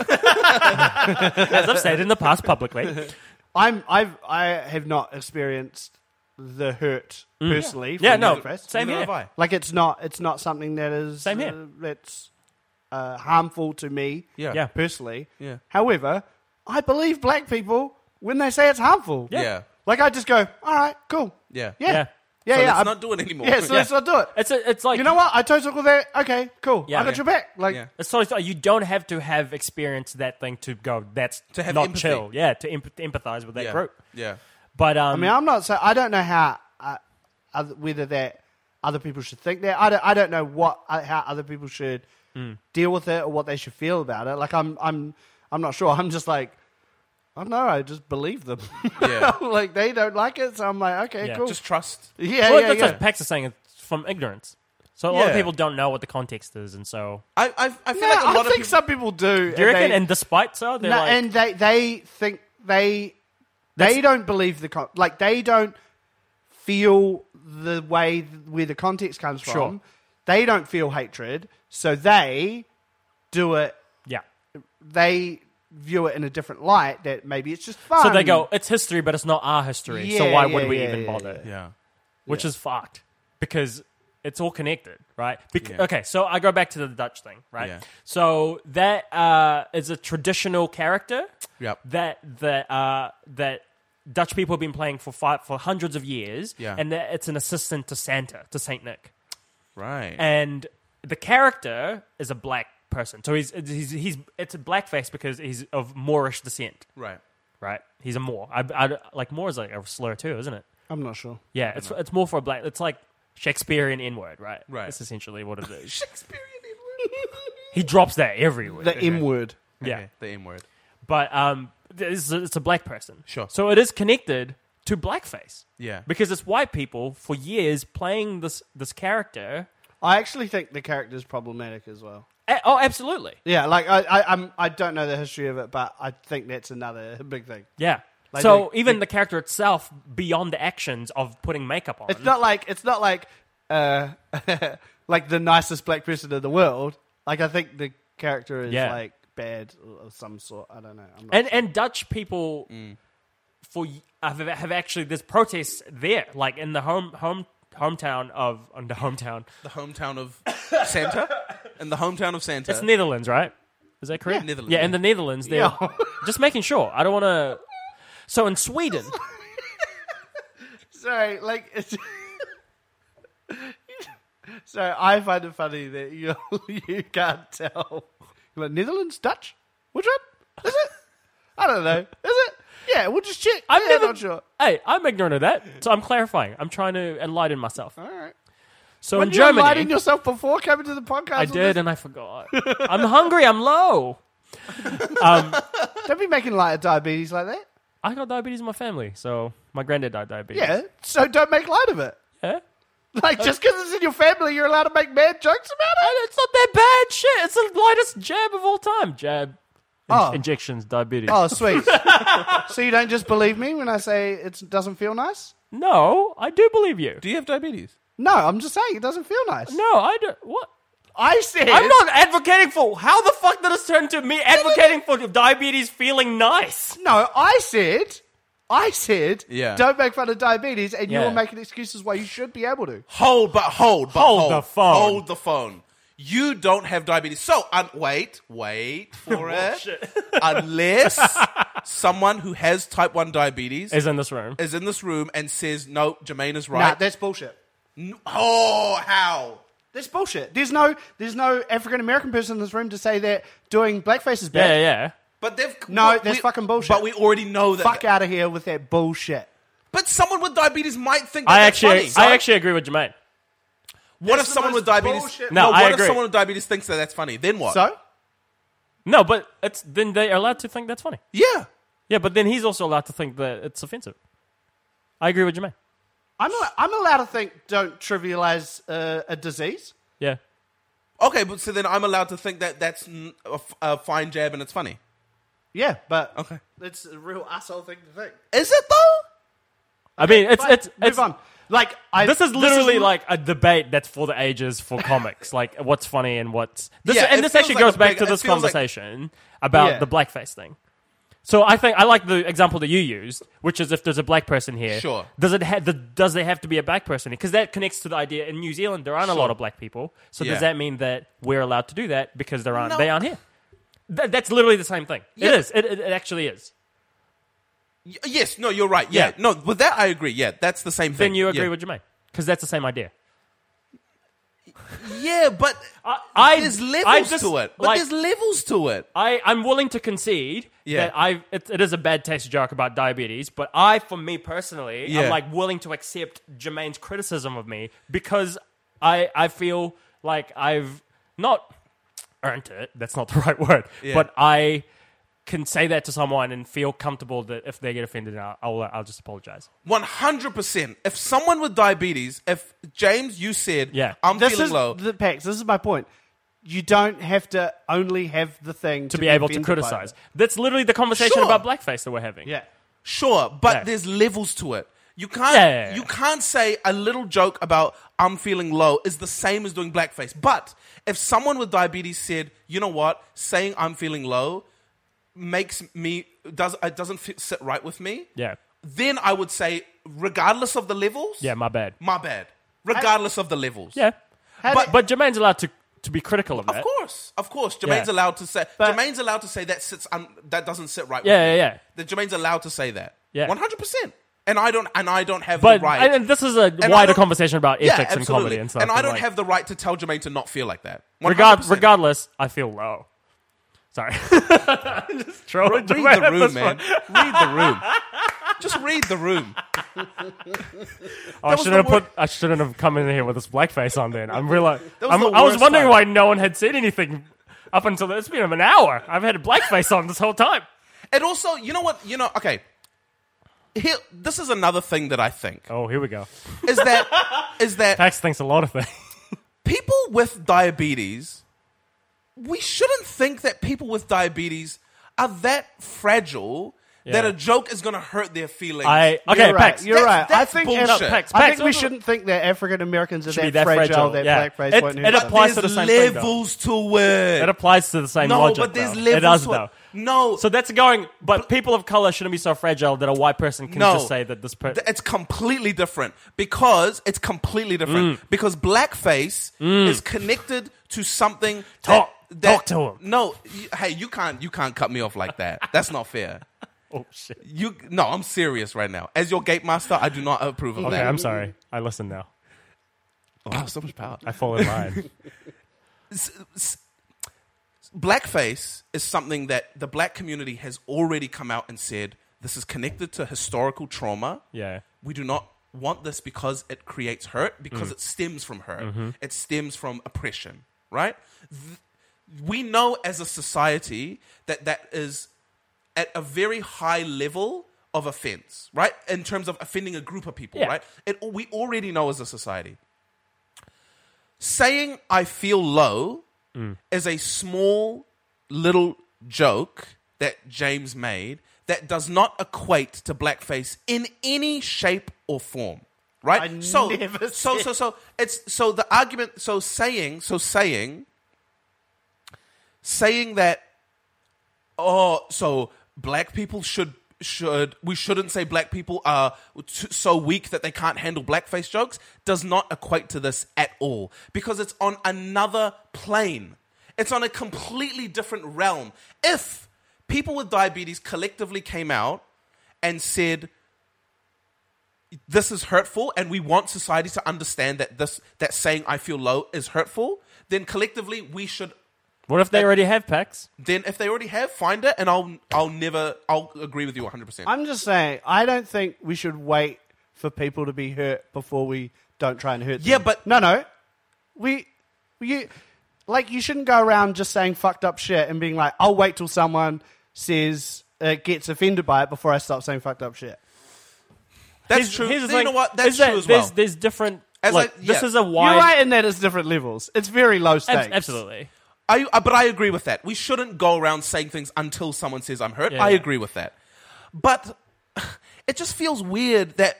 [SPEAKER 2] as I've said in the past publicly.
[SPEAKER 4] I'm I've I have not experienced the hurt personally.
[SPEAKER 2] Yeah,
[SPEAKER 4] from
[SPEAKER 2] no,
[SPEAKER 4] blackface.
[SPEAKER 2] same
[SPEAKER 5] neither
[SPEAKER 2] here.
[SPEAKER 5] have I.
[SPEAKER 4] Like it's not it's not something that is
[SPEAKER 2] Same here.
[SPEAKER 4] uh, that's uh, harmful to me.
[SPEAKER 5] yeah
[SPEAKER 2] Yeah.
[SPEAKER 4] personally.
[SPEAKER 5] Yeah.
[SPEAKER 4] However, I believe black people when they say it's harmful.
[SPEAKER 5] Yeah. Yeah.
[SPEAKER 4] Like I just go, all right, cool.
[SPEAKER 5] yeah
[SPEAKER 4] Yeah.
[SPEAKER 2] Yeah.
[SPEAKER 4] Yeah.
[SPEAKER 5] So
[SPEAKER 4] Yeah.
[SPEAKER 5] let's
[SPEAKER 4] I'm-
[SPEAKER 5] not do it anymore
[SPEAKER 4] Yeah. So let's not do it.
[SPEAKER 2] It's a, it's like
[SPEAKER 4] you know what? I totally agree there. Okay, cool.
[SPEAKER 2] Yeah.
[SPEAKER 4] I got
[SPEAKER 2] Yeah.
[SPEAKER 4] your back. Like,
[SPEAKER 5] Yeah.
[SPEAKER 2] It's sort of Uh, you don't have to have experienced that thing to go. That's
[SPEAKER 5] To have
[SPEAKER 2] not
[SPEAKER 5] empathy.
[SPEAKER 2] chill. Yeah, to emp- empathize with that
[SPEAKER 5] yeah
[SPEAKER 2] group.
[SPEAKER 5] yeah
[SPEAKER 2] But
[SPEAKER 4] I
[SPEAKER 2] um,
[SPEAKER 4] mean, I'm not. So I don't know how uh, oth- whether that other people should think that. I don't. I don't know what uh, how other people should
[SPEAKER 5] Hmm.
[SPEAKER 4] deal with it or what they should feel about it. Like, I'm. I'm. I'm not sure. I'm just like. I don't know. I just believe them.
[SPEAKER 5] Yeah.
[SPEAKER 4] like they don't like it, so I'm like, okay,
[SPEAKER 2] Yeah,
[SPEAKER 4] cool.
[SPEAKER 5] just trust
[SPEAKER 4] yeah,
[SPEAKER 2] well,
[SPEAKER 4] yeah,
[SPEAKER 2] that's
[SPEAKER 4] yeah.
[SPEAKER 2] what Pax is saying. It's from ignorance. So a lot of
[SPEAKER 5] Yeah.
[SPEAKER 2] people don't know what the context is, and so
[SPEAKER 5] I I, I feel
[SPEAKER 4] No,
[SPEAKER 5] like a lot
[SPEAKER 4] I
[SPEAKER 5] of
[SPEAKER 4] think
[SPEAKER 5] people
[SPEAKER 4] some people do.
[SPEAKER 2] do you reckon?
[SPEAKER 4] They,
[SPEAKER 2] and despite so, they're
[SPEAKER 4] no,
[SPEAKER 2] like,
[SPEAKER 4] and they they think they they don't believe the con- like they don't feel the way th- where the context comes
[SPEAKER 2] Sure.
[SPEAKER 4] from. They don't feel hatred, so they do it.
[SPEAKER 2] yeah.
[SPEAKER 4] They view it in a different light that maybe it's just fun.
[SPEAKER 2] So they go, it's history, but it's not our history. so
[SPEAKER 4] um, Yeah,
[SPEAKER 2] why
[SPEAKER 4] yeah,
[SPEAKER 2] would we
[SPEAKER 4] yeah,
[SPEAKER 2] even
[SPEAKER 4] yeah,
[SPEAKER 2] bother?
[SPEAKER 5] yeah
[SPEAKER 2] Which is fucked because it's all connected, right? Bec-
[SPEAKER 5] Yeah.
[SPEAKER 2] Okay, so I go back to the Dutch thing, right?
[SPEAKER 5] Yeah.
[SPEAKER 2] So that uh, is a traditional character.
[SPEAKER 5] Yep.
[SPEAKER 2] that that uh, that Dutch people have been playing for five, for hundreds of years,
[SPEAKER 5] Yeah.
[SPEAKER 2] and that it's an assistant to Santa to Saint Nick,
[SPEAKER 5] right
[SPEAKER 2] and the character is a black person, so he's he's, he's it's a blackface because he's of Moorish descent,
[SPEAKER 5] right
[SPEAKER 2] right? He's a Moor. I, I- like Moor is like a slur too, isn't it?
[SPEAKER 4] I'm not sure.
[SPEAKER 2] Yeah, it's it's more for a black. It's like Shakespearean N word, right?
[SPEAKER 5] Right.
[SPEAKER 2] That's essentially what it is.
[SPEAKER 5] Shakespearean
[SPEAKER 2] he drops that everywhere.
[SPEAKER 4] The M word.
[SPEAKER 2] yeah.
[SPEAKER 5] the M word
[SPEAKER 2] but um, it's a, it's a black person.
[SPEAKER 5] Sure.
[SPEAKER 2] So it is connected to blackface.
[SPEAKER 5] Yeah.
[SPEAKER 2] Because it's white people for years playing this this character.
[SPEAKER 4] I actually think the character's problematic as well.
[SPEAKER 2] A- oh, absolutely.
[SPEAKER 4] Yeah, like I, I, I'm, I don't know the history of it, but I think that's another big thing.
[SPEAKER 2] Yeah.
[SPEAKER 4] Like
[SPEAKER 2] so
[SPEAKER 4] the-
[SPEAKER 2] even the character itself, beyond the actions of putting makeup on,
[SPEAKER 4] It's not like it's not like uh, like the nicest black person in the world. Like I think the character is
[SPEAKER 2] Yeah.
[SPEAKER 4] like bad of some sort. I don't know. I'm not
[SPEAKER 2] and and Dutch people
[SPEAKER 4] Mm.
[SPEAKER 2] for y- have, have actually there's protests there, like in the home home hometown of on the hometown.
[SPEAKER 5] the hometown of Santa and the hometown of Santa
[SPEAKER 2] It's Netherlands, right? Is that correct?
[SPEAKER 5] Netherlands,
[SPEAKER 2] yeah,
[SPEAKER 5] yeah.
[SPEAKER 2] in the Netherlands. They're
[SPEAKER 4] Yeah.
[SPEAKER 2] just making sure. I don't want to. So in Sweden,
[SPEAKER 4] Sorry, like it's. so I find it funny that you you can't tell. You're like Netherlands Dutch? Which one is it? I don't know. Is it? Yeah, we'll just check.
[SPEAKER 2] I'm
[SPEAKER 4] yeah,
[SPEAKER 2] never.
[SPEAKER 4] not sure.
[SPEAKER 2] Hey, I'm ignorant of that, so I'm clarifying. I'm trying to enlighten myself.
[SPEAKER 4] All right.
[SPEAKER 2] So in
[SPEAKER 4] Weren't you
[SPEAKER 2] Germany,
[SPEAKER 4] inviting yourself before coming to the podcast.
[SPEAKER 2] I
[SPEAKER 4] on
[SPEAKER 2] did,
[SPEAKER 4] this?
[SPEAKER 2] and I forgot. I'm hungry. I'm low.
[SPEAKER 4] Don't be making light of diabetes like that.
[SPEAKER 2] I got diabetes in my family, so my granddad died diabetes.
[SPEAKER 4] Yeah. So don't make light of it.
[SPEAKER 2] Yeah.
[SPEAKER 4] Like just because it's in your family, you're allowed to make mad jokes about it.
[SPEAKER 2] It's not that bad shit. It's the lightest jab of all time. Jab. In-
[SPEAKER 4] Oh.
[SPEAKER 2] Injections, diabetes.
[SPEAKER 4] Oh, sweet. so you don't just believe me when I say it doesn't feel nice?
[SPEAKER 2] No, I do believe you.
[SPEAKER 5] Do you have diabetes?
[SPEAKER 4] No, I'm just saying it doesn't feel nice.
[SPEAKER 2] No, I don't. What?
[SPEAKER 4] I said
[SPEAKER 2] I'm not advocating for. How the fuck did this turn to me advocating for diabetes feeling nice?
[SPEAKER 4] No, I said, I said,
[SPEAKER 5] Yeah.
[SPEAKER 4] don't make fun of diabetes, and you
[SPEAKER 2] Yeah.
[SPEAKER 4] were making excuses why you should be able to.
[SPEAKER 5] Hold, but hold, but hold,
[SPEAKER 2] Hold the phone.
[SPEAKER 5] Hold the phone. You don't have diabetes, so un- wait, wait for it. Unless someone who has type one diabetes is,
[SPEAKER 2] Is in this room.
[SPEAKER 5] in this room and says, "No, Jermaine is
[SPEAKER 4] Nah,
[SPEAKER 5] right."
[SPEAKER 4] that's bullshit.
[SPEAKER 5] N- oh, how?
[SPEAKER 4] That's bullshit. There's no, there's no African American person in this room to say that doing blackface is
[SPEAKER 2] Yeah,
[SPEAKER 4] bad.
[SPEAKER 2] yeah, yeah.
[SPEAKER 5] But they've
[SPEAKER 4] No,
[SPEAKER 5] what-
[SPEAKER 4] that's
[SPEAKER 5] we-
[SPEAKER 4] fucking bullshit.
[SPEAKER 5] But we already know that.
[SPEAKER 4] Fuck out of here with that bullshit.
[SPEAKER 5] But someone with diabetes might think. That
[SPEAKER 2] I
[SPEAKER 5] that's
[SPEAKER 2] actually,
[SPEAKER 5] funny.
[SPEAKER 2] I actually agree with Jermaine.
[SPEAKER 5] What if
[SPEAKER 4] the
[SPEAKER 5] someone
[SPEAKER 4] most
[SPEAKER 5] with diabetes?
[SPEAKER 4] bullshit-
[SPEAKER 2] No,
[SPEAKER 5] what
[SPEAKER 2] I
[SPEAKER 5] if
[SPEAKER 2] agree.
[SPEAKER 5] someone with diabetes thinks that that's funny? Then what?
[SPEAKER 4] So
[SPEAKER 2] No, but it's then they are allowed to think that's funny.
[SPEAKER 5] yeah,
[SPEAKER 2] Yeah, but then he's also allowed to think that it's offensive. I agree with Jermaine.
[SPEAKER 4] I'm, al- I'm allowed to think. Don't trivialize uh, a disease.
[SPEAKER 2] Yeah.
[SPEAKER 5] okay, but so then I'm allowed to think that that's n- a, f- a fine jab and it's funny.
[SPEAKER 4] Yeah, but
[SPEAKER 5] Okay.
[SPEAKER 4] it's a real asshole thing to think.
[SPEAKER 5] Is it though?
[SPEAKER 2] I mean, it's
[SPEAKER 4] But
[SPEAKER 2] it's
[SPEAKER 4] move
[SPEAKER 2] it's
[SPEAKER 4] on. Like I,
[SPEAKER 2] This is literally
[SPEAKER 4] l-
[SPEAKER 2] like a debate that's for the ages for comics, like what's funny and what's this,
[SPEAKER 5] Yeah, it
[SPEAKER 2] and this
[SPEAKER 5] feels
[SPEAKER 2] actually
[SPEAKER 5] like
[SPEAKER 2] goes
[SPEAKER 5] a
[SPEAKER 2] back
[SPEAKER 5] big-
[SPEAKER 2] to
[SPEAKER 5] it
[SPEAKER 2] this
[SPEAKER 5] feels like-
[SPEAKER 2] conversation about
[SPEAKER 4] Yeah.
[SPEAKER 2] the blackface thing. So I think I like the example that you used, which is if there's a black person here,
[SPEAKER 5] Sure.
[SPEAKER 2] does it ha- the, does there have to be a black person? Because that connects to the idea in New Zealand there aren't a lot of black people, so
[SPEAKER 5] Yeah.
[SPEAKER 2] does that mean that we're allowed to do that because there aren't
[SPEAKER 5] No.
[SPEAKER 2] they aren't here? Th- that's literally the same thing.
[SPEAKER 5] Yeah.
[SPEAKER 2] It is. It, it, it actually is.
[SPEAKER 5] Y- Yes, no, you're right. Yeah.
[SPEAKER 2] Yeah.
[SPEAKER 5] no, with that I agree. Yeah, that's the same thing.
[SPEAKER 2] Then you agree
[SPEAKER 5] yeah.
[SPEAKER 2] with Jermaine because that's the same idea.
[SPEAKER 5] Yeah, but
[SPEAKER 2] I
[SPEAKER 5] Uh, there's
[SPEAKER 2] I
[SPEAKER 5] levels
[SPEAKER 2] just-
[SPEAKER 5] to it. But
[SPEAKER 2] like-
[SPEAKER 5] there's levels to it.
[SPEAKER 2] I, I'm willing to concede
[SPEAKER 5] Yeah.
[SPEAKER 2] that I it, it is a bad taste joke about diabetes, but I, for me personally,
[SPEAKER 5] Yeah.
[SPEAKER 2] I'm like willing to accept Jermaine's criticism of me because I I feel like I've not earned it. That's not the right word,
[SPEAKER 5] Yeah.
[SPEAKER 2] but I can say that to someone and feel comfortable that if they get offended, I'll I'll, I'll just apologize.
[SPEAKER 5] One hundred percent. If someone with diabetes, if James, you said,
[SPEAKER 2] Yeah.
[SPEAKER 5] I'm
[SPEAKER 4] this
[SPEAKER 5] feeling
[SPEAKER 4] is
[SPEAKER 5] low.
[SPEAKER 4] the Pax. This is my point. You don't have to only have the thing
[SPEAKER 2] To be able to
[SPEAKER 4] offended by
[SPEAKER 2] criticize.
[SPEAKER 4] it.
[SPEAKER 2] That's literally the conversation
[SPEAKER 5] Sure.
[SPEAKER 2] about blackface that we're having.
[SPEAKER 4] Yeah.
[SPEAKER 5] Sure, but
[SPEAKER 2] Yeah.
[SPEAKER 5] there's levels to it. You can't
[SPEAKER 2] Yeah.
[SPEAKER 5] you can't say a little joke about I'm feeling low is the same as doing blackface. But if someone with diabetes said, "You know what? Saying I'm feeling low makes me does it doesn't fit, sit right with me."
[SPEAKER 2] Yeah.
[SPEAKER 5] Then I would say regardless of the levels,
[SPEAKER 2] Yeah, my bad.
[SPEAKER 5] my bad. Regardless of the levels.
[SPEAKER 2] Yeah.
[SPEAKER 5] But-
[SPEAKER 2] But, but Jermaine's allowed to, to be critical of that.
[SPEAKER 5] Of course, of course. Jermaine's
[SPEAKER 2] Eh? Yeah.
[SPEAKER 5] allowed to say.
[SPEAKER 4] But-
[SPEAKER 5] Jermaine's allowed to say that sits. Um, that doesn't sit right.
[SPEAKER 2] Yeah,
[SPEAKER 5] with me.
[SPEAKER 2] yeah, yeah.
[SPEAKER 5] That Jermaine's allowed to say that.
[SPEAKER 2] Yeah.
[SPEAKER 5] one hundred percent. And I don't. And I don't have
[SPEAKER 2] But
[SPEAKER 5] the right.
[SPEAKER 2] and, and this is a
[SPEAKER 5] I
[SPEAKER 2] wider
[SPEAKER 5] don't-
[SPEAKER 2] conversation about
[SPEAKER 5] yeah,
[SPEAKER 2] ethics and
[SPEAKER 5] absolutely.
[SPEAKER 2] comedy and stuff.
[SPEAKER 5] And I don't
[SPEAKER 2] like-
[SPEAKER 5] have the right to tell Jermaine to not feel like that.
[SPEAKER 2] Regard,
[SPEAKER 5] 100%.
[SPEAKER 2] regardless, I feel low. Sorry, just trolling
[SPEAKER 5] Read
[SPEAKER 2] Jermaine
[SPEAKER 5] the
[SPEAKER 2] at
[SPEAKER 5] room,
[SPEAKER 2] this
[SPEAKER 5] man.
[SPEAKER 2] point.
[SPEAKER 5] read the room. Just read the room.
[SPEAKER 2] Oh, I
[SPEAKER 5] was
[SPEAKER 2] shouldn't have
[SPEAKER 5] the
[SPEAKER 2] put.
[SPEAKER 5] wor-
[SPEAKER 2] I shouldn't have come in here with this blackface on. Then I'm real.
[SPEAKER 5] was
[SPEAKER 2] I'm,
[SPEAKER 5] the
[SPEAKER 2] I was
[SPEAKER 5] worst
[SPEAKER 2] wondering
[SPEAKER 5] time.
[SPEAKER 2] why no one had said anything up until it's been an hour. I've had a blackface on this whole time.
[SPEAKER 5] And also, you know what? You know, okay. Here, this is another thing that I think
[SPEAKER 2] Oh, here we go.
[SPEAKER 5] is that is that
[SPEAKER 2] Pax thinks a lot of things.
[SPEAKER 5] people with diabetes, we shouldn't think that people with diabetes are that fragile that
[SPEAKER 2] Yeah.
[SPEAKER 5] a joke is going to hurt their feelings.
[SPEAKER 2] I okay,
[SPEAKER 4] You're right.
[SPEAKER 2] Pax.
[SPEAKER 4] You're
[SPEAKER 5] That's-
[SPEAKER 4] right. I
[SPEAKER 5] that's
[SPEAKER 4] think
[SPEAKER 5] bullshit.
[SPEAKER 4] it-
[SPEAKER 2] Pax,
[SPEAKER 4] I
[SPEAKER 2] Pax,
[SPEAKER 4] think we
[SPEAKER 2] also-
[SPEAKER 4] shouldn't think that African Americans are
[SPEAKER 2] Should be
[SPEAKER 4] that, fragile, that
[SPEAKER 2] yeah.
[SPEAKER 4] blackface
[SPEAKER 2] It,
[SPEAKER 4] won't
[SPEAKER 2] it
[SPEAKER 4] hurt them.
[SPEAKER 2] applies to the
[SPEAKER 5] there's
[SPEAKER 2] same thing. though.
[SPEAKER 5] levels to it.
[SPEAKER 2] It applies to the same
[SPEAKER 5] no,
[SPEAKER 2] logic.
[SPEAKER 5] but there's
[SPEAKER 2] though.
[SPEAKER 5] levels
[SPEAKER 2] It does
[SPEAKER 5] to
[SPEAKER 2] though.
[SPEAKER 5] it. No,
[SPEAKER 2] So that's going, but people of color shouldn't be so fragile that a white person can
[SPEAKER 5] no.
[SPEAKER 2] just say that this person.
[SPEAKER 5] Th- It's completely different because
[SPEAKER 2] Mm.
[SPEAKER 5] it's completely different because blackface is connected to something.
[SPEAKER 2] Talk.
[SPEAKER 5] That, that-
[SPEAKER 2] Talk to him.
[SPEAKER 5] No, you, hey, you can't you can't cut me off like that. That's not fair.
[SPEAKER 2] Oh shit.
[SPEAKER 5] You no, I'm serious right now. As your gate master, I do not approve of
[SPEAKER 2] Okay,
[SPEAKER 5] that.
[SPEAKER 2] I'm sorry. I listen now.
[SPEAKER 5] Wow, so much power.
[SPEAKER 2] I fall in line.
[SPEAKER 5] Blackface is something that the black community has already come out and said this is connected to historical trauma.
[SPEAKER 2] Yeah.
[SPEAKER 5] we do not want this because it creates hurt because
[SPEAKER 2] Mm.
[SPEAKER 5] it stems from hurt
[SPEAKER 2] Mm-hmm.
[SPEAKER 5] it stems from oppression right Th- we know as a society that that is at a very high level of offense right in terms of offending a group of people
[SPEAKER 2] Yeah.
[SPEAKER 5] right it, we already know as a society saying i feel low is a small little joke that James made that does not equate to blackface in any shape or form. Right?
[SPEAKER 4] I
[SPEAKER 5] so,
[SPEAKER 4] never
[SPEAKER 5] so so so it's so the argument so saying so saying saying that oh so black people should should we shouldn't say black people are t- so weak that they can't handle blackface jokes does not equate to this at all because it's on another plane it's on a completely different realm if people with diabetes collectively came out and said this is hurtful and we want society to understand that this that saying i feel low is hurtful then collectively we should
[SPEAKER 2] What if they already have packs?
[SPEAKER 5] then if they already have, find it, and I'll I'll never I'll agree with you 100. percent
[SPEAKER 4] I'm just saying, I don't think we should wait for people to be hurt before we don't try and hurt them.
[SPEAKER 5] Yeah, but-
[SPEAKER 4] no, no, we, you, like you shouldn't go around just saying fucked up shit and being like, I'll wait till someone says uh, gets offended by it before I stop saying fucked up shit.
[SPEAKER 5] That's
[SPEAKER 2] Here's-
[SPEAKER 5] true.
[SPEAKER 2] here's the
[SPEAKER 5] you
[SPEAKER 2] thing.
[SPEAKER 5] know what?
[SPEAKER 2] Is
[SPEAKER 5] That's
[SPEAKER 2] that
[SPEAKER 5] true as
[SPEAKER 2] there's,
[SPEAKER 5] well.
[SPEAKER 2] There's different.
[SPEAKER 5] As
[SPEAKER 2] like,
[SPEAKER 5] I- yeah.
[SPEAKER 2] This is a wide.
[SPEAKER 4] You're right in that it's different levels. It's very low
[SPEAKER 2] Ab-
[SPEAKER 4] stakes.
[SPEAKER 2] absolutely.
[SPEAKER 5] I, I- uh, but I agree with that. We shouldn't go around saying things until someone says I'm hurt.
[SPEAKER 2] Yeah,
[SPEAKER 5] I
[SPEAKER 2] yeah.
[SPEAKER 5] agree with that. But it just feels weird that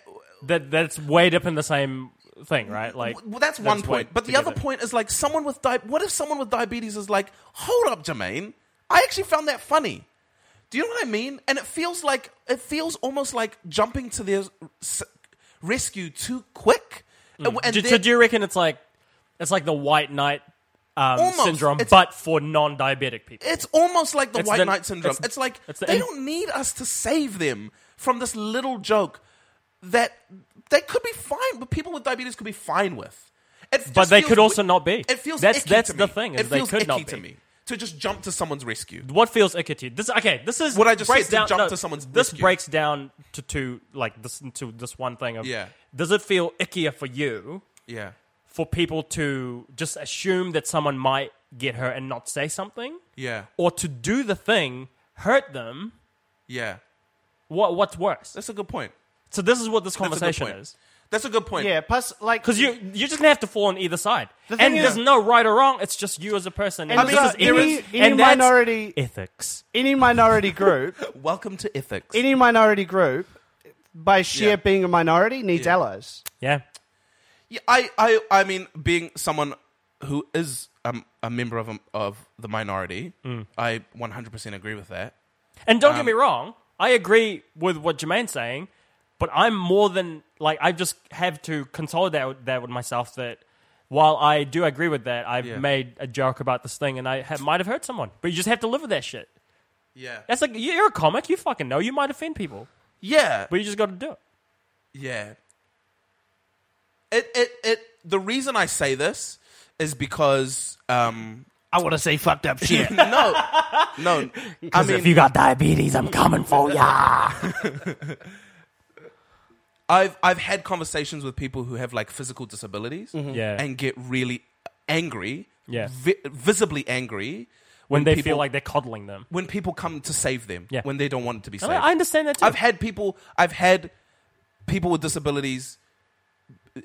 [SPEAKER 2] That that's weighed up in the same thing, right? Like
[SPEAKER 5] well, that's one
[SPEAKER 2] weighed
[SPEAKER 5] point. But the other
[SPEAKER 2] together.
[SPEAKER 5] point is like someone with di- what if someone with diabetes is like, hold up, Jermaine, I actually found that funny. Do you know what I mean? And it feels like it feels almost like jumping to their s- rescue too quick. And, and
[SPEAKER 2] do, Mm. so
[SPEAKER 5] then-
[SPEAKER 2] do you reckon it's like it's like the white knight um,
[SPEAKER 5] Almost.
[SPEAKER 2] syndrome,
[SPEAKER 5] It's-
[SPEAKER 2] but for non-diabetic people?
[SPEAKER 5] It's almost like the
[SPEAKER 2] It's
[SPEAKER 5] White
[SPEAKER 2] the-
[SPEAKER 5] Knight syndrome. It's,
[SPEAKER 2] it's-
[SPEAKER 5] like
[SPEAKER 2] it's the
[SPEAKER 5] they
[SPEAKER 2] in-
[SPEAKER 5] don't need us to save them from this little joke that they could be fine, but people with diabetes could be fine with. It
[SPEAKER 2] But
[SPEAKER 5] just
[SPEAKER 2] they
[SPEAKER 5] feels
[SPEAKER 2] could also
[SPEAKER 5] wi-
[SPEAKER 2] not be.
[SPEAKER 5] It feels
[SPEAKER 2] That's-
[SPEAKER 5] icky
[SPEAKER 2] that's
[SPEAKER 5] to
[SPEAKER 2] the
[SPEAKER 5] me.
[SPEAKER 2] thing, is
[SPEAKER 5] It
[SPEAKER 2] they
[SPEAKER 5] feels
[SPEAKER 2] could
[SPEAKER 5] icky
[SPEAKER 2] not
[SPEAKER 5] to
[SPEAKER 2] be.
[SPEAKER 5] me to just jump to someone's rescue.
[SPEAKER 2] What feels icky to you? This okay. This is
[SPEAKER 5] What I just
[SPEAKER 2] breaks
[SPEAKER 5] said, to
[SPEAKER 2] down,
[SPEAKER 5] jump
[SPEAKER 2] no,
[SPEAKER 5] to someone's
[SPEAKER 2] This
[SPEAKER 5] rescue.
[SPEAKER 2] breaks down to two like this to this one thing of
[SPEAKER 5] Yeah.
[SPEAKER 2] Does it feel ickier for you
[SPEAKER 5] Yeah,
[SPEAKER 2] for people to just assume that someone might get hurt and not say something,
[SPEAKER 5] yeah,
[SPEAKER 2] or to do the thing hurt them?
[SPEAKER 5] yeah.
[SPEAKER 2] What what's worse?
[SPEAKER 5] That's a good point.
[SPEAKER 2] So this is what this
[SPEAKER 5] That's a good
[SPEAKER 2] conversation
[SPEAKER 5] point.
[SPEAKER 2] is.
[SPEAKER 5] That's a good point.
[SPEAKER 4] Yeah. Plus, like,
[SPEAKER 2] Because you you're just gonna have to fall on either side,
[SPEAKER 4] The
[SPEAKER 2] and
[SPEAKER 4] thing is-
[SPEAKER 2] there's no right or wrong. It's just you as a person. And
[SPEAKER 4] I mean,
[SPEAKER 2] this is
[SPEAKER 4] there
[SPEAKER 2] ethics.
[SPEAKER 4] is- any
[SPEAKER 2] and that's
[SPEAKER 4] minority-
[SPEAKER 2] ethics.
[SPEAKER 4] any minority group,
[SPEAKER 5] Welcome to ethics.
[SPEAKER 4] any minority group, by sheer
[SPEAKER 5] Yeah.
[SPEAKER 4] being a minority, needs
[SPEAKER 5] Yeah.
[SPEAKER 4] allies.
[SPEAKER 2] Yeah,
[SPEAKER 5] Yeah, I, I, I mean, being someone who is um, a member of a, of the minority,
[SPEAKER 2] Mm.
[SPEAKER 5] I 100% agree with that.
[SPEAKER 2] and don't
[SPEAKER 5] Um,
[SPEAKER 2] get me wrong, I agree with what Jermaine's saying, but I'm more than like I just have to consolidate that with myself that while I do agree with that, I've
[SPEAKER 5] Yeah.
[SPEAKER 2] made a joke about this thing, and I have, might have hurt someone, but you just have to live with that shit.
[SPEAKER 5] Yeah.
[SPEAKER 2] That's like you're a comic, you fucking know you might offend people,
[SPEAKER 5] Yeah.
[SPEAKER 2] but you just got to do it.
[SPEAKER 5] Yeah. It, it, it, the reason I say this is because, um,
[SPEAKER 4] I want to say fucked up shit.
[SPEAKER 5] no, no, I mean,
[SPEAKER 2] got diabetes, I'm coming for ya.
[SPEAKER 5] I've, I've had conversations with people who have like physical disabilities
[SPEAKER 2] Yeah.
[SPEAKER 5] and get really angry,
[SPEAKER 2] Yeah.
[SPEAKER 5] vi- visibly angry
[SPEAKER 2] When, they
[SPEAKER 5] people-
[SPEAKER 2] feel like they're coddling them.
[SPEAKER 5] when people come to save them
[SPEAKER 2] Yeah.
[SPEAKER 5] when they don't want it to be saved.
[SPEAKER 2] I understand that too.
[SPEAKER 5] I've had people I've had people with disabilities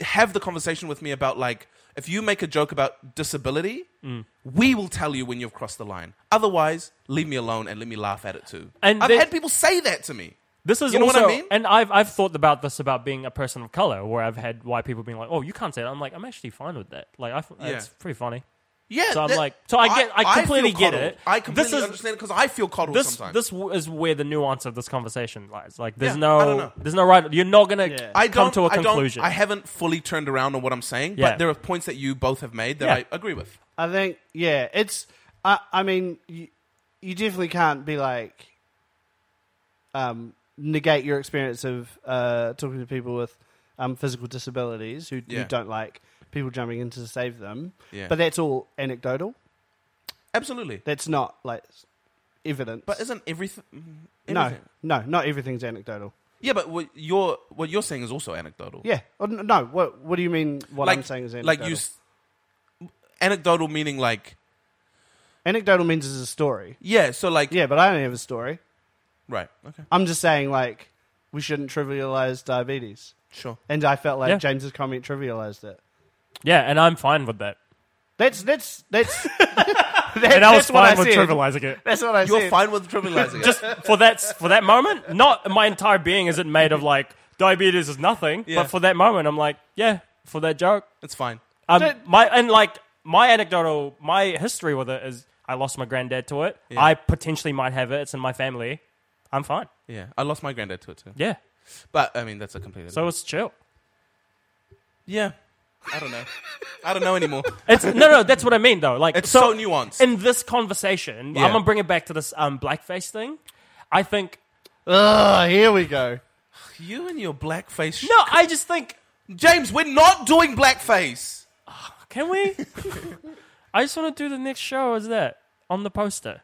[SPEAKER 5] have the conversation with me about like if you make a joke about disability,
[SPEAKER 2] Mm.
[SPEAKER 5] we will tell you when you've crossed the line. Otherwise, leave me alone and let me laugh at it too.
[SPEAKER 2] And
[SPEAKER 5] I've
[SPEAKER 2] they-
[SPEAKER 5] had people say that to me.
[SPEAKER 2] This is
[SPEAKER 5] You know what I
[SPEAKER 2] also,
[SPEAKER 5] mean?
[SPEAKER 2] and I've I've thought about this about being a person of color, where I've had white people being like, "Oh, you can't say that." I'm like, I'm actually fine with that. Like, I,
[SPEAKER 5] Yeah.
[SPEAKER 2] it's pretty funny.
[SPEAKER 5] Yeah.
[SPEAKER 2] So I'm like- so I get- I
[SPEAKER 5] feel
[SPEAKER 2] completely get
[SPEAKER 5] coddled.
[SPEAKER 2] it.
[SPEAKER 5] I
[SPEAKER 2] This
[SPEAKER 5] completely
[SPEAKER 2] is-
[SPEAKER 5] understand because I feel coddled
[SPEAKER 2] This
[SPEAKER 5] sometimes.
[SPEAKER 2] this w- is where the nuance of this conversation lies. Like, there's
[SPEAKER 5] Yeah, I don't know.
[SPEAKER 2] no there's no right. You're not gonna
[SPEAKER 4] Yeah.
[SPEAKER 5] I
[SPEAKER 2] come
[SPEAKER 5] don't,
[SPEAKER 2] to a
[SPEAKER 5] I don't-
[SPEAKER 2] conclusion.
[SPEAKER 5] I, haven't fully turned around on what I'm saying,
[SPEAKER 2] Yeah.
[SPEAKER 5] but there are points that you both have made that
[SPEAKER 2] Yeah.
[SPEAKER 5] I agree with.
[SPEAKER 4] I think yeah, it's I, I mean, you, you definitely can't be like, um, negate your experience of uh, talking to people with um, physical disabilities who,
[SPEAKER 5] Yeah.
[SPEAKER 4] who don't like people jumping in to save them.
[SPEAKER 5] Yeah.
[SPEAKER 4] But that's all anecdotal.
[SPEAKER 5] Absolutely.
[SPEAKER 4] That's not like evidence.
[SPEAKER 5] But isn't mm, everything?
[SPEAKER 4] no, no, not everything's anecdotal.
[SPEAKER 5] Yeah, but what you're what you're saying is also anecdotal.
[SPEAKER 4] Yeah. Or n- no. What What do you mean? What I'm saying is anecdotal.
[SPEAKER 5] like you. s- Anecdotal meaning like
[SPEAKER 4] anecdotal means it's a story.
[SPEAKER 5] yeah. So like
[SPEAKER 4] Yeah, Uh, but I don't have a story.
[SPEAKER 5] Right. Okay.
[SPEAKER 4] I'm just saying, like, we shouldn't trivialize diabetes.
[SPEAKER 5] Sure.
[SPEAKER 4] And I felt like
[SPEAKER 2] Yeah.
[SPEAKER 4] James's comment trivialized it.
[SPEAKER 2] Yeah, and I'm fine with that.
[SPEAKER 4] That's that's that's. that-
[SPEAKER 2] And I was
[SPEAKER 4] that's what
[SPEAKER 2] fine with
[SPEAKER 4] said.
[SPEAKER 2] trivializing it.
[SPEAKER 4] That's what I
[SPEAKER 5] You're
[SPEAKER 4] said.
[SPEAKER 5] fine with trivializing
[SPEAKER 2] Just
[SPEAKER 5] it.
[SPEAKER 2] for that for that moment, not my entire being isn't made of like diabetes is nothing.
[SPEAKER 5] Yeah.
[SPEAKER 2] But for that moment, I'm like, yeah, for that joke,
[SPEAKER 5] It's fine.
[SPEAKER 2] Um,
[SPEAKER 4] Don't-
[SPEAKER 2] my and like my anecdotal, my history with it is I lost my granddad to it. I potentially might have it. It's in my family. I'm fine.
[SPEAKER 5] Yeah. I lost my granddad to it too.
[SPEAKER 2] Yeah.
[SPEAKER 5] But I mean, that's a completely.
[SPEAKER 2] So it's chill.
[SPEAKER 5] yeah. I don't know. I don't know anymore.
[SPEAKER 2] It's no, no. That's what I mean though. Like
[SPEAKER 5] It's so nuanced.
[SPEAKER 2] in this conversation.
[SPEAKER 5] Yeah.
[SPEAKER 2] I'm gonna bring it back to this um, blackface thing. I think
[SPEAKER 4] Ugh, here we go.
[SPEAKER 5] you and your blackface.
[SPEAKER 2] no. I just think
[SPEAKER 5] James, we're not doing blackface.
[SPEAKER 2] can we? I just want to do the next show. Is that on the poster?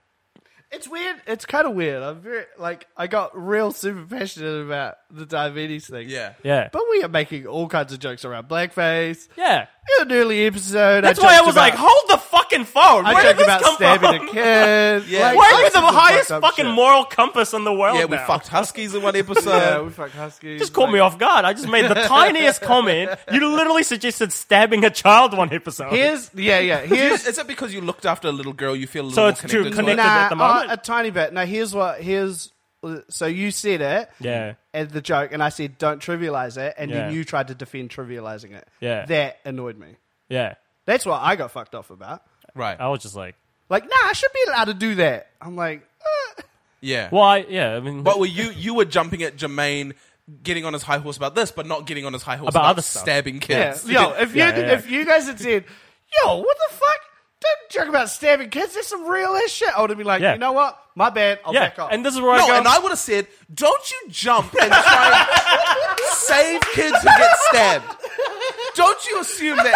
[SPEAKER 4] It's weird. It's kind of weird. I'm very like I got real super passionate about the diabetes thing.
[SPEAKER 5] Yeah.
[SPEAKER 2] Yeah.
[SPEAKER 4] But we are making all kinds of jokes around blackface.
[SPEAKER 2] yeah.
[SPEAKER 4] In an early episode,
[SPEAKER 2] That's
[SPEAKER 4] I
[SPEAKER 2] why I
[SPEAKER 4] joked
[SPEAKER 2] was
[SPEAKER 4] about,
[SPEAKER 2] like, hold the fucking phone.
[SPEAKER 4] I
[SPEAKER 2] Where did
[SPEAKER 4] joked
[SPEAKER 2] this
[SPEAKER 4] about
[SPEAKER 2] come
[SPEAKER 4] stabbing
[SPEAKER 2] from?
[SPEAKER 4] a kid.
[SPEAKER 5] Yeah.
[SPEAKER 4] like,
[SPEAKER 2] Where
[SPEAKER 4] all
[SPEAKER 2] is the
[SPEAKER 4] kinds of
[SPEAKER 2] highest
[SPEAKER 4] fucked up
[SPEAKER 2] fucking
[SPEAKER 4] shit.
[SPEAKER 2] moral compass in the world?
[SPEAKER 5] Yeah, we
[SPEAKER 2] now?
[SPEAKER 5] fucked huskies in one episode.
[SPEAKER 4] Yeah, we fuck huskies.
[SPEAKER 2] Just caught me off guard. I just made the tiniest comment. You literally suggested stabbing a child one episode.
[SPEAKER 4] Here's yeah, yeah. Here's
[SPEAKER 5] Is, is it because you looked after a little girl? You feel a little
[SPEAKER 2] So
[SPEAKER 5] more
[SPEAKER 2] it's too
[SPEAKER 5] connected to
[SPEAKER 2] connected
[SPEAKER 5] it?
[SPEAKER 4] nah,
[SPEAKER 2] at the moment?
[SPEAKER 4] uh, a tiny bit. Now here's what here's so you said it
[SPEAKER 2] yeah.
[SPEAKER 4] as the joke, and I said don't trivialize it, and then
[SPEAKER 2] Yeah.
[SPEAKER 4] you tried to defend trivializing it.
[SPEAKER 2] Yeah.
[SPEAKER 4] that annoyed me.
[SPEAKER 2] Yeah.
[SPEAKER 4] That's what I got fucked off about.
[SPEAKER 5] Right.
[SPEAKER 4] Oh.
[SPEAKER 2] I was just like,
[SPEAKER 4] Like, nah, I should be allowed to do that. I'm like, eh.
[SPEAKER 5] Yeah.
[SPEAKER 2] why? yeah, I mean,
[SPEAKER 5] But were you you were jumping at Jermaine, getting on his high horse about this, but not getting on his high horse
[SPEAKER 2] About
[SPEAKER 5] about,
[SPEAKER 2] other stuff.
[SPEAKER 5] stabbing
[SPEAKER 4] yeah,
[SPEAKER 5] kids.
[SPEAKER 4] yo, if you
[SPEAKER 2] Yeah, yeah, yeah.
[SPEAKER 4] if you guys had said, yo, what the fuck? Don't joke about stabbing kids. That's some real ass shit. I would have been like,
[SPEAKER 2] Yeah.
[SPEAKER 4] you know what? My bad. I'll
[SPEAKER 2] yeah.
[SPEAKER 4] back off.
[SPEAKER 2] And this is where I
[SPEAKER 5] No,
[SPEAKER 2] go.
[SPEAKER 5] and I would have said, don't you jump and try and save kids who get stabbed. Don't you assume that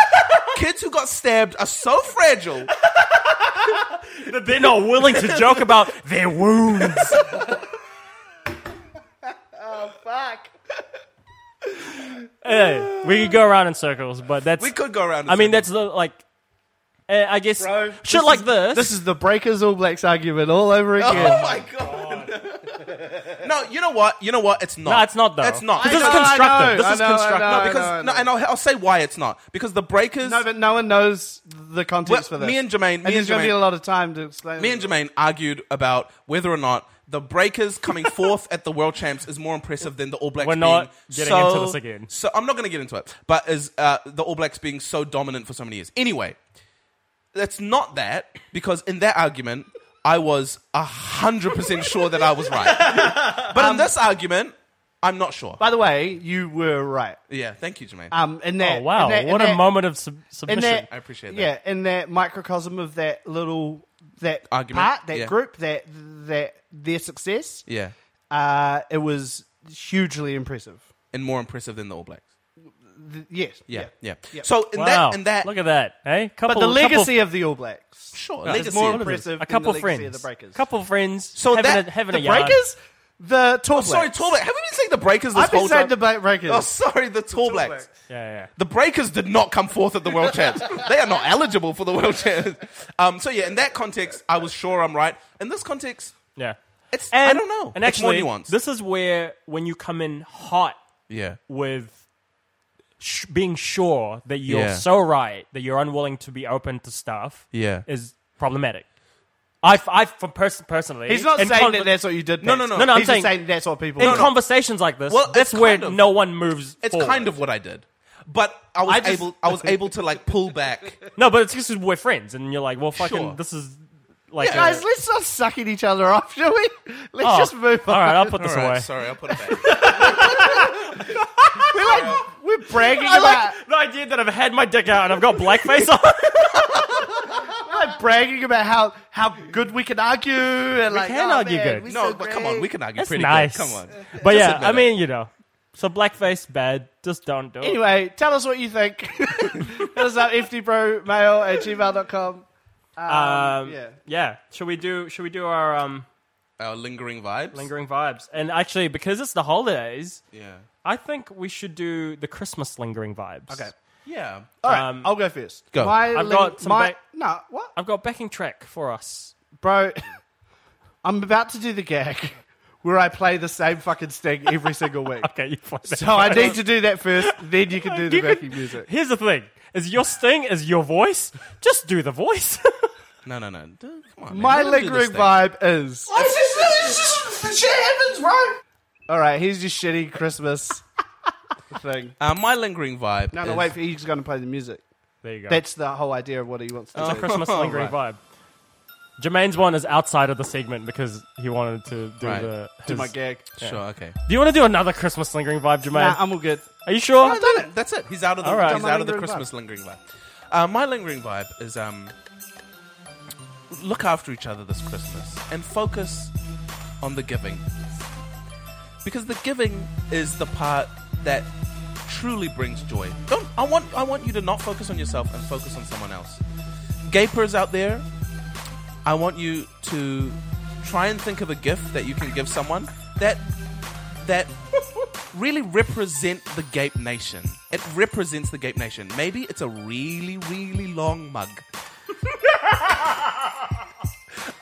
[SPEAKER 5] kids who got stabbed are so fragile?
[SPEAKER 2] that they're not willing to joke about their wounds.
[SPEAKER 4] fuck.
[SPEAKER 2] hey, we could go around in circles, but that's.
[SPEAKER 5] We could go around.
[SPEAKER 2] I mean, that's the like. eh, I guess
[SPEAKER 4] Bro,
[SPEAKER 2] shit
[SPEAKER 4] this
[SPEAKER 2] like
[SPEAKER 4] is-
[SPEAKER 2] this.
[SPEAKER 4] This is the Breakers All Blacks argument all over
[SPEAKER 5] Oh
[SPEAKER 4] again.
[SPEAKER 5] my god! no, you know what? You know what? It's not.
[SPEAKER 2] No, it's not though.
[SPEAKER 5] It's not.
[SPEAKER 2] This is
[SPEAKER 4] know, I
[SPEAKER 2] constructive.
[SPEAKER 4] know,
[SPEAKER 2] This
[SPEAKER 4] I
[SPEAKER 2] is
[SPEAKER 4] know, I
[SPEAKER 2] constructive.
[SPEAKER 4] know.
[SPEAKER 5] no, because
[SPEAKER 4] I
[SPEAKER 5] no, and I'll, I'll say why it's not. Because the breakers.
[SPEAKER 4] No, but no one knows the context
[SPEAKER 5] Well,
[SPEAKER 4] for this.
[SPEAKER 5] me and Jermaine-
[SPEAKER 4] and
[SPEAKER 5] me
[SPEAKER 4] there's
[SPEAKER 5] and
[SPEAKER 4] gonna be a
[SPEAKER 5] Jermaine-
[SPEAKER 4] lot of time to explain.
[SPEAKER 5] me and Jermaine argued about whether or not the Breakers coming fourth at the World Champs is more impressive than the All Blacks.
[SPEAKER 2] We're not
[SPEAKER 5] being
[SPEAKER 2] getting
[SPEAKER 5] so-
[SPEAKER 2] into this again.
[SPEAKER 5] So I'm not going to get into it, but is uh, the All Blacks being so dominant for so many years? Anyway, that's not that because in that argument, I was hundred percent sure that I was right, but
[SPEAKER 4] Um,
[SPEAKER 5] in this argument, I'm not sure.
[SPEAKER 4] By the way, you were right.
[SPEAKER 5] Yeah, thank you, Jermaine.
[SPEAKER 4] Um, in that.
[SPEAKER 2] Oh wow!
[SPEAKER 4] in that- in
[SPEAKER 2] what a
[SPEAKER 4] that-
[SPEAKER 2] moment of sub-
[SPEAKER 4] In
[SPEAKER 2] submission.
[SPEAKER 4] that,
[SPEAKER 5] I appreciate that.
[SPEAKER 4] Yeah, in that microcosm of that little that
[SPEAKER 5] Argument,
[SPEAKER 4] part, that
[SPEAKER 5] yeah.
[SPEAKER 4] group, that that their success.
[SPEAKER 5] yeah,
[SPEAKER 4] Uh, it was hugely impressive.
[SPEAKER 5] and more impressive than the All Blacks.
[SPEAKER 4] Th- yes.
[SPEAKER 5] Yeah,
[SPEAKER 4] Yeah.
[SPEAKER 5] yeah.
[SPEAKER 4] Yeah.
[SPEAKER 5] So in
[SPEAKER 2] wow!
[SPEAKER 5] that, in that,
[SPEAKER 2] look at that. Hey, couple,
[SPEAKER 4] But the
[SPEAKER 2] couple-
[SPEAKER 4] legacy of the All Blacks.
[SPEAKER 5] sure,
[SPEAKER 4] It's
[SPEAKER 5] legacy.
[SPEAKER 4] more impressive.
[SPEAKER 2] a
[SPEAKER 4] than the
[SPEAKER 2] couple
[SPEAKER 4] legacy
[SPEAKER 2] friends,
[SPEAKER 4] Of the breakers.
[SPEAKER 2] couple friends.
[SPEAKER 5] So
[SPEAKER 2] having
[SPEAKER 5] that-
[SPEAKER 2] a, having
[SPEAKER 4] The
[SPEAKER 2] a yarn.
[SPEAKER 4] breakers. The tall.
[SPEAKER 5] Sorry,
[SPEAKER 4] Blacks.
[SPEAKER 5] Tall Black. Have we been saying the Breakers this
[SPEAKER 4] I've been
[SPEAKER 5] whole
[SPEAKER 4] saying
[SPEAKER 5] time?
[SPEAKER 4] the Black Breakers.
[SPEAKER 5] oh, sorry, the Tall Blacks.
[SPEAKER 4] Blacks.
[SPEAKER 2] Yeah, yeah.
[SPEAKER 5] The Breakers did not come fourth at the World Champs. They are not eligible for the World Champs. Um, so yeah, in that context, I was sure I'm right. In this context,
[SPEAKER 2] Yeah.
[SPEAKER 5] it's I
[SPEAKER 2] And-
[SPEAKER 5] don't know.
[SPEAKER 2] And
[SPEAKER 5] it's more
[SPEAKER 2] actually,
[SPEAKER 5] nuanced.
[SPEAKER 2] this is where when you come in hot
[SPEAKER 5] yeah,
[SPEAKER 2] with sh- being sure that you're
[SPEAKER 5] Yeah.
[SPEAKER 2] so right that you're unwilling to be open to stuff
[SPEAKER 5] Yeah.
[SPEAKER 2] is problematic. I, f- I f- for pers- personally,
[SPEAKER 4] He's not
[SPEAKER 2] in
[SPEAKER 4] saying
[SPEAKER 2] con-
[SPEAKER 4] that that's what you did.
[SPEAKER 5] No, no,
[SPEAKER 4] Pax.
[SPEAKER 5] no. No,
[SPEAKER 2] no, I'm
[SPEAKER 4] He's just
[SPEAKER 2] saying-
[SPEAKER 4] that's what people.
[SPEAKER 2] in
[SPEAKER 4] do.
[SPEAKER 2] conversations like this.
[SPEAKER 5] Well,
[SPEAKER 2] that's
[SPEAKER 5] it's
[SPEAKER 2] where
[SPEAKER 5] kind of-
[SPEAKER 2] no one moves.
[SPEAKER 5] it's
[SPEAKER 2] forward.
[SPEAKER 5] kind of what I did, but I was
[SPEAKER 2] I just-
[SPEAKER 5] able. I was able to like pull back.
[SPEAKER 2] no, but it's just 'cause we're friends, and you're like, well, fucking,
[SPEAKER 5] Sure.
[SPEAKER 2] this is like, a-
[SPEAKER 4] Guys, let's not suck at each other off, shall we? Let's
[SPEAKER 2] Oh,
[SPEAKER 4] just move on.
[SPEAKER 2] All right, I'll put this
[SPEAKER 5] All right,
[SPEAKER 2] away.
[SPEAKER 5] sorry, I'll put it back.
[SPEAKER 4] We're like we're bragging
[SPEAKER 2] I
[SPEAKER 4] about
[SPEAKER 2] like the idea that I've had my dick out and I've got blackface on.
[SPEAKER 4] like, bragging about how, how good we can argue and like
[SPEAKER 2] can
[SPEAKER 4] oh,
[SPEAKER 2] argue
[SPEAKER 4] man,
[SPEAKER 2] good.
[SPEAKER 4] we
[SPEAKER 5] No,
[SPEAKER 4] so
[SPEAKER 5] but come on,
[SPEAKER 4] great.
[SPEAKER 5] we can argue
[SPEAKER 2] That's
[SPEAKER 5] pretty
[SPEAKER 2] nice.
[SPEAKER 5] good. Come on.
[SPEAKER 2] But yeah,
[SPEAKER 5] admit
[SPEAKER 2] I
[SPEAKER 5] it.
[SPEAKER 2] mean, you know. So blackface bad. Just don't do it.
[SPEAKER 4] Anyway, tell us what you think. tell us at emptybrowmail at gmail.com.
[SPEAKER 2] um,
[SPEAKER 4] yeah.
[SPEAKER 2] yeah. Should we do should we do our um,
[SPEAKER 5] Our lingering vibes.
[SPEAKER 2] lingering vibes? And actually because it's the holidays,
[SPEAKER 5] Yeah.
[SPEAKER 4] Uh,
[SPEAKER 2] I think we should do the Christmas lingering vibes.
[SPEAKER 4] Okay.
[SPEAKER 5] Yeah.
[SPEAKER 4] All right,
[SPEAKER 2] Um,
[SPEAKER 4] I'll go first.
[SPEAKER 5] Go.
[SPEAKER 4] uh, My
[SPEAKER 2] I've
[SPEAKER 4] link-
[SPEAKER 2] got some
[SPEAKER 4] my,
[SPEAKER 2] ba-
[SPEAKER 4] no, what?
[SPEAKER 2] I've got backing track for us.
[SPEAKER 4] Bro, I'm about to do the gag where I play the same fucking sting every single week.
[SPEAKER 2] Okay, you play that.
[SPEAKER 4] So I need to do that first, then you can do the
[SPEAKER 2] You could-
[SPEAKER 4] backing music.
[SPEAKER 2] Here's the thing: is your sting is your voice. Just do the voice.
[SPEAKER 5] No, no, no. Dude, come on. man.
[SPEAKER 4] My
[SPEAKER 5] Let him do this
[SPEAKER 4] lingering
[SPEAKER 5] thing.
[SPEAKER 4] vibe is.
[SPEAKER 5] It's just, it's just shit happens, right?
[SPEAKER 4] All right, here's your shitty Christmas thing.
[SPEAKER 5] Uh, my lingering vibe.
[SPEAKER 4] No, no,
[SPEAKER 5] is-
[SPEAKER 4] wait, for he's going to play the music.
[SPEAKER 2] there you go.
[SPEAKER 4] That's the whole idea of what he wants to
[SPEAKER 2] it's a
[SPEAKER 4] do.
[SPEAKER 2] Christmas lingering vibe. Jermaine's one is outside of the segment because he wanted to do
[SPEAKER 5] Right.
[SPEAKER 2] the.
[SPEAKER 4] Do my
[SPEAKER 2] his-
[SPEAKER 4] gag.
[SPEAKER 5] Sure, okay.
[SPEAKER 2] Do you want to do another Christmas lingering vibe, Jermaine?
[SPEAKER 4] Nah, I'm all good.
[SPEAKER 2] Are you sure?
[SPEAKER 5] I've done it. That's it. He's out of the.
[SPEAKER 2] All right.
[SPEAKER 5] He's
[SPEAKER 2] Done my
[SPEAKER 5] out of the
[SPEAKER 4] lingering
[SPEAKER 5] Christmas lingering vibe. Uh, my lingering vibe is um, look after each other this Christmas and focus on the giving, because the giving is the part that truly brings joy. Don't I want I want you to not focus on yourself and focus on someone else. Gapers out there, I want you to try and think of a gift that you can give someone that that really represent the Gape Nation. It represents the Gape Nation. Maybe it's a really, really long mug.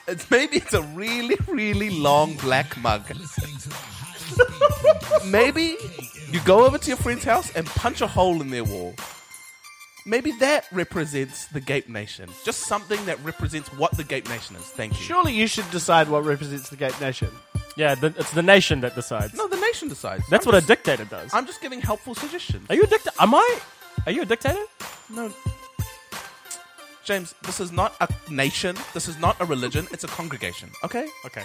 [SPEAKER 5] it's maybe it's a really, really long black mug. maybe you go over to your friend's house and punch a hole in their wall. Maybe that represents the Gape Nation. Just something that represents what the Gape Nation is. Thank you.
[SPEAKER 4] Surely you should decide what represents the Gate Nation.
[SPEAKER 2] Yeah, the, it's the nation that decides.
[SPEAKER 5] No, the nation decides.
[SPEAKER 2] That's
[SPEAKER 5] I'm
[SPEAKER 2] what a
[SPEAKER 5] just-
[SPEAKER 2] dictator does.
[SPEAKER 5] I'm just giving helpful suggestions.
[SPEAKER 2] Are you a dictator? Am I? Are you a dictator?
[SPEAKER 5] No. James, this is not a nation. This is not a religion. It's a congregation. Okay?
[SPEAKER 2] Okay.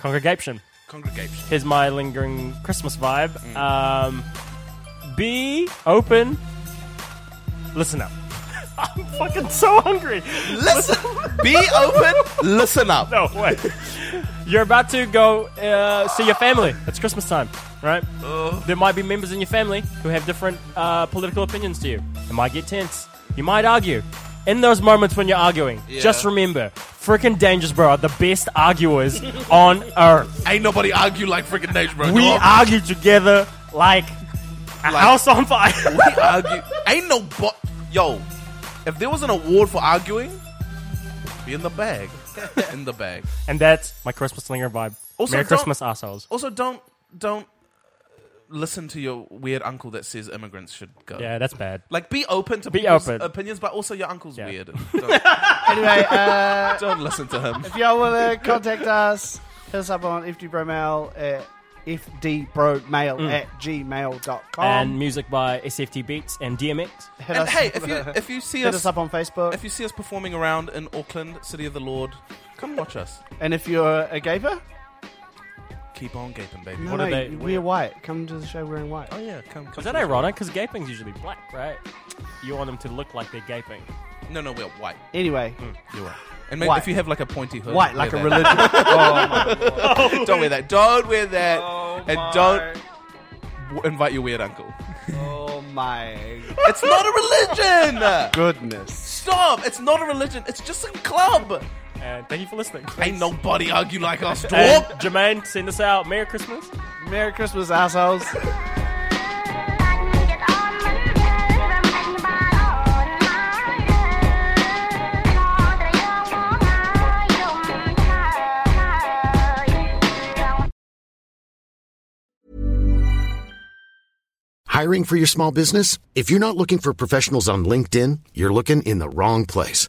[SPEAKER 2] Congregation.
[SPEAKER 5] Congregation.
[SPEAKER 2] Here's my lingering Christmas vibe. Um, be open. Listen up. I'm fucking so hungry.
[SPEAKER 5] Listen. Be open. Listen up.
[SPEAKER 2] No, wait. You're about to go uh, see your family. It's Christmas time, right?
[SPEAKER 5] Uh.
[SPEAKER 2] There might be members in your family who have different uh, political opinions to you. It might get tense. You might argue. In those moments when you're arguing, just remember, freaking dangerous, bro, are the best arguers on earth.
[SPEAKER 5] Ain't nobody argue like freaking nation, bro.
[SPEAKER 2] We
[SPEAKER 5] You are-
[SPEAKER 2] argue together like a house on fire.
[SPEAKER 5] We argue. Ain't no bo- Yo, if there was an award for arguing, be in the bag. in the bag.
[SPEAKER 2] and that's my Christmas slinger vibe.
[SPEAKER 5] Also,
[SPEAKER 2] Merry
[SPEAKER 5] don't-
[SPEAKER 2] Christmas, assholes.
[SPEAKER 5] Also, don't don't listen to your weird uncle that says immigrants should go.
[SPEAKER 2] Yeah, that's bad.
[SPEAKER 5] Like, be open to
[SPEAKER 2] Be
[SPEAKER 5] people's
[SPEAKER 2] open.
[SPEAKER 5] opinions, but also your uncle's
[SPEAKER 2] Yeah.
[SPEAKER 5] weird. Don't,
[SPEAKER 4] Anyway, uh,
[SPEAKER 5] don't listen to him.
[SPEAKER 4] if y'all want to contact us, hit us up on fdbromail at fdbromail at
[SPEAKER 5] Um,
[SPEAKER 4] gmail.com.
[SPEAKER 2] and music by SFT Beats and DMX.
[SPEAKER 4] hit
[SPEAKER 5] And
[SPEAKER 4] us,
[SPEAKER 5] hey, if you if you see
[SPEAKER 4] hit
[SPEAKER 5] us,
[SPEAKER 4] us up on Facebook.
[SPEAKER 5] if you see us performing around in Auckland, City of the Lord, come watch us.
[SPEAKER 4] and if you're a gaper,
[SPEAKER 5] Keep on gaping, baby.
[SPEAKER 4] no,
[SPEAKER 2] What
[SPEAKER 4] no,
[SPEAKER 2] are they-
[SPEAKER 4] we're white. Come to the show wearing white.
[SPEAKER 5] Oh yeah, come. come
[SPEAKER 2] Is that
[SPEAKER 5] to us.
[SPEAKER 2] ironic? Because gaping's usually black, right? You want them to look like they're gaping.
[SPEAKER 5] No, no, we're white.
[SPEAKER 4] Anyway,
[SPEAKER 5] You're white. And maybe
[SPEAKER 4] White.
[SPEAKER 5] if you have like a pointy hood,
[SPEAKER 4] white,
[SPEAKER 5] wear
[SPEAKER 4] like a
[SPEAKER 5] Hmm. that.
[SPEAKER 4] religion.
[SPEAKER 5] don't wear that. Don't wear that.
[SPEAKER 2] Oh
[SPEAKER 5] and don't w- invite your weird uncle.
[SPEAKER 4] oh my
[SPEAKER 5] It's not a religion.
[SPEAKER 4] goodness.
[SPEAKER 5] Stop. It's not a religion. It's just a club.
[SPEAKER 2] And thank you for listening.
[SPEAKER 5] Ain't nobody argue like us,
[SPEAKER 2] And
[SPEAKER 5] dog.
[SPEAKER 2] Jermaine, send us out. Merry Christmas.
[SPEAKER 4] Merry Christmas, assholes.
[SPEAKER 9] Hiring for your small business? If you're not looking for professionals on LinkedIn, you're looking in the wrong place.